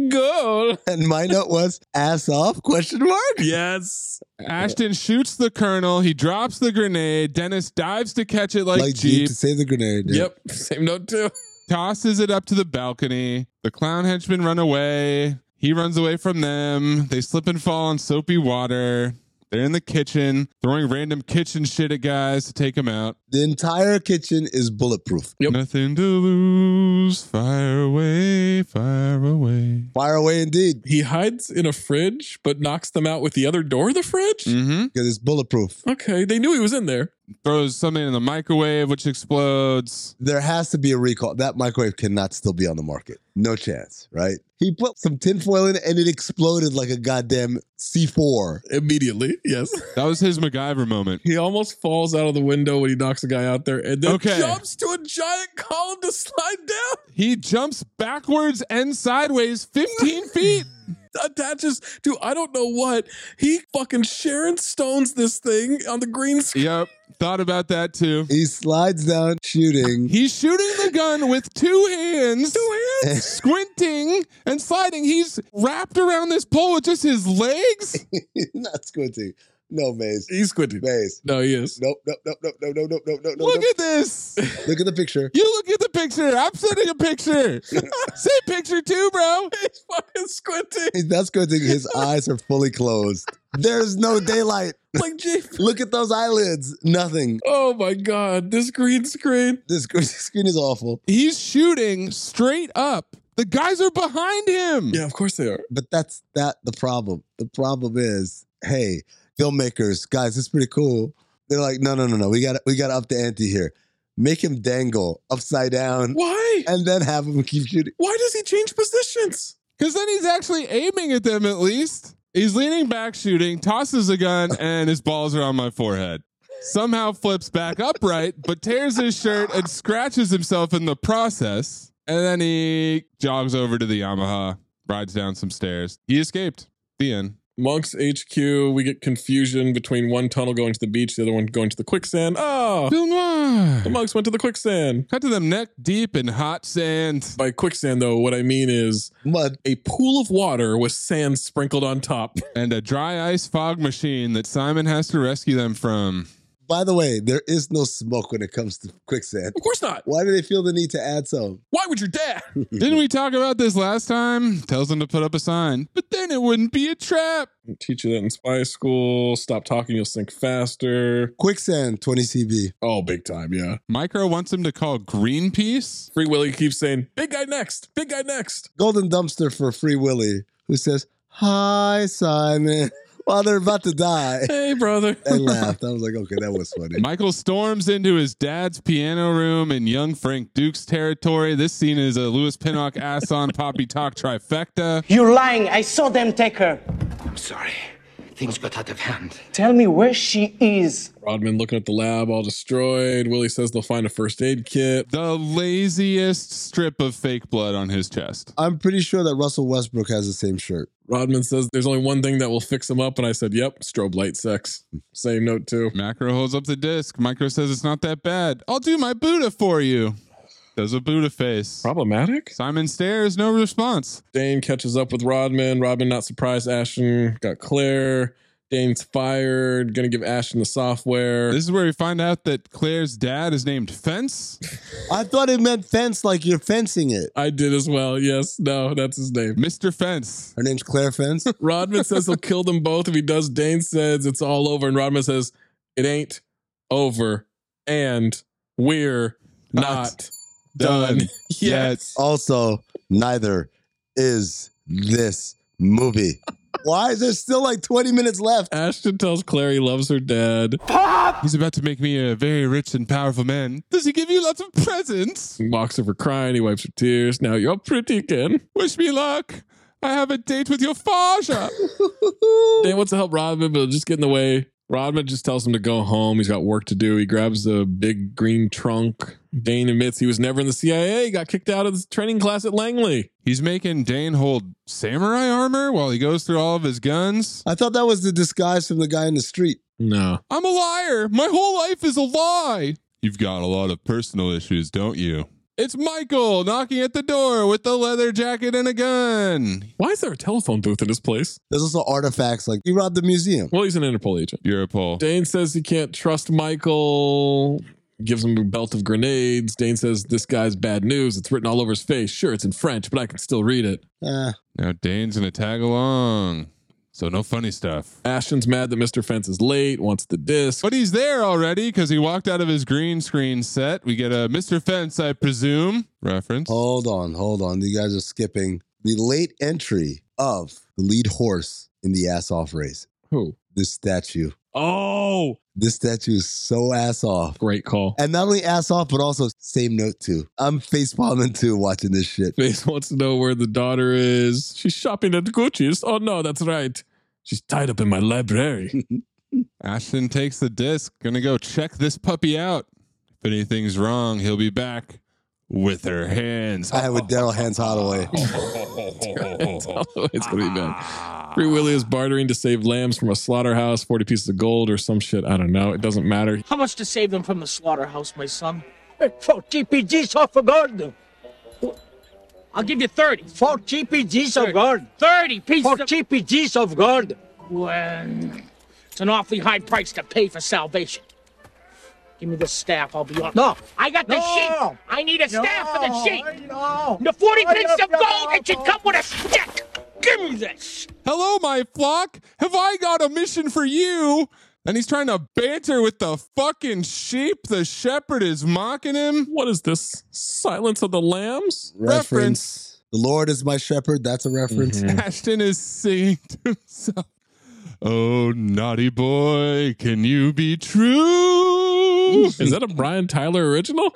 Speaker 3: Goal. *laughs*
Speaker 6: And my note was ass off question mark.
Speaker 3: Yes.
Speaker 4: Ashton shoots the colonel. He drops the grenade. Dennis dives to catch it like,
Speaker 6: Like Jeep,
Speaker 4: Jeep,
Speaker 6: to save the grenade. yeah.
Speaker 3: Yep. *laughs* Same note too.
Speaker 4: tosses it up to the balcony. The clown henchmen run away. He runs away from them. They slip and fall on soapy water. They're in the kitchen, throwing random kitchen shit at guys to take them out.
Speaker 6: The entire kitchen is bulletproof.
Speaker 3: Yep.
Speaker 4: Nothing to lose. Fire away, fire away.
Speaker 6: Fire away indeed,
Speaker 3: He hides in a fridge, but knocks them out with the other door of the fridge.
Speaker 4: Mm hmm.
Speaker 6: because it's bulletproof.
Speaker 3: Okay. They knew he was in there.
Speaker 4: throws something in the microwave, which explodes.
Speaker 6: There has to be a recall. That microwave cannot still be on the market. No chance, right? He put some tinfoil in it and it exploded like a goddamn C4.
Speaker 3: Immediately,
Speaker 6: *laughs*
Speaker 3: yes.
Speaker 4: That was his MacGyver moment.
Speaker 3: He almost falls out of the window when he knocks a guy out there and then
Speaker 4: Okay.
Speaker 3: jumps to a giant column to slide down, *laughs*
Speaker 4: He jumps backwards and sideways 15 feet.
Speaker 3: attaches to I don't know what. He fucking Sharon Stones this thing on the green screen.
Speaker 4: Yep. Thought about that too.
Speaker 6: He slides down shooting. *laughs*
Speaker 4: He's shooting the gun with two hands.
Speaker 3: Two *laughs* hands?
Speaker 4: Squinting and sliding. He's wrapped around this pole with just his legs.
Speaker 6: Not squinting. No, Maze.
Speaker 3: He's squinting.
Speaker 6: Maze.
Speaker 3: No, he is.
Speaker 6: Nope, nope, nope, nope, nope, nope, nope, nope, nope,
Speaker 4: Look
Speaker 6: nope.
Speaker 4: at this.
Speaker 6: Look at the picture.
Speaker 4: You look at the picture. I'm sending
Speaker 3: *laughs*
Speaker 4: a picture. Send picture too, bro.
Speaker 3: He's fucking squinting.
Speaker 4: *laughs*
Speaker 6: He's not squinting.
Speaker 3: *laughs*
Speaker 6: His eyes are fully closed. There's no daylight.
Speaker 3: Like JP.
Speaker 6: Look at those eyelids. Nothing.
Speaker 3: Oh my god, this green screen.
Speaker 6: *laughs* This green screen is awful.
Speaker 4: He's shooting straight up. The guys are behind him.
Speaker 3: Yeah, of course they are.
Speaker 6: But that's not the problem. The problem is, hey, filmmakers, guys, it's pretty cool. They're like, no, no, no, no. We got to we got to up the ante here. Make him dangle upside down,
Speaker 3: Why?
Speaker 6: and then have him keep shooting.
Speaker 3: Why does he change positions?
Speaker 4: Because then he's actually aiming at them at least. He's leaning back, shooting, tosses
Speaker 3: *laughs*
Speaker 4: a gun, and his balls are on my forehead. Somehow flips back upright, but tears his shirt and scratches himself in the process. And then he jogs over to the Yamaha, rides down some stairs. He escaped. The end.
Speaker 3: Monk's HQ, we get confusion between one tunnel going to the beach, the other one going to the quicksand. Oh,
Speaker 4: Film noir.
Speaker 3: the monks went to the quicksand.
Speaker 4: Cut to them neck deep in hot sand.
Speaker 3: By quicksand, though, what I mean is
Speaker 6: Mud.
Speaker 3: a pool of water with sand sprinkled on top.
Speaker 4: and a dry ice fog machine that Simon has to rescue them from.
Speaker 6: By the way, there is no smoke when it comes to quicksand.
Speaker 3: Of course not.
Speaker 6: Why do they feel the need to add some?
Speaker 3: Why would your dad?
Speaker 4: Didn't we talk about this last time? Tells them to put up a sign, but then it wouldn't be a trap.
Speaker 3: Teach you that in spy school. Stop talking, you'll sink faster.
Speaker 6: Quicksand, 20 CB.
Speaker 3: Oh, big time, yeah.
Speaker 4: Micro wants him to call Greenpeace.
Speaker 3: Free Willy keeps saying, big guy next, big guy next.
Speaker 6: Golden dumpster for Free Willy, who says, "Hi, Simon." *laughs* While they're about to die,
Speaker 3: Hey, brother.
Speaker 6: I laughed. I was like, "Okay, that was funny."
Speaker 4: Michael storms into his dad's piano room in young Frank Duke's territory. This scene is a Lewis Pinnock ass on Poppy Talk trifecta.
Speaker 23: You're lying. I saw them take her.
Speaker 2: I'm sorry. Things got out of hand.
Speaker 23: Tell me where she is.
Speaker 3: *laughs* Rodman looking at the lab, all destroyed. Willie says they'll find a first aid kit.
Speaker 4: The laziest strip of fake blood on his chest.
Speaker 6: I'm pretty sure that Russell Westbrook has the same shirt.
Speaker 3: Rodman says there's only one thing that will fix him up. And I said, yep, strobe light sex. Same note, too.
Speaker 4: Macro holds up the disc. Micro says it's not that bad. I'll do my Buddha for you. Does a Buddha face.
Speaker 3: Problematic?
Speaker 4: Simon stares, no response.
Speaker 3: Dane catches up with Rodman. Rodman not surprised. Ashton got Claire. Dane's fired. Gonna give Ashton the software.
Speaker 4: This is where we find out that Claire's dad is named Fence.
Speaker 6: I thought it meant fence, like you're fencing it.
Speaker 3: I did as well. Yes. No, that's his name.
Speaker 4: Mr. Fence.
Speaker 6: Her name's Claire Fence.
Speaker 3: Rodman says he'll kill them both if he does. Dane says it's all over. And Rodman says it ain't over. And we're not done,
Speaker 4: Done.
Speaker 3: yet.
Speaker 6: Also, neither is this movie. Why is there still like 20 minutes left?
Speaker 3: Ashton tells Claire he loves her dad.
Speaker 4: He's about to make me a very rich and powerful man. Does he give you lots of presents?
Speaker 3: Mocks her for crying. He wipes her tears. Now you're pretty again.
Speaker 4: Wish me luck. I have a date with your father.
Speaker 3: Dan wants to help Rodman, but it'll just get in the way. Rodman just tells him to go home. He's got work to do. He grabs the big green trunk. Dane admits he was never in the CIA. He got kicked out of the training class at Langley.
Speaker 4: He's making Dane hold samurai armor while he goes through all of his guns.
Speaker 6: I thought that was the disguise from the guy in the street.
Speaker 3: No.
Speaker 4: I'm a liar. My whole life is a lie. You've got a lot of personal issues, don't you? It's Michael knocking at the door with a leather jacket and a gun.
Speaker 3: Why is there a telephone booth in his place?
Speaker 6: There's also artifacts like he robbed the museum.
Speaker 3: Well, he's an Interpol agent.
Speaker 4: You're a pole.
Speaker 3: Dane says he can't trust Michael. Gives him a belt of grenades. Dane says this guy's bad news. It's written all over his face. Sure, it's in French, but I can still read it.
Speaker 6: Ah,
Speaker 4: Now Dane's gonna tag along, so no funny stuff.
Speaker 3: Ashton's mad that Mr. Fence is late. Wants the disc.
Speaker 4: But he's there already because he walked out of his green screen set. We get a Mr. Fence, I presume, reference.
Speaker 3: Oh.
Speaker 6: hold on, hold on. You guys are skipping the late entry of the lead horse in the ass off race.
Speaker 3: Who?
Speaker 6: This statue.
Speaker 3: Oh,
Speaker 6: This statue is so ass off.
Speaker 3: Great call.
Speaker 6: And not only ass off, but also same note too. I'm face palming too watching this shit.
Speaker 3: Face wants to know where the daughter is. *laughs* She's shopping at Gucci's. Oh no, that's right. She's tied up in my library.
Speaker 4: *laughs* Ashton takes the disc. Gonna go check this puppy out. If anything's wrong, he'll be back with her
Speaker 3: *laughs*
Speaker 4: hands.
Speaker 6: I have with Daryl Hans Holloway.
Speaker 4: *laughs* Oh.
Speaker 3: it's gonna be bad. Free Willy is bartering to save lambs from a slaughterhouse, 40 pieces of gold or some shit. I don't know. It doesn't matter.
Speaker 23: How much to save them from the slaughterhouse, my son? Four GPGs off a garden. I'll give you 30. Four GPGs of garden. 30 pieces Four GPGs of garden. Well, it's an awfully high price to pay for salvation. Give me the staff, I'll be on. No. I got the sheep. I need a staff for the sheep. The 40 pieces of gold that should come with a stick. Give me this.
Speaker 4: Hello, my flock. Have I got a mission for you? And he's trying to banter with the fucking sheep. The shepherd is mocking him.
Speaker 3: What is this? Silence of the Lambs?
Speaker 6: Reference. The Lord is my shepherd. That's a reference. *laughs*
Speaker 4: Ashton is singing to himself. Oh, naughty boy, can you be true?
Speaker 3: Is that a Brian Tyler
Speaker 4: *laughs*
Speaker 3: original?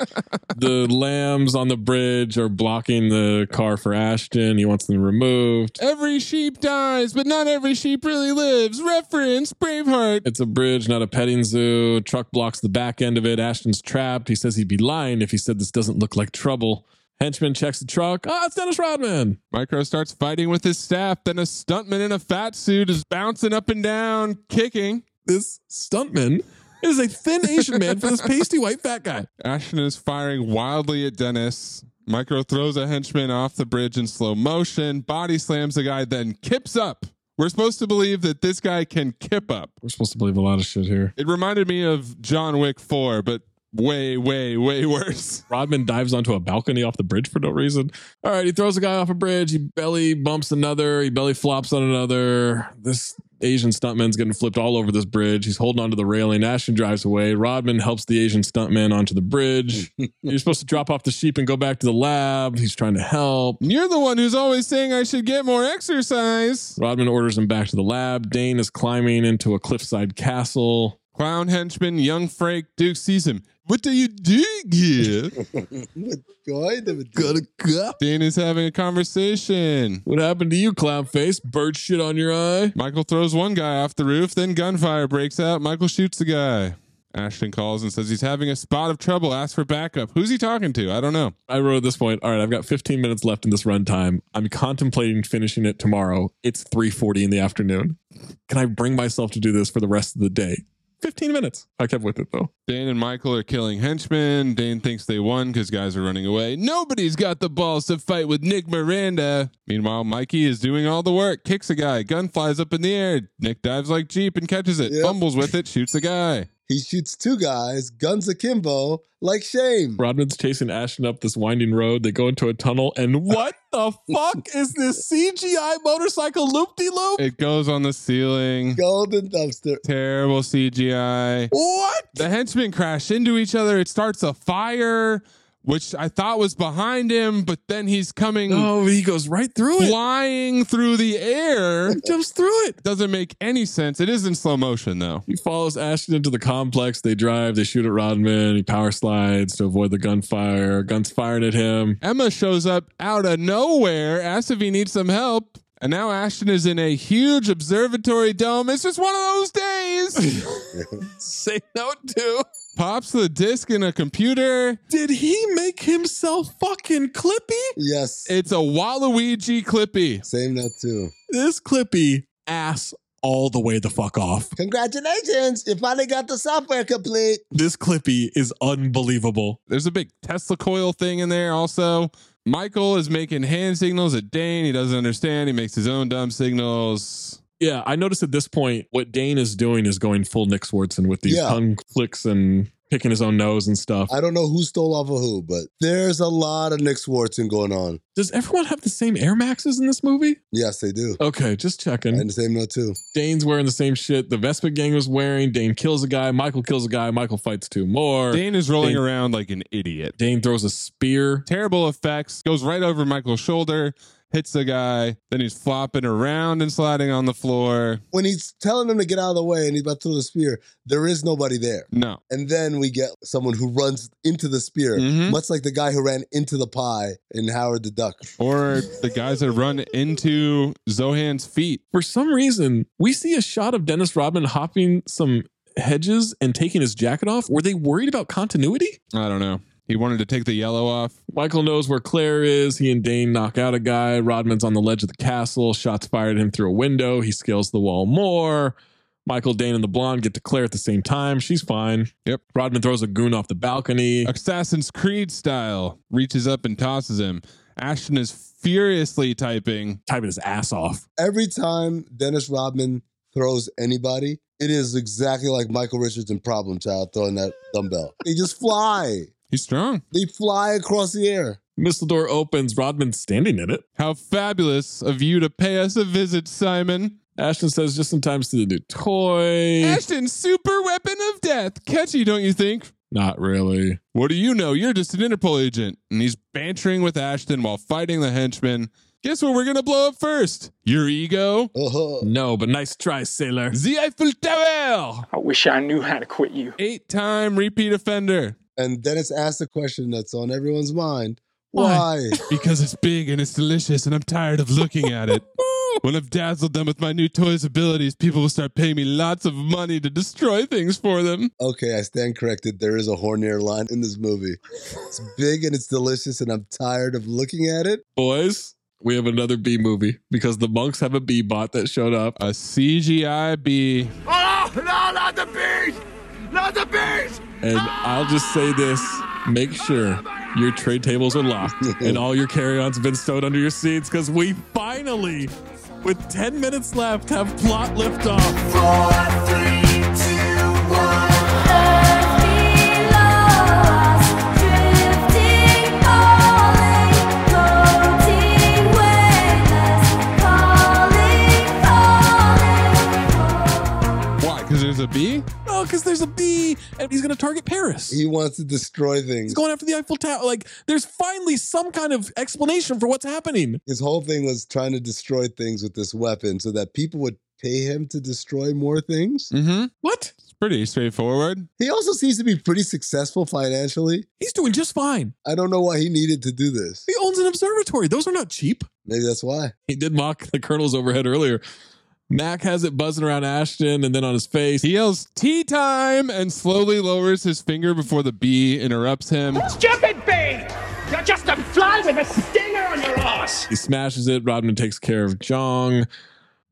Speaker 3: the lambs on the bridge are blocking the car for Ashton. He wants them removed.
Speaker 4: Every sheep dies, but not every sheep really lives. Reference Braveheart.
Speaker 3: It's a bridge, not a petting zoo. Truck blocks the back end of it. Ashton's trapped. He says he'd be lying if he said this doesn't look like trouble. Henchman checks the truck. Ah, it's Dennis Rodman.
Speaker 4: Micro starts fighting with his staff. Then a stuntman in a fat suit is bouncing up and down, kicking.
Speaker 3: This stuntman is a thin Asian man for this pasty white fat guy.
Speaker 4: Ashton is firing wildly at Dennis. Micro throws a henchman off the bridge in slow motion, body slams the guy, then kips up. We're supposed to believe that this guy can kip up.
Speaker 3: We're supposed to believe a lot of shit here.
Speaker 4: It reminded me of John Wick 4, but way, way, way *laughs* worse.
Speaker 3: Rodman dives onto a balcony off the bridge for no reason. All right, he throws a guy off a bridge. He belly bumps another. He belly flops on another. This Asian stuntman's getting flipped all over this bridge. He's holding onto the railing. Ashton drives away. Rodman helps the Asian stuntman onto the bridge. You're supposed to drop off the sheep and go back to the lab. He's trying to help.
Speaker 4: You're the one who's always saying I should get more exercise.
Speaker 3: Rodman orders him back to the lab. Dane is climbing into a cliffside castle.
Speaker 4: Clown henchman, young Frank, Duke sees him. What do you do here?
Speaker 6: Good cup.
Speaker 4: Dane is having a conversation.
Speaker 3: What happened to you, clown face? Bird shit on your eye?
Speaker 4: Michael throws one guy off the roof, then gunfire breaks out. Michael shoots the guy. Ashton calls and says he's having a spot of trouble. Asks for backup. Who's he talking to? I don't know.
Speaker 3: I wrote at this point, all right, I've got 15 minutes left in this runtime. I'm contemplating finishing it tomorrow. It's 3.40 in the afternoon. Can I bring myself to do this for the rest of the day? 15 minutes. I kept with it though.
Speaker 4: Dane and Michael are killing henchmen. Dane thinks they won because guys are running away. Nobody's got the balls to fight with Nick Miranda. Meanwhile, Mikey is doing all the work, kicks a guy, gun flies up in the air. Nick dives like Jeep and catches it,
Speaker 6: Yep.
Speaker 4: fumbles with it, shoots a guy.
Speaker 6: He shoots two guys, guns akimbo, like shame.
Speaker 3: Rodman's chasing Ashton up this winding road. They go into a tunnel,
Speaker 4: *laughs*
Speaker 3: and what the fuck is this CGI motorcycle loop de loop?
Speaker 4: It goes on the ceiling.
Speaker 6: Golden dumpster.
Speaker 4: Terrible CGI.
Speaker 3: What?
Speaker 4: The henchmen crash into each other. It starts a fire, which I thought was behind him, but then he's coming
Speaker 3: Oh, he goes right through it.
Speaker 4: flying through the air.
Speaker 3: Jumps through it.
Speaker 4: Doesn't make any sense. It is in slow motion though.
Speaker 3: He follows Ashton into the complex. They drive. They shoot at Rodman. He power slides to avoid the gunfire. Guns firing at him.
Speaker 4: Emma shows up out of nowhere, asks if he needs some help. And now Ashton is in a huge observatory dome. It's just one of
Speaker 3: *laughs*
Speaker 4: those days.
Speaker 3: Say no to.
Speaker 4: Pops the disc in a computer.
Speaker 3: Did he make himself fucking Clippy?
Speaker 6: Yes.
Speaker 4: It's a Waluigi Clippy.
Speaker 6: Same note too.
Speaker 3: This Clippy ass all the way the fuck off.
Speaker 6: Congratulations. You finally got the software complete.
Speaker 3: This Clippy is unbelievable.
Speaker 4: There's a big Tesla coil thing in there also. Michael is making hand signals at Dane. He doesn't understand. He makes his own dumb signals.
Speaker 3: Yeah, I noticed at this point what Dane is doing is going full Nick Swartzen with these
Speaker 6: Yeah.
Speaker 3: tongue flicks and picking his own nose and stuff.
Speaker 6: I don't know who stole off of who, but there's a lot of Nick Swartzen going on.
Speaker 3: Does everyone have the same Air Maxes in this movie?
Speaker 6: Yes, they do.
Speaker 3: Okay, just checking.
Speaker 6: And the same note too.
Speaker 3: Dane's wearing the same shit the Vespa gang was wearing. Dane kills a guy. Michael kills a guy. Michael fights two more. Dane,
Speaker 4: Dane is rolling
Speaker 3: Dane-
Speaker 4: around like an idiot.
Speaker 3: throws a spear.
Speaker 4: Terrible effects. Goes right over Michael's shoulder. hits the guy. Then he's flopping around and sliding on the floor.
Speaker 6: When he's telling him to get out of the way and he's about to throw the spear, there is nobody there.
Speaker 4: No.
Speaker 6: And then we get someone who runs into the spear,
Speaker 4: Mhm.
Speaker 6: much like the guy who ran into the pie in Howard the Duck.
Speaker 4: Or the guys that run into Zohan's feet.
Speaker 3: For some reason, we see a shot of Dennis Rodman hopping some hedges and taking his jacket off. Were they worried about continuity?
Speaker 4: I don't know. He wanted to take the yellow off.
Speaker 3: Michael knows where Claire is. He and Dane knock out a guy. Rodman's on the ledge of the castle. Shots fired at him through a window. He scales the wall more. Michael, Dane, and the blonde get to Claire at the same time. She's fine.
Speaker 4: Yep.
Speaker 3: Rodman throws a goon off the balcony. uh,
Speaker 4: Assassin's Creed style reaches up and tosses him. Ashton is furiously typing,
Speaker 3: typing his ass off.
Speaker 6: Every time Dennis Rodman throws anybody, it is exactly like Michael Richards in Problem Child throwing that dumbbell. They just fly.
Speaker 4: He's strong.
Speaker 6: They fly across the air.
Speaker 3: Mistledore opens. Rodman's standing in it.
Speaker 4: How fabulous of you to pay us a visit, Simon.
Speaker 3: Ashton says just in time to the new toy.
Speaker 4: Ashton, super weapon of death. Catchy, don't you think?
Speaker 3: Not really.
Speaker 4: What do you know? You're just an Interpol agent. And he's bantering with Ashton while fighting the henchman. Guess what we're going to blow up first? Your ego?
Speaker 6: Uh-huh.
Speaker 3: No, but nice try, sailor.
Speaker 4: The Eiffel Tower!
Speaker 15: I wish I knew how to quit you.
Speaker 4: Eight time repeat offender.
Speaker 6: And Dennis asked the question that's on everyone's mind.
Speaker 4: Why?
Speaker 6: Why?
Speaker 4: because it's big and it's delicious and I'm tired of looking
Speaker 3: *laughs*
Speaker 4: at it. When I've dazzled them with my new toy's abilities, people will start paying me lots of money to destroy things for them.
Speaker 6: Okay, I stand corrected. There is a hornier line in this movie. It's big and it's delicious, and I'm tired of looking at it.
Speaker 3: Boys, we have another B movie because the monks have a bee bot that showed up.
Speaker 4: A CGI bee.
Speaker 8: Oh, no, not the bees! Not the bees!
Speaker 3: And I'll just say this make sure your tray tables are
Speaker 8: *laughs*
Speaker 3: locked and all your carry ons have been stowed under your seats because we finally, with 10 minutes left, have plot liftoff.
Speaker 4: Why? Because there's a bee?
Speaker 3: No, because there's a bee and he's going to target Paris.
Speaker 6: He wants to destroy things.
Speaker 3: He's going after the Eiffel Tower. Like, there's finally some kind of explanation for what's happening.
Speaker 6: His whole thing was trying to destroy things with this weapon so that people would pay him to destroy more things.
Speaker 4: Mm hmm.
Speaker 3: What?
Speaker 4: It's pretty straightforward.
Speaker 6: He also seems to be pretty successful financially.
Speaker 3: He's doing just fine.
Speaker 6: I don't know why he needed to do this.
Speaker 3: He owns an observatory. Those are not cheap.
Speaker 6: Maybe that's why.
Speaker 3: He did mock the colonel's overhead earlier. Mac has it buzzing around Ashton and then on his face.
Speaker 4: He yells, tea time, and slowly lowers his finger before the bee interrupts him.
Speaker 26: Stupid bee! You're just a fly with a stinger on your ass!
Speaker 3: He smashes it. Rodman takes care of Jong.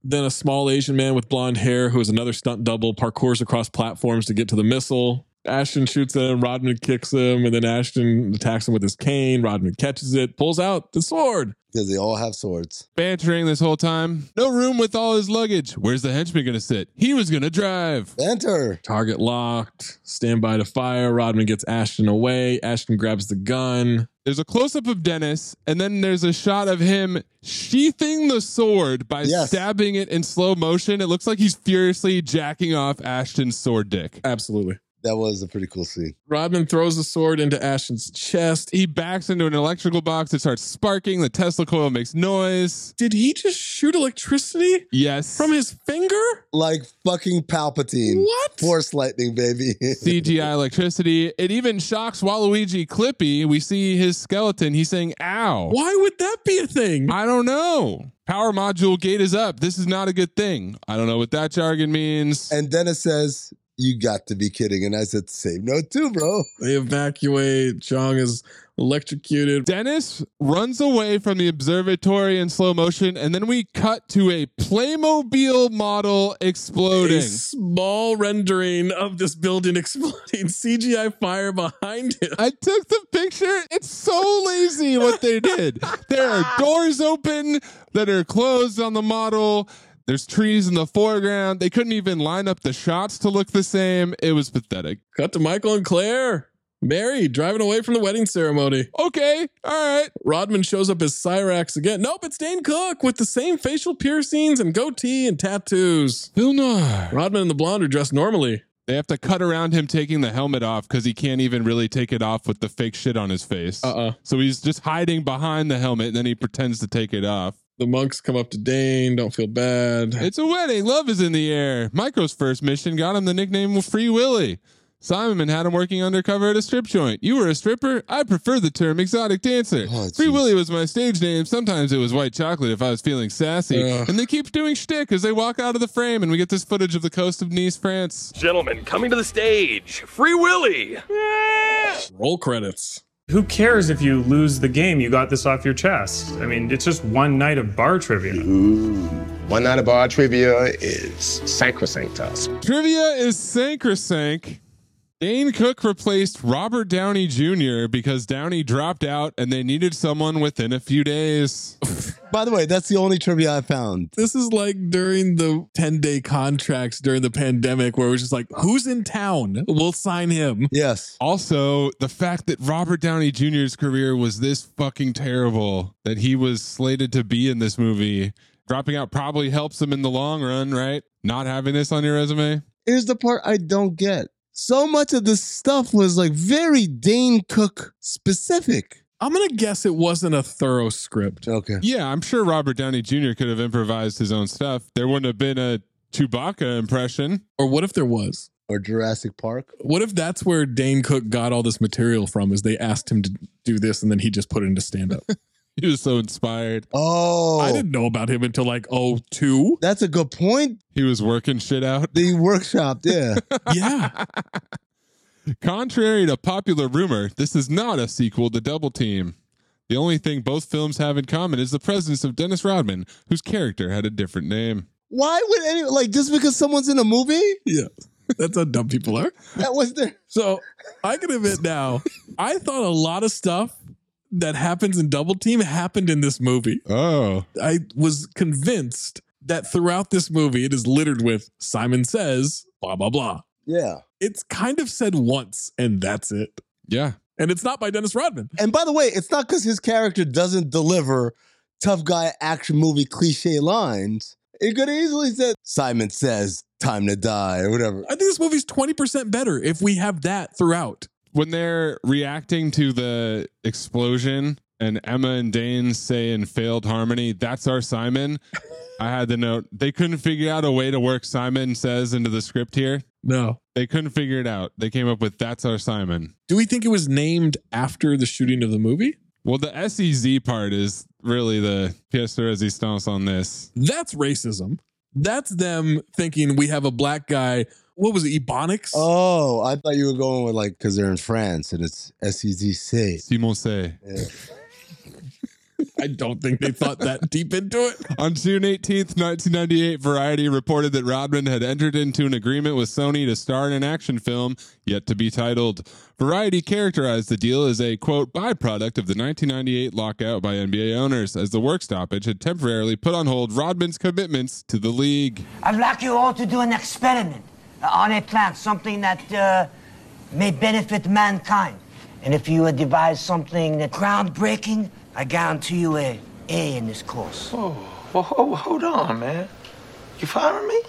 Speaker 3: Then a small Asian man with blonde hair, who is another stunt double, parkours across platforms to get to the missile. Ashton shoots at him. Rodman kicks him, and then Ashton attacks him with his cane. Rodman catches it, pulls out the sword.
Speaker 6: Because they all have swords.
Speaker 4: Bantering this whole time. No room with all his luggage. Where's the henchman going to sit? He was going to drive.
Speaker 6: Enter.
Speaker 3: Target locked. Stand by to fire. Rodman gets Ashton away. Ashton grabs the gun.
Speaker 4: There's a close up of Dennis, and then there's a shot of him sheathing the sword by
Speaker 6: Yes.
Speaker 4: stabbing it in slow motion. It looks like he's furiously jacking off Ashton's sword dick.
Speaker 3: Absolutely.
Speaker 6: That was a pretty cool scene.
Speaker 3: Rodman throws the sword into Ashton's chest.
Speaker 4: He backs into an electrical box. It starts sparking. The Tesla coil makes noise.
Speaker 3: Did he just shoot electricity
Speaker 4: Yes.
Speaker 3: from his finger?
Speaker 6: Like fucking Palpatine.
Speaker 3: What?
Speaker 6: Force lightning, baby. *laughs*
Speaker 4: CGI electricity. It even shocks Waluigi Clippy. We see his skeleton. He's saying, ow.
Speaker 3: Why would that be a thing?
Speaker 4: I don't know. Power module gate is up. This is not a good thing. I don't know what that jargon means.
Speaker 6: and Dennis says, You got to be kidding. And I said, Same note too, bro.
Speaker 3: They evacuate. Chong is electrocuted.
Speaker 4: Dennis runs away from the observatory in slow motion, and then we cut to a Playmobil model
Speaker 3: A
Speaker 4: exploding.
Speaker 3: small rendering of this building *laughs* exploding. CGI fire behind him.
Speaker 4: I took the picture. It's so lazy what they did. There
Speaker 3: *laughs*
Speaker 4: are doors open that are closed on the model. There's trees in the foreground. They couldn't even line up the shots to look the same. It was pathetic.
Speaker 3: Cut to Michael and Claire. Mary driving away from the wedding ceremony.
Speaker 4: Okay, all right.
Speaker 3: Rodman shows up as Cyrax again. Nope, it's Dane Cook with the same facial piercings and goatee and tattoos.
Speaker 4: Bill Nye.
Speaker 3: Rodman and the blonde are dressed normally.
Speaker 4: They have to cut around him taking the helmet off because he can't even really take it off with the fake shit on his face. Uh-uh. So he's just hiding behind the helmet and then he pretends to take it off.
Speaker 3: The monks come up to Dane. Don't feel bad.
Speaker 4: It's a wedding. Love is in the air. Micro's first mission got him the nickname Free Willy. Simon had him working undercover at a strip joint. You were a stripper? I prefer the term exotic dancer.
Speaker 3: Oh,
Speaker 4: Free Willy was my stage name. Sometimes it was white chocolate if I was feeling sassy.
Speaker 3: Ugh.
Speaker 4: And they keep doing shtick as they walk out of the frame and we get this footage of the coast of Nice, France.
Speaker 14: Gentlemen, coming to the stage, Free Willy.
Speaker 3: Roll credits.
Speaker 5: Who cares if you lose the game? You got this off your chest. I mean, it's just one night of bar trivia.
Speaker 27: One night of bar trivia is sacrosanct to us.
Speaker 4: Trivia is sacrosanct. Dane Cook replaced Robert Downey Jr. because Downey dropped out and they needed someone within a few days.
Speaker 6: By the way, that's the only trivia I found.
Speaker 3: This is like during the 10 day contracts during the pandemic where it was just like, who's in town? We'll sign him.
Speaker 6: Yes.
Speaker 4: Also, the fact that Robert Downey Jr.'s career was this fucking terrible that he was slated to be in this movie. Dropping out probably helps him in the long run, right? Not having this on your resume.
Speaker 6: Here's the part I don't get. So much of this stuff was like very Dane Cook specific.
Speaker 3: I'm going to guess it wasn't a thorough script.
Speaker 6: Okay.
Speaker 4: Yeah, I'm sure Robert Downey Jr. could have improvised his own stuff. There wouldn't have been a Chewbacca impression.
Speaker 3: Or what if there was?
Speaker 6: Or Jurassic Park.
Speaker 3: What if that's where Dane Cook got all this material from? Is they asked him to do this and then he just put it into stand up?
Speaker 4: *laughs* He was so inspired.
Speaker 6: Oh,
Speaker 3: I didn't know about him until like oh two.
Speaker 6: that's a good point.
Speaker 4: He was working shit out.
Speaker 6: The workshop, *laughs* yeah.
Speaker 3: *laughs* yeah.
Speaker 4: Contrary to popular rumor, this is not a sequel to Double Team. The only thing both films have in common is the presence of Dennis Rodman, whose character had a different name.
Speaker 6: Why would any like just because someone's in a movie?
Speaker 3: Yeah. That's how dumb people are.
Speaker 6: That was their
Speaker 3: So I can admit now, I thought a lot of stuff that happens in Double Team happened in this movie.
Speaker 4: Oh.
Speaker 3: I was convinced that throughout this movie, it is littered with Simon says, blah, blah, blah.
Speaker 6: Yeah.
Speaker 3: It's kind of said once, and that's it.
Speaker 4: Yeah.
Speaker 3: And it's not by Dennis Rodman.
Speaker 6: And by the way, it's not because his character doesn't deliver tough guy action movie cliche lines. It could have easily said Simon says time to die or whatever.
Speaker 3: I think this movie's 20% better if we have that throughout.
Speaker 4: When they're reacting to the explosion and Emma and Dane say in failed harmony, that's our Simon. I had the note. They couldn't figure out a way to work Simon says into the script here.
Speaker 3: No.
Speaker 4: They couldn't figure it out. They came up with that's our Simon.
Speaker 3: Do we think it was named after the shooting of the movie?
Speaker 4: Well, the SEZ part is really the pièce de résistance on this.
Speaker 3: That's racism. That's them thinking we have a black guy. What was it, Ebonics?
Speaker 6: Oh, I thought you were going with like because they're in France and it's SEZC.
Speaker 4: Simon say.
Speaker 6: Yeah.
Speaker 3: I don't think they thought
Speaker 4: *laughs*
Speaker 3: that deep into it.
Speaker 4: On June 18th, 1998, Variety reported that Rodman had entered into an agreement with Sony to star in an action film yet to be titled. Variety characterized the deal as a, quote, byproduct of the 1998 lockout by NBA owners, as the work stoppage had temporarily put on hold Rodman's commitments to the league.
Speaker 28: I'd like you all to do an experiment uh, on a plant, something that uh, may benefit mankind. And if you uh, devise something that groundbreaking, I guarantee you a A in this course.
Speaker 29: Well, ho- hold on, man. You firing me?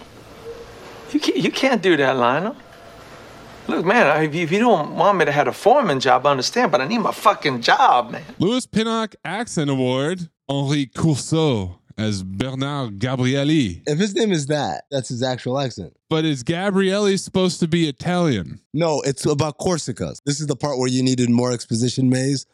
Speaker 29: You can't, you can't do that, Lionel. Look, man, I- if you, if you don't want me to have a foreman job, I understand, but I need my fucking job, man.
Speaker 4: Louis Pinnock Accent Award, Henri Courceau as Bernard Gabrielli.
Speaker 6: If his name is that, that's his actual accent.
Speaker 4: But is Gabrielli supposed to be Italian?
Speaker 6: No, it's about Corsica. This is the part where you needed more exposition, Maze.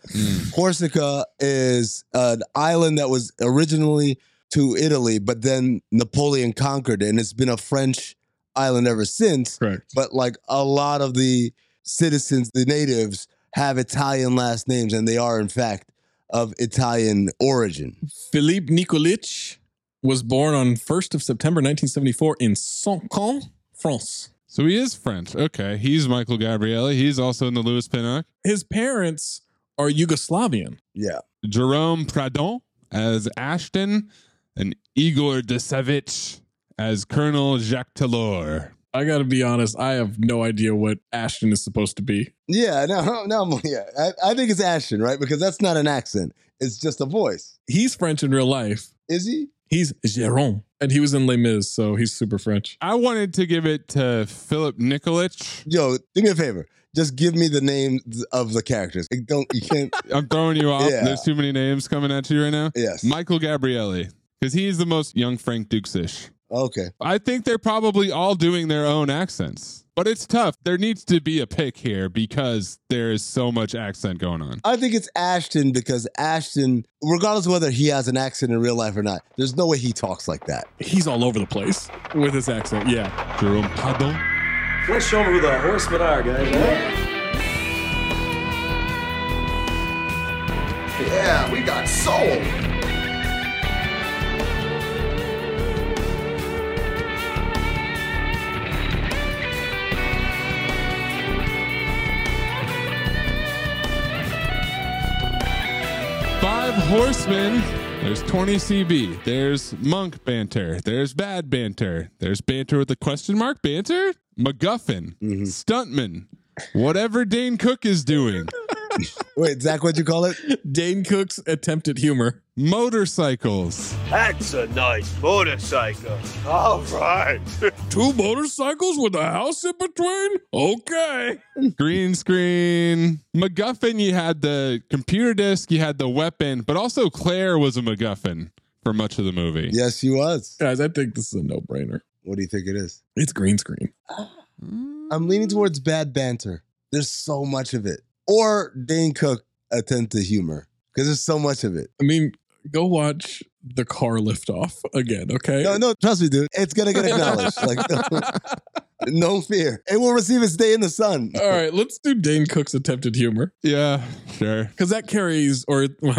Speaker 6: Corsica is an island that was originally to Italy, but then Napoleon conquered it, and it's been a French island ever since.
Speaker 3: Correct.
Speaker 6: But like a lot of the citizens, the natives, have Italian last names, and they are, in fact, of Italian origin.
Speaker 3: Philippe Nikolic was born on 1st of September 1974 in Saint-Con, France.
Speaker 4: So he is French. Okay. He's Michael Gabrielli. He's also in the Louis Pinnock.
Speaker 3: His parents are Yugoslavian.
Speaker 6: Yeah.
Speaker 4: Jerome Pradon as Ashton and Igor Desevich as Colonel Jacques Taylor.
Speaker 3: I got to be honest, I have no idea what Ashton is supposed to be.
Speaker 6: Yeah, no, *laughs* no, I'm- yeah. I, I think it's Ashton, right? Because that's not an accent. It's just a voice.
Speaker 3: He's French in real life.
Speaker 6: Is he?
Speaker 3: He's Jerome. And he was in Les Mis, so he's super French.
Speaker 4: I wanted to give it to Philip Nikolic.
Speaker 6: Yo, do me a favor. Just give me the names of the characters. It don't you can't
Speaker 4: I'm throwing you
Speaker 3: *laughs*
Speaker 4: off.
Speaker 6: Yeah.
Speaker 4: There's too many names coming at you right now.
Speaker 6: Yes.
Speaker 4: Michael Gabrielli, because he's the most young Frank Dukes-ish.
Speaker 6: Okay.
Speaker 4: I think they're probably all doing their own accents, but it's tough. There needs to be a pick here because there is so much accent going on.
Speaker 6: I think it's Ashton because Ashton, regardless of whether he has an accent in real life or not, there's no way he talks like that.
Speaker 3: He's all over the place with his accent. Yeah.
Speaker 4: Jerome Pardon.
Speaker 30: Let's show them who the horsemen are, guys.
Speaker 26: Yeah, we got soul.
Speaker 4: Five horsemen. There's 20 CB. There's monk banter. There's bad banter. There's banter with a question mark. Banter? MacGuffin. Stuntman. Whatever Dane Cook is doing.
Speaker 6: Wait, Zach, what'd you call it?
Speaker 3: Dane Cook's attempted humor.
Speaker 4: Motorcycles.
Speaker 26: That's a nice motorcycle. All right. *laughs*
Speaker 3: Two motorcycles with a house in between? Okay.
Speaker 4: Green screen. MacGuffin, you had the computer disc, you had the weapon, but also Claire was a MacGuffin for much of the movie.
Speaker 6: Yes, he was.
Speaker 3: Guys, I think this is a no brainer.
Speaker 6: What do you think it is?
Speaker 3: It's green screen.
Speaker 6: I'm leaning towards bad banter. There's so much of it. Or Dane Cook attempt to humor because there's so much of it.
Speaker 3: I mean, go watch the car lift off again, okay?
Speaker 6: No, no, trust me, dude. It's gonna get acknowledged. like, *laughs* no, no fear. It will receive its day in the sun.
Speaker 3: All right, let's do Dane Cook's attempted humor
Speaker 4: Yeah, sure.
Speaker 3: because that carries, or well,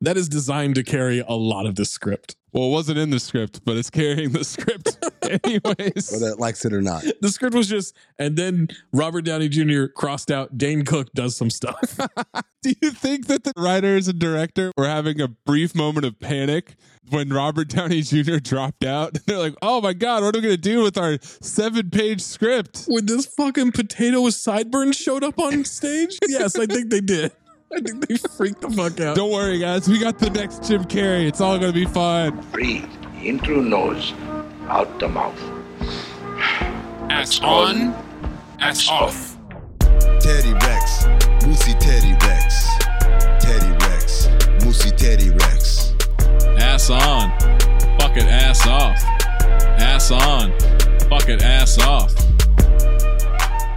Speaker 3: that is designed to carry a lot of this script.
Speaker 4: Well, it wasn't in the script, but it's carrying
Speaker 3: *laughs*
Speaker 4: the script anyways.
Speaker 6: Whether it likes it or not.
Speaker 3: The script was just, and then Robert Downey Jr. crossed out Dane Cook does some stuff.
Speaker 4: *laughs* Do you think that the writers and director were having a brief moment of panic when Robert Downey Jr. *laughs* dropped out? They're like, oh my God, what are we going to do with our seven page script?
Speaker 3: when this fucking potato with sideburns showed up on
Speaker 4: *laughs*
Speaker 3: stage? Yes, I think they did. I think they freaked the fuck out.
Speaker 4: Don't worry, guys. We got the next Jim Carrey. It's all going to be fine.
Speaker 26: Breathe in through nose, out the mouth.
Speaker 9: Ass on, ass off.
Speaker 21: Teddy Rex, Moosey Teddy Rex, Teddy Rex, Moosey Teddy Rex.
Speaker 3: Ass on. Fuck it, ass off. Ass on. Fuck it, ass off.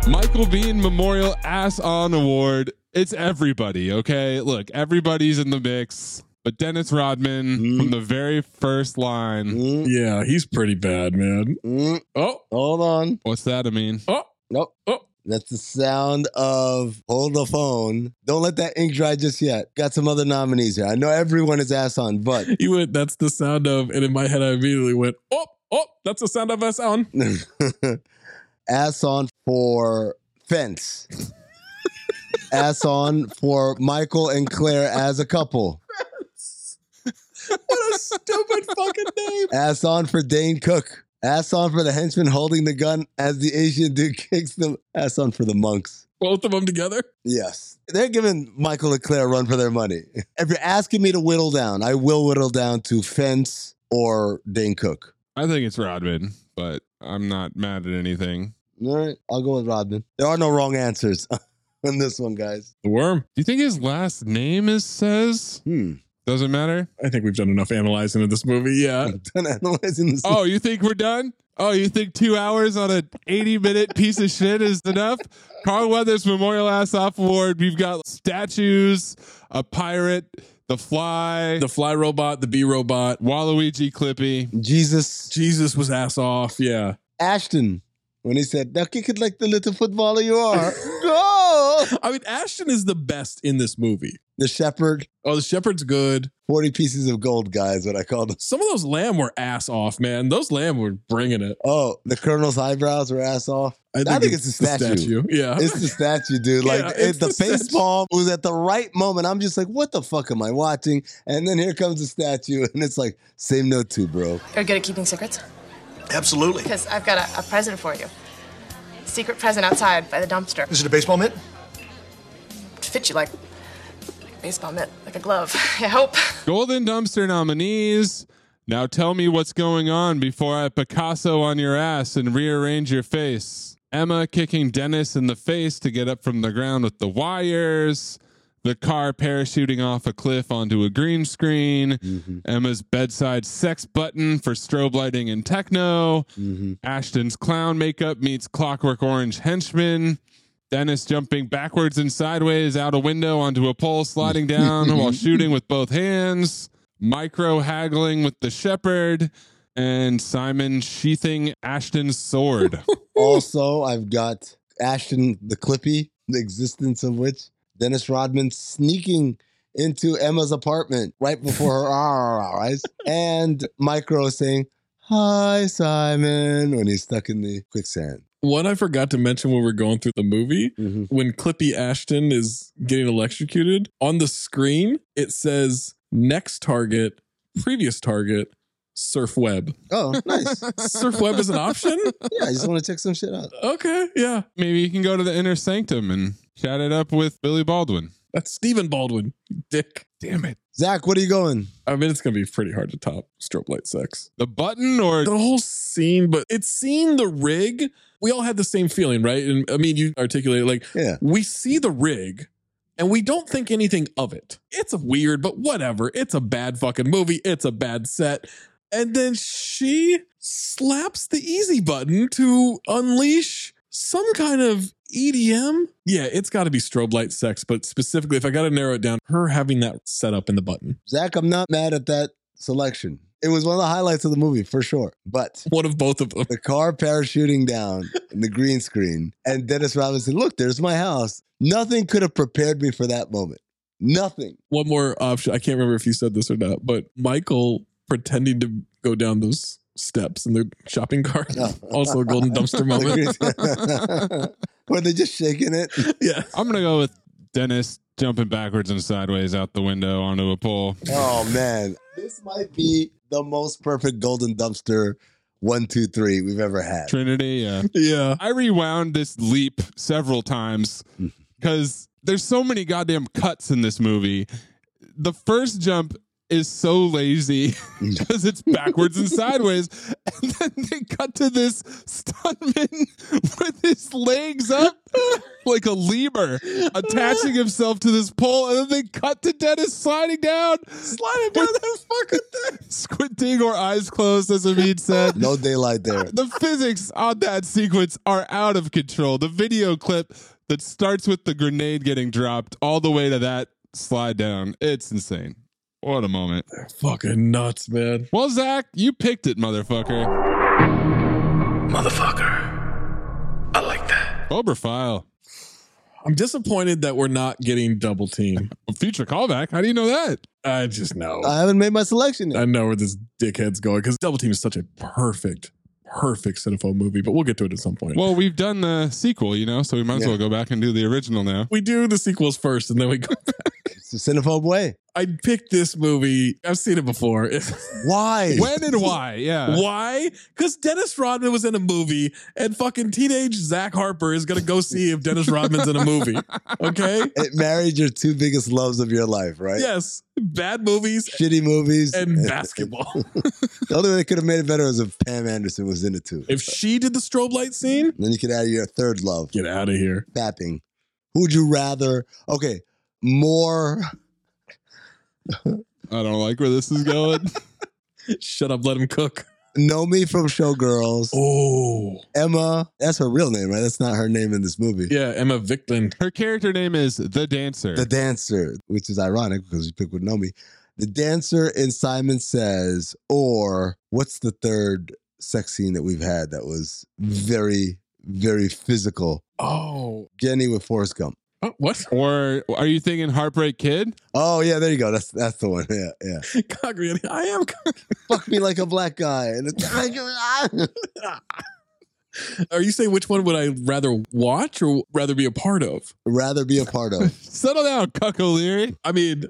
Speaker 4: Michael Bean Memorial Ass On Award. It's everybody, okay? Look, everybody's in the mix. But Dennis Rodman
Speaker 3: Hmm.
Speaker 4: from the very first line.
Speaker 3: Yeah, he's pretty bad, man.
Speaker 6: Mm,
Speaker 3: Oh,
Speaker 6: hold on.
Speaker 4: What's that? I mean,
Speaker 3: oh,
Speaker 6: Nope.
Speaker 3: Oh.
Speaker 6: That's the sound of hold the phone. Don't let that ink dry just yet. Got some other nominees here. I know everyone is ass on, but
Speaker 3: you went, that's the sound of, and in my head, I immediately went, oh, oh, that's the sound of us on.
Speaker 6: *laughs* ass on for fence. ass on for Michael and Claire as a couple.
Speaker 3: What a stupid fucking name.
Speaker 6: Ass on for Dane Cook. Ass on for the henchman holding the gun as the Asian dude *laughs* kicks them. Ass on for the monks.
Speaker 3: Both of them together.
Speaker 6: Yes. They're giving Michael and Claire a run for their money. If you're asking me to whittle down, I will whittle down to Fence or Dane Cook.
Speaker 4: I think it's Rodman, but I'm not mad at anything.
Speaker 6: All right. I'll go with Rodman. There are no wrong answers *laughs* on this one, guys.
Speaker 3: The worm.
Speaker 4: Do you think his last name is says?
Speaker 6: Hmm.
Speaker 4: Doesn't matter.
Speaker 3: I think we've done enough analyzing of this movie. Yeah.
Speaker 6: Done *laughs* analyzing this.
Speaker 4: Oh, you think we're done? Oh, you think two hours on an 80 minute piece of shit is enough? Carl Weathers Memorial Ass Off Award. We've got statues, a pirate, the fly,
Speaker 3: The fly robot, the bee robot.
Speaker 4: Waluigi Clippy.
Speaker 6: Jesus.
Speaker 3: Jesus was ass off. Yeah.
Speaker 6: Ashton, when he said, now kick it like the little footballer you
Speaker 3: *laughs*
Speaker 6: are. Go!
Speaker 3: I mean, Ashton is the best in this movie.
Speaker 6: The shepherd.
Speaker 3: Oh, the shepherd's good.
Speaker 6: 40 pieces of gold, guys, what I called them.
Speaker 3: Some of those lamb were ass off, man. Those lamb were bringing it.
Speaker 6: Oh, the colonel's eyebrows were ass off. I think, it's, a
Speaker 3: the
Speaker 6: statue.
Speaker 3: Yeah.
Speaker 6: It's the statue, dude. Like
Speaker 3: Yeah,
Speaker 6: it,
Speaker 3: it's
Speaker 6: the,
Speaker 3: the
Speaker 6: face
Speaker 3: statue.
Speaker 6: palm was at the right moment. I'm just like, what the fuck am I watching? And then here comes the statue, *laughs* and it's like, same note too, bro.
Speaker 31: Are you good at keeping secrets?
Speaker 22: Absolutely.
Speaker 31: Because I've got a, a present for you. Secret present outside by the dumpster.
Speaker 22: Is it a baseball mitt?
Speaker 31: To fit you like, like a baseball mitt, like a glove. *laughs* I hope.
Speaker 4: Golden Dumpster nominees. Now tell me what's going on before I Picasso on your ass and rearrange your face. Emma kicking Dennis in the face to get up from the ground with the wires. The car parachuting off a cliff onto a green screen. Emma's bedside sex button for strobe lighting and techno. Ashton's clown makeup meets Clockwork Orange henchman. Dennis jumping backwards and sideways out a window onto a pole,
Speaker 3: *laughs*
Speaker 4: sliding down while shooting with both hands, micro haggling with the shepherd, and Simon sheathing Ashton's sword.
Speaker 6: also, I've got Ashton the Clippy, the existence of which Dennis Rodman sneaking into Emma's apartment right before her ah, eyes, and Micro saying, Hi, Simon, when he's stuck in the quicksand.
Speaker 3: *laughs* One I forgot to mention when we are going through the movie,
Speaker 4: Mm-hmm.
Speaker 3: when Clippy Ashton is getting electrocuted, on the screen it says next target, previous target, surf
Speaker 6: *laughs*
Speaker 3: web.
Speaker 6: Oh, nice.
Speaker 3: surf web is an option?
Speaker 6: Yeah, I just want to check some shit out.
Speaker 3: Okay, yeah.
Speaker 4: Maybe you can go to the inner sanctum and chat it up with Billy Baldwin.
Speaker 3: That's Stephen Baldwin, you dick. Damn it.
Speaker 6: Zach, what are you going?
Speaker 3: I mean, it's going to be pretty hard to top strobe light sex.
Speaker 4: The
Speaker 3: *laughs*
Speaker 4: button or
Speaker 3: the whole scene, but it's seeing the rig. We all had the same feeling, right? And I mean, you articulated like,
Speaker 6: yeah.
Speaker 3: we see the rig and we don't think anything of it. It's weird, but whatever. It's a bad fucking movie. It's a bad set. And then she slaps the easy button to unleash some kind of EDM. Yeah, it's got to be strobe light sex, but specifically, if I got to narrow it down, her having that set up in the button.
Speaker 6: Zach, I'm not mad at that selection. It was one of the highlights of the movie for sure. But
Speaker 3: one of both of them.
Speaker 6: The car parachuting down in the green screen, and Dennis Robinson, look, there's my house. Nothing could have prepared me for that moment.
Speaker 3: *laughs*
Speaker 6: Nothing.
Speaker 3: One more option. I can't remember if you said this or not, but Michael pretending to go down those steps in the shopping cart. *laughs* also a golden dumpster
Speaker 6: *laughs*
Speaker 3: moment.
Speaker 6: Were they just shaking it?
Speaker 3: Yeah.
Speaker 4: I'm going to go with Dennis jumping backwards and sideways out the window onto a pole.
Speaker 6: Oh man, this might be the most perfect golden dumpster one, two, three we've ever had.
Speaker 4: Trinity, yeah.
Speaker 3: yeah.
Speaker 4: I rewound this leap several times because there's so many goddamn cuts in this movie. The first jump is so lazy *laughs* because it's backwards and sideways. And then they cut to this stuntman *laughs* with his legs up like a lever attaching himself to this pole. And then they cut to Dennis sliding down.
Speaker 3: Sliding down that fucking thing.
Speaker 4: Squinting or eyes closed, as Amin said.
Speaker 6: No daylight there.
Speaker 4: The physics on that sequence are out of control. The video clip that starts with the grenade getting dropped all the way to that slide down. It's insane. What a moment.
Speaker 3: Fucking nuts, man.
Speaker 4: Well, Zach, you picked it, motherfucker.
Speaker 26: Motherfucker. I like that.
Speaker 4: Oberfile.
Speaker 3: I'm disappointed that we're not getting double team.
Speaker 4: Future callback. How do you know that?
Speaker 3: I just know.
Speaker 6: I haven't made my selection yet.
Speaker 3: I know where this dickhead's going because double team is such a perfect, perfect cinephile movie, but we'll get to it at some point.
Speaker 4: Well, we've done the sequel, you know, so we might as well go back and do the original now.
Speaker 3: we do the sequels first and then we go back.
Speaker 6: It's the cinephobe way.
Speaker 3: I picked this movie. I've seen it before. *laughs*
Speaker 6: Why?
Speaker 4: When and why? *laughs* Yeah.
Speaker 3: Why? Because Dennis Rodman was in a movie, and fucking teenage Zach Harper is gonna go see if Dennis Rodman's in a movie. *laughs* Okay.
Speaker 6: It married your two biggest loves of your life, right?
Speaker 3: Yes. Bad movies
Speaker 6: Shitty movies.
Speaker 3: *laughs* and basketball.
Speaker 6: the only way they could have made it better is if Pam Anderson was in it too.
Speaker 3: if she did the strobe light scene,
Speaker 6: then you could add your third love,
Speaker 3: get out of here.
Speaker 6: fapping. Who would you rather? Okay, more.
Speaker 4: I don't like where this is going.
Speaker 3: Shut up. Let him cook.
Speaker 6: Nomi from Showgirls.
Speaker 3: Oh.
Speaker 6: Emma. That's her real name, right? That's not her name in this movie.
Speaker 3: *laughs* Yeah. Emma Vickland.
Speaker 4: Her character name is The Dancer.
Speaker 6: The dancer, which is ironic because you picked with Nomi. The dancer in Simon Says, or what's the third sex scene that we've had that was very, very physical?
Speaker 3: Oh.
Speaker 6: Jenny with Forrest Gump.
Speaker 3: Oh, What?
Speaker 4: or are you thinking Heartbreak
Speaker 3: *laughs*
Speaker 4: Kid?
Speaker 6: Oh yeah, there you go. That's that's the one. *laughs* Yeah, yeah.
Speaker 3: Cogrian. I am.
Speaker 6: Fuck me like a black guy. And it's- ah.
Speaker 3: Are you saying which one would I rather watch or rather be a part of?
Speaker 6: rather be a part of.
Speaker 4: Settle down, Cuck O'Leary.
Speaker 3: I mean,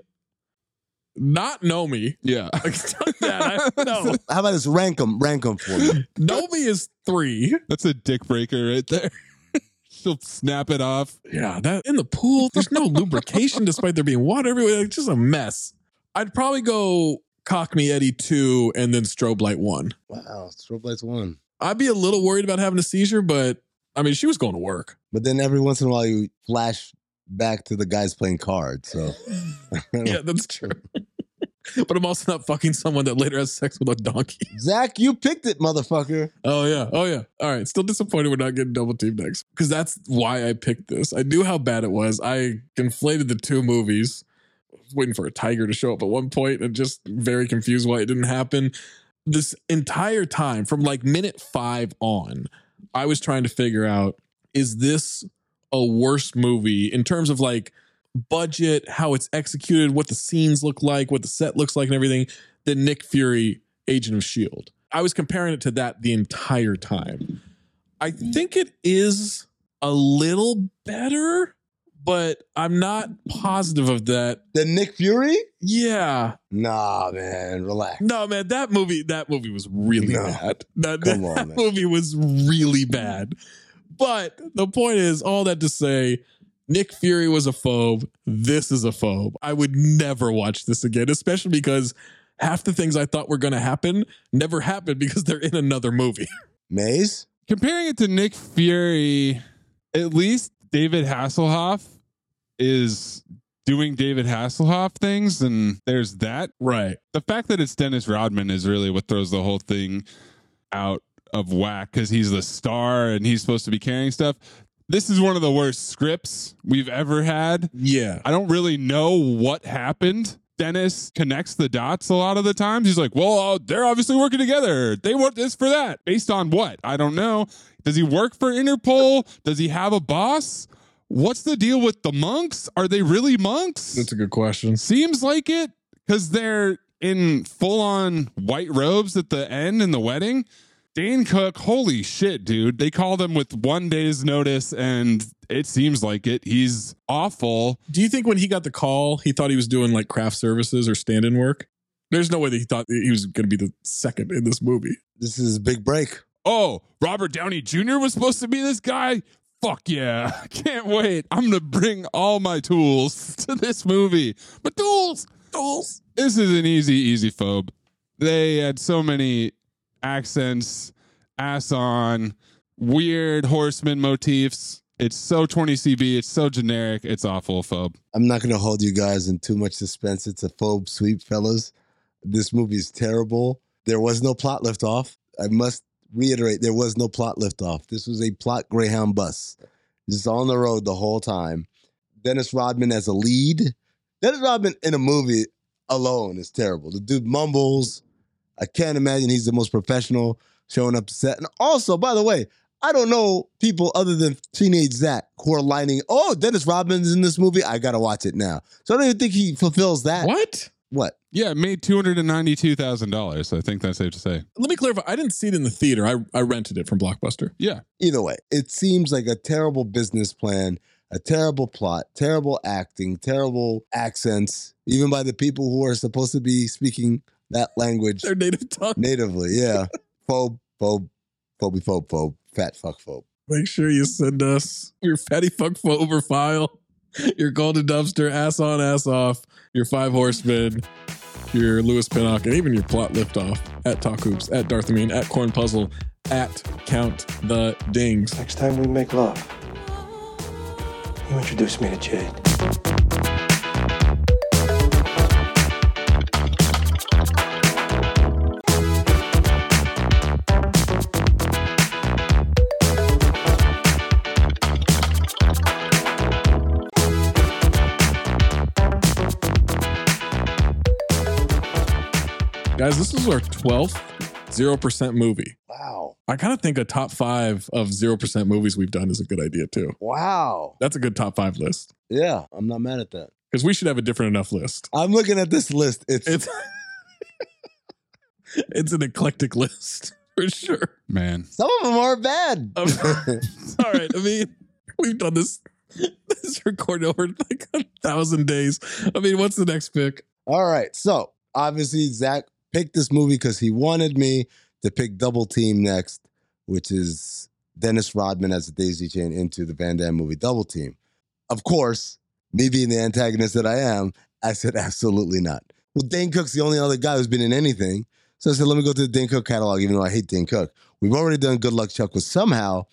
Speaker 3: not know me. *laughs*
Speaker 4: Yeah.
Speaker 3: that.
Speaker 4: *laughs*
Speaker 3: I, no,
Speaker 6: How about this? Rank them. Rank them for me.
Speaker 3: know me is three.
Speaker 4: That's a dick breaker right there. *laughs* She'll snap it off.
Speaker 3: Yeah, that in the pool. There's no lubrication, despite there being water everywhere. It's just a mess. I'd probably go Cock Me Eddie 2, and then Strobe Light 1.
Speaker 6: Wow, strobe lights one.
Speaker 3: I'd be a little worried about having a seizure, but I mean, she was going to work.
Speaker 6: But then every once in a while you flash back to the guys playing cards. So
Speaker 3: *laughs* yeah, that's true. *laughs* but I'm also not fucking someone that later has sex with a donkey. *laughs*
Speaker 6: Zach, you picked it, motherfucker.
Speaker 3: Oh yeah, oh yeah. All right, still disappointed we're not getting double team next because that's why I picked this. I knew how bad it was. I conflated the two movies. I was waiting for a tiger to show up at one point, and just very confused why it didn't happen. This entire time, from like minute five on, I was trying to figure out: is this a worse movie in terms of like budget, how it's executed, what the scenes look like, what the set looks like, and everything than Nick Fury, Agent of S.H.I.E.L.D. I was comparing it to that the entire time. I think it is a little better, but I'm not positive of that.
Speaker 6: The Nick Fury?
Speaker 3: Yeah.
Speaker 6: Nah, man, relax.
Speaker 3: No, man, that movie that movie was really
Speaker 6: No.
Speaker 3: bad. That,
Speaker 6: Come
Speaker 3: that
Speaker 6: on, man.
Speaker 3: *laughs* movie was really bad. But the point is, all that to say, Nick Fury was a phobe. This is a phobe. I would never watch this again, especially because half the things I thought were going to happen never happened because they're in another movie.
Speaker 6: Maze?
Speaker 4: Comparing it to Nick Fury, at least David Hasselhoff is doing David Hasselhoff things, and there's that.
Speaker 3: Right.
Speaker 4: The fact that it's Dennis Rodman is really what throws the whole thing out of whack because he's the star and he's supposed to be carrying stuff. This is one of the worst scripts we've ever had.
Speaker 3: Yeah.
Speaker 4: I don't really know what happened. Dennis connects the dots a lot of the times. He's like, well, uh, they're obviously working together. They want this for that. Based on what? I don't know. Does he work for Interpol? Does he have a boss? What's the deal with the monks? Are they really monks?
Speaker 3: That's a good question.
Speaker 4: Seems like it because they're in full on white robes at the end in the wedding. Dane Cook, holy shit, dude. They called him with one day's notice, and it seems like it. He's awful.
Speaker 3: Do you think when he got the call, he thought he was doing like craft services or stand in work? There's no way that he thought that he was going to be the second in this movie.
Speaker 6: This is a big break.
Speaker 4: Oh, Robert Downey Jr. was supposed to be this guy? Fuck yeah. *laughs* I can't wait. I'm going to bring all my tools *laughs* to this movie. My tools, tools. This is an easy, easy phobe. They had so many accents, ass on, weird horseman motifs. It's so 20CB. It's so generic. It's awful phobe.
Speaker 6: I'm not going to hold you guys in too much suspense. It's a phobe sweep, fellas. This movie is terrible. There was no plot lift off. I must reiterate, there was no plot lift off. This was a plot Greyhound bus. Just on the road the whole time. Dennis Rodman as a lead. Dennis Rodman in a movie alone is terrible. The dude mumbles. I can't imagine he's the most professional showing up to set. And also, by the way, I don't know people other than teenage Zach who are lining. Oh, Dennis Rodman's in this movie. I gotta watch it now. So I don't even think he fulfills that.
Speaker 3: What?
Speaker 6: What?
Speaker 4: Yeah, it made $292,000. I think that's safe to say.
Speaker 3: Let me clarify. I didn't see it in the theater. I, I rented it from Blockbuster.
Speaker 4: Yeah.
Speaker 6: Either way, it seems like a terrible business plan, a terrible plot, terrible acting, terrible accents, even by the people who are supposed to be speaking that
Speaker 3: *laughs*
Speaker 6: language
Speaker 3: Their native tongue.
Speaker 6: natively. Yeah, phobe, phobe, phobe, phobe, phobe, fat fuck phobe.
Speaker 3: Make sure you send us your fatty fuck over file, your golden dumpster, ass on, ass off, your five horsemen, your Lewis Pinnock, and even your plot liftoff at Talk Hoops, at Darth Amin, at Corn Puzzle, at Count the Dings.
Speaker 30: Next time we make love, you introduce me to Jade.
Speaker 3: Guys, this is our 12th 0% movie.
Speaker 6: Wow,
Speaker 3: I kind of think a top five of 0% movies we've done is a good idea, too.
Speaker 6: wow.
Speaker 3: That's a good top five list
Speaker 6: Yeah, I'm not mad at that.
Speaker 3: because we should have a different enough list.
Speaker 6: I'm looking at this list. It's,
Speaker 3: It's, *laughs* it's an eclectic list *laughs* for sure.
Speaker 4: Man.
Speaker 6: some of them are bad.
Speaker 3: Um,
Speaker 6: *laughs*
Speaker 3: *laughs* all right. I mean, we've done this *laughs* this record over like a thousand days. I mean, what's the next pick?
Speaker 6: All right. So obviously Zach picked this movie because he wanted me to pick Double Team next, which is Dennis Rodman as a daisy chain into the Van Damme movie Double Team. Of course, me being the antagonist that I am, I said absolutely not. Well, Dane Cook's the only other guy who's been in anything. So I said, let me go to the Dane Cook catalog, even though I hate Dane Cook. We've already done Good Luck Chuck, which somehow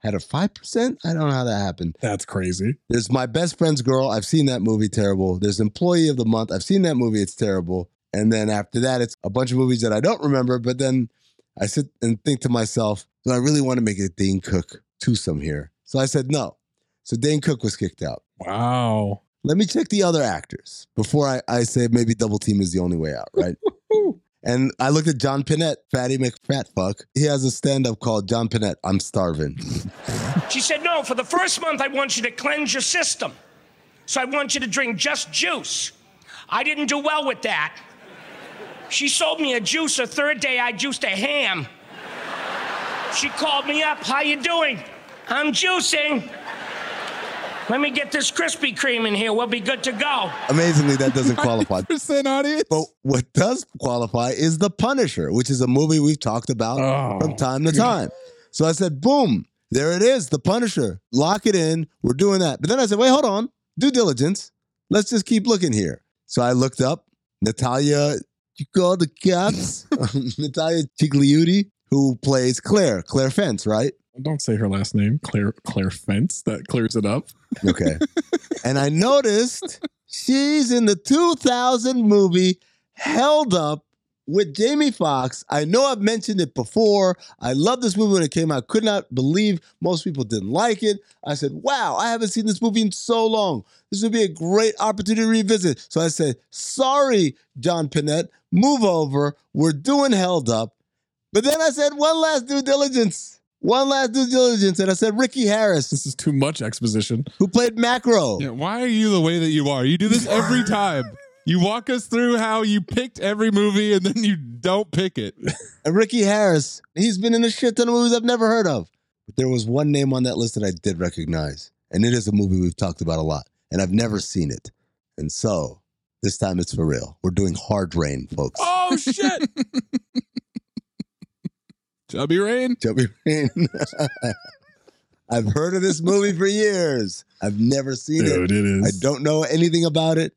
Speaker 6: had a 5%. I don't know how that happened.
Speaker 3: That's crazy.
Speaker 6: There's My Best Friend's Girl. I've seen that movie. Terrible. There's Employee of the Month. I've seen that movie. It's terrible. And then after that, it's a bunch of movies that I don't remember. But then I sit and think to myself, do I really want to make a Dane Cook twosome here? So I said, no. So Dane Cook was kicked out.
Speaker 3: Wow.
Speaker 6: Let me check the other actors before I, I say maybe double team is the only way out, right? and I looked at John Pinette, Fatty McFatfuck. He has a stand up called John Pinette, I'm Starving.
Speaker 24: She said, No, for the first month, I want you to cleanse your system. So I want you to drink just juice. I didn't do well with that. She sold me a juice the third day I juiced a ham. She called me up, how you doing? I'm juicing. Let me get this Krispy Kreme in here. We'll be good to go.
Speaker 6: Amazingly, that
Speaker 4: *laughs*
Speaker 6: doesn't qualify.
Speaker 4: Percent audience.
Speaker 6: But what does qualify is The Punisher, which is a movie we've talked about
Speaker 3: Oh,
Speaker 6: from time to time. So I said, boom, there it is, The Punisher. Lock it in. We're doing that. But then I said, wait, hold on. Due diligence. Let's just keep looking here. So I looked up Natalia, you call the cops? *laughs* Natalia Cigliuti, who plays Claire, Claire Fence, right?
Speaker 3: Don't say her last name, Claire Claire Fence. That clears it up.
Speaker 6: Okay. and I noticed she's in the 2000 movie Held Up with Jamie Foxx. I know I've mentioned it before. I love this movie when it came out. Could not believe most people didn't like it. I said, wow, I haven't seen this movie in so long. This would be a great opportunity to revisit. So I said, sorry, John Pinette, move over. We're doing Held Up. But then I said, one last due diligence. One last due diligence. And I said, Ricky Harris.
Speaker 3: This is too much exposition.
Speaker 6: Who played Macro?
Speaker 4: Yeah, why are you the way that you are? You do this every time. You walk us through how you picked every movie and then you don't pick it.
Speaker 6: And Ricky Harris, he's been in a shit ton of movies I've never heard of. But there was one name on that list that I did recognize. And it is a movie we've talked about a lot. And I've never seen it. And so this time it's for real. We're doing Hard Rain, folks.
Speaker 4: Oh shit! Chubby Rain.
Speaker 6: Chubby Rain. *laughs* I've heard of this movie for years. I've never seen
Speaker 3: Dude, it is.
Speaker 6: I don't know anything about it.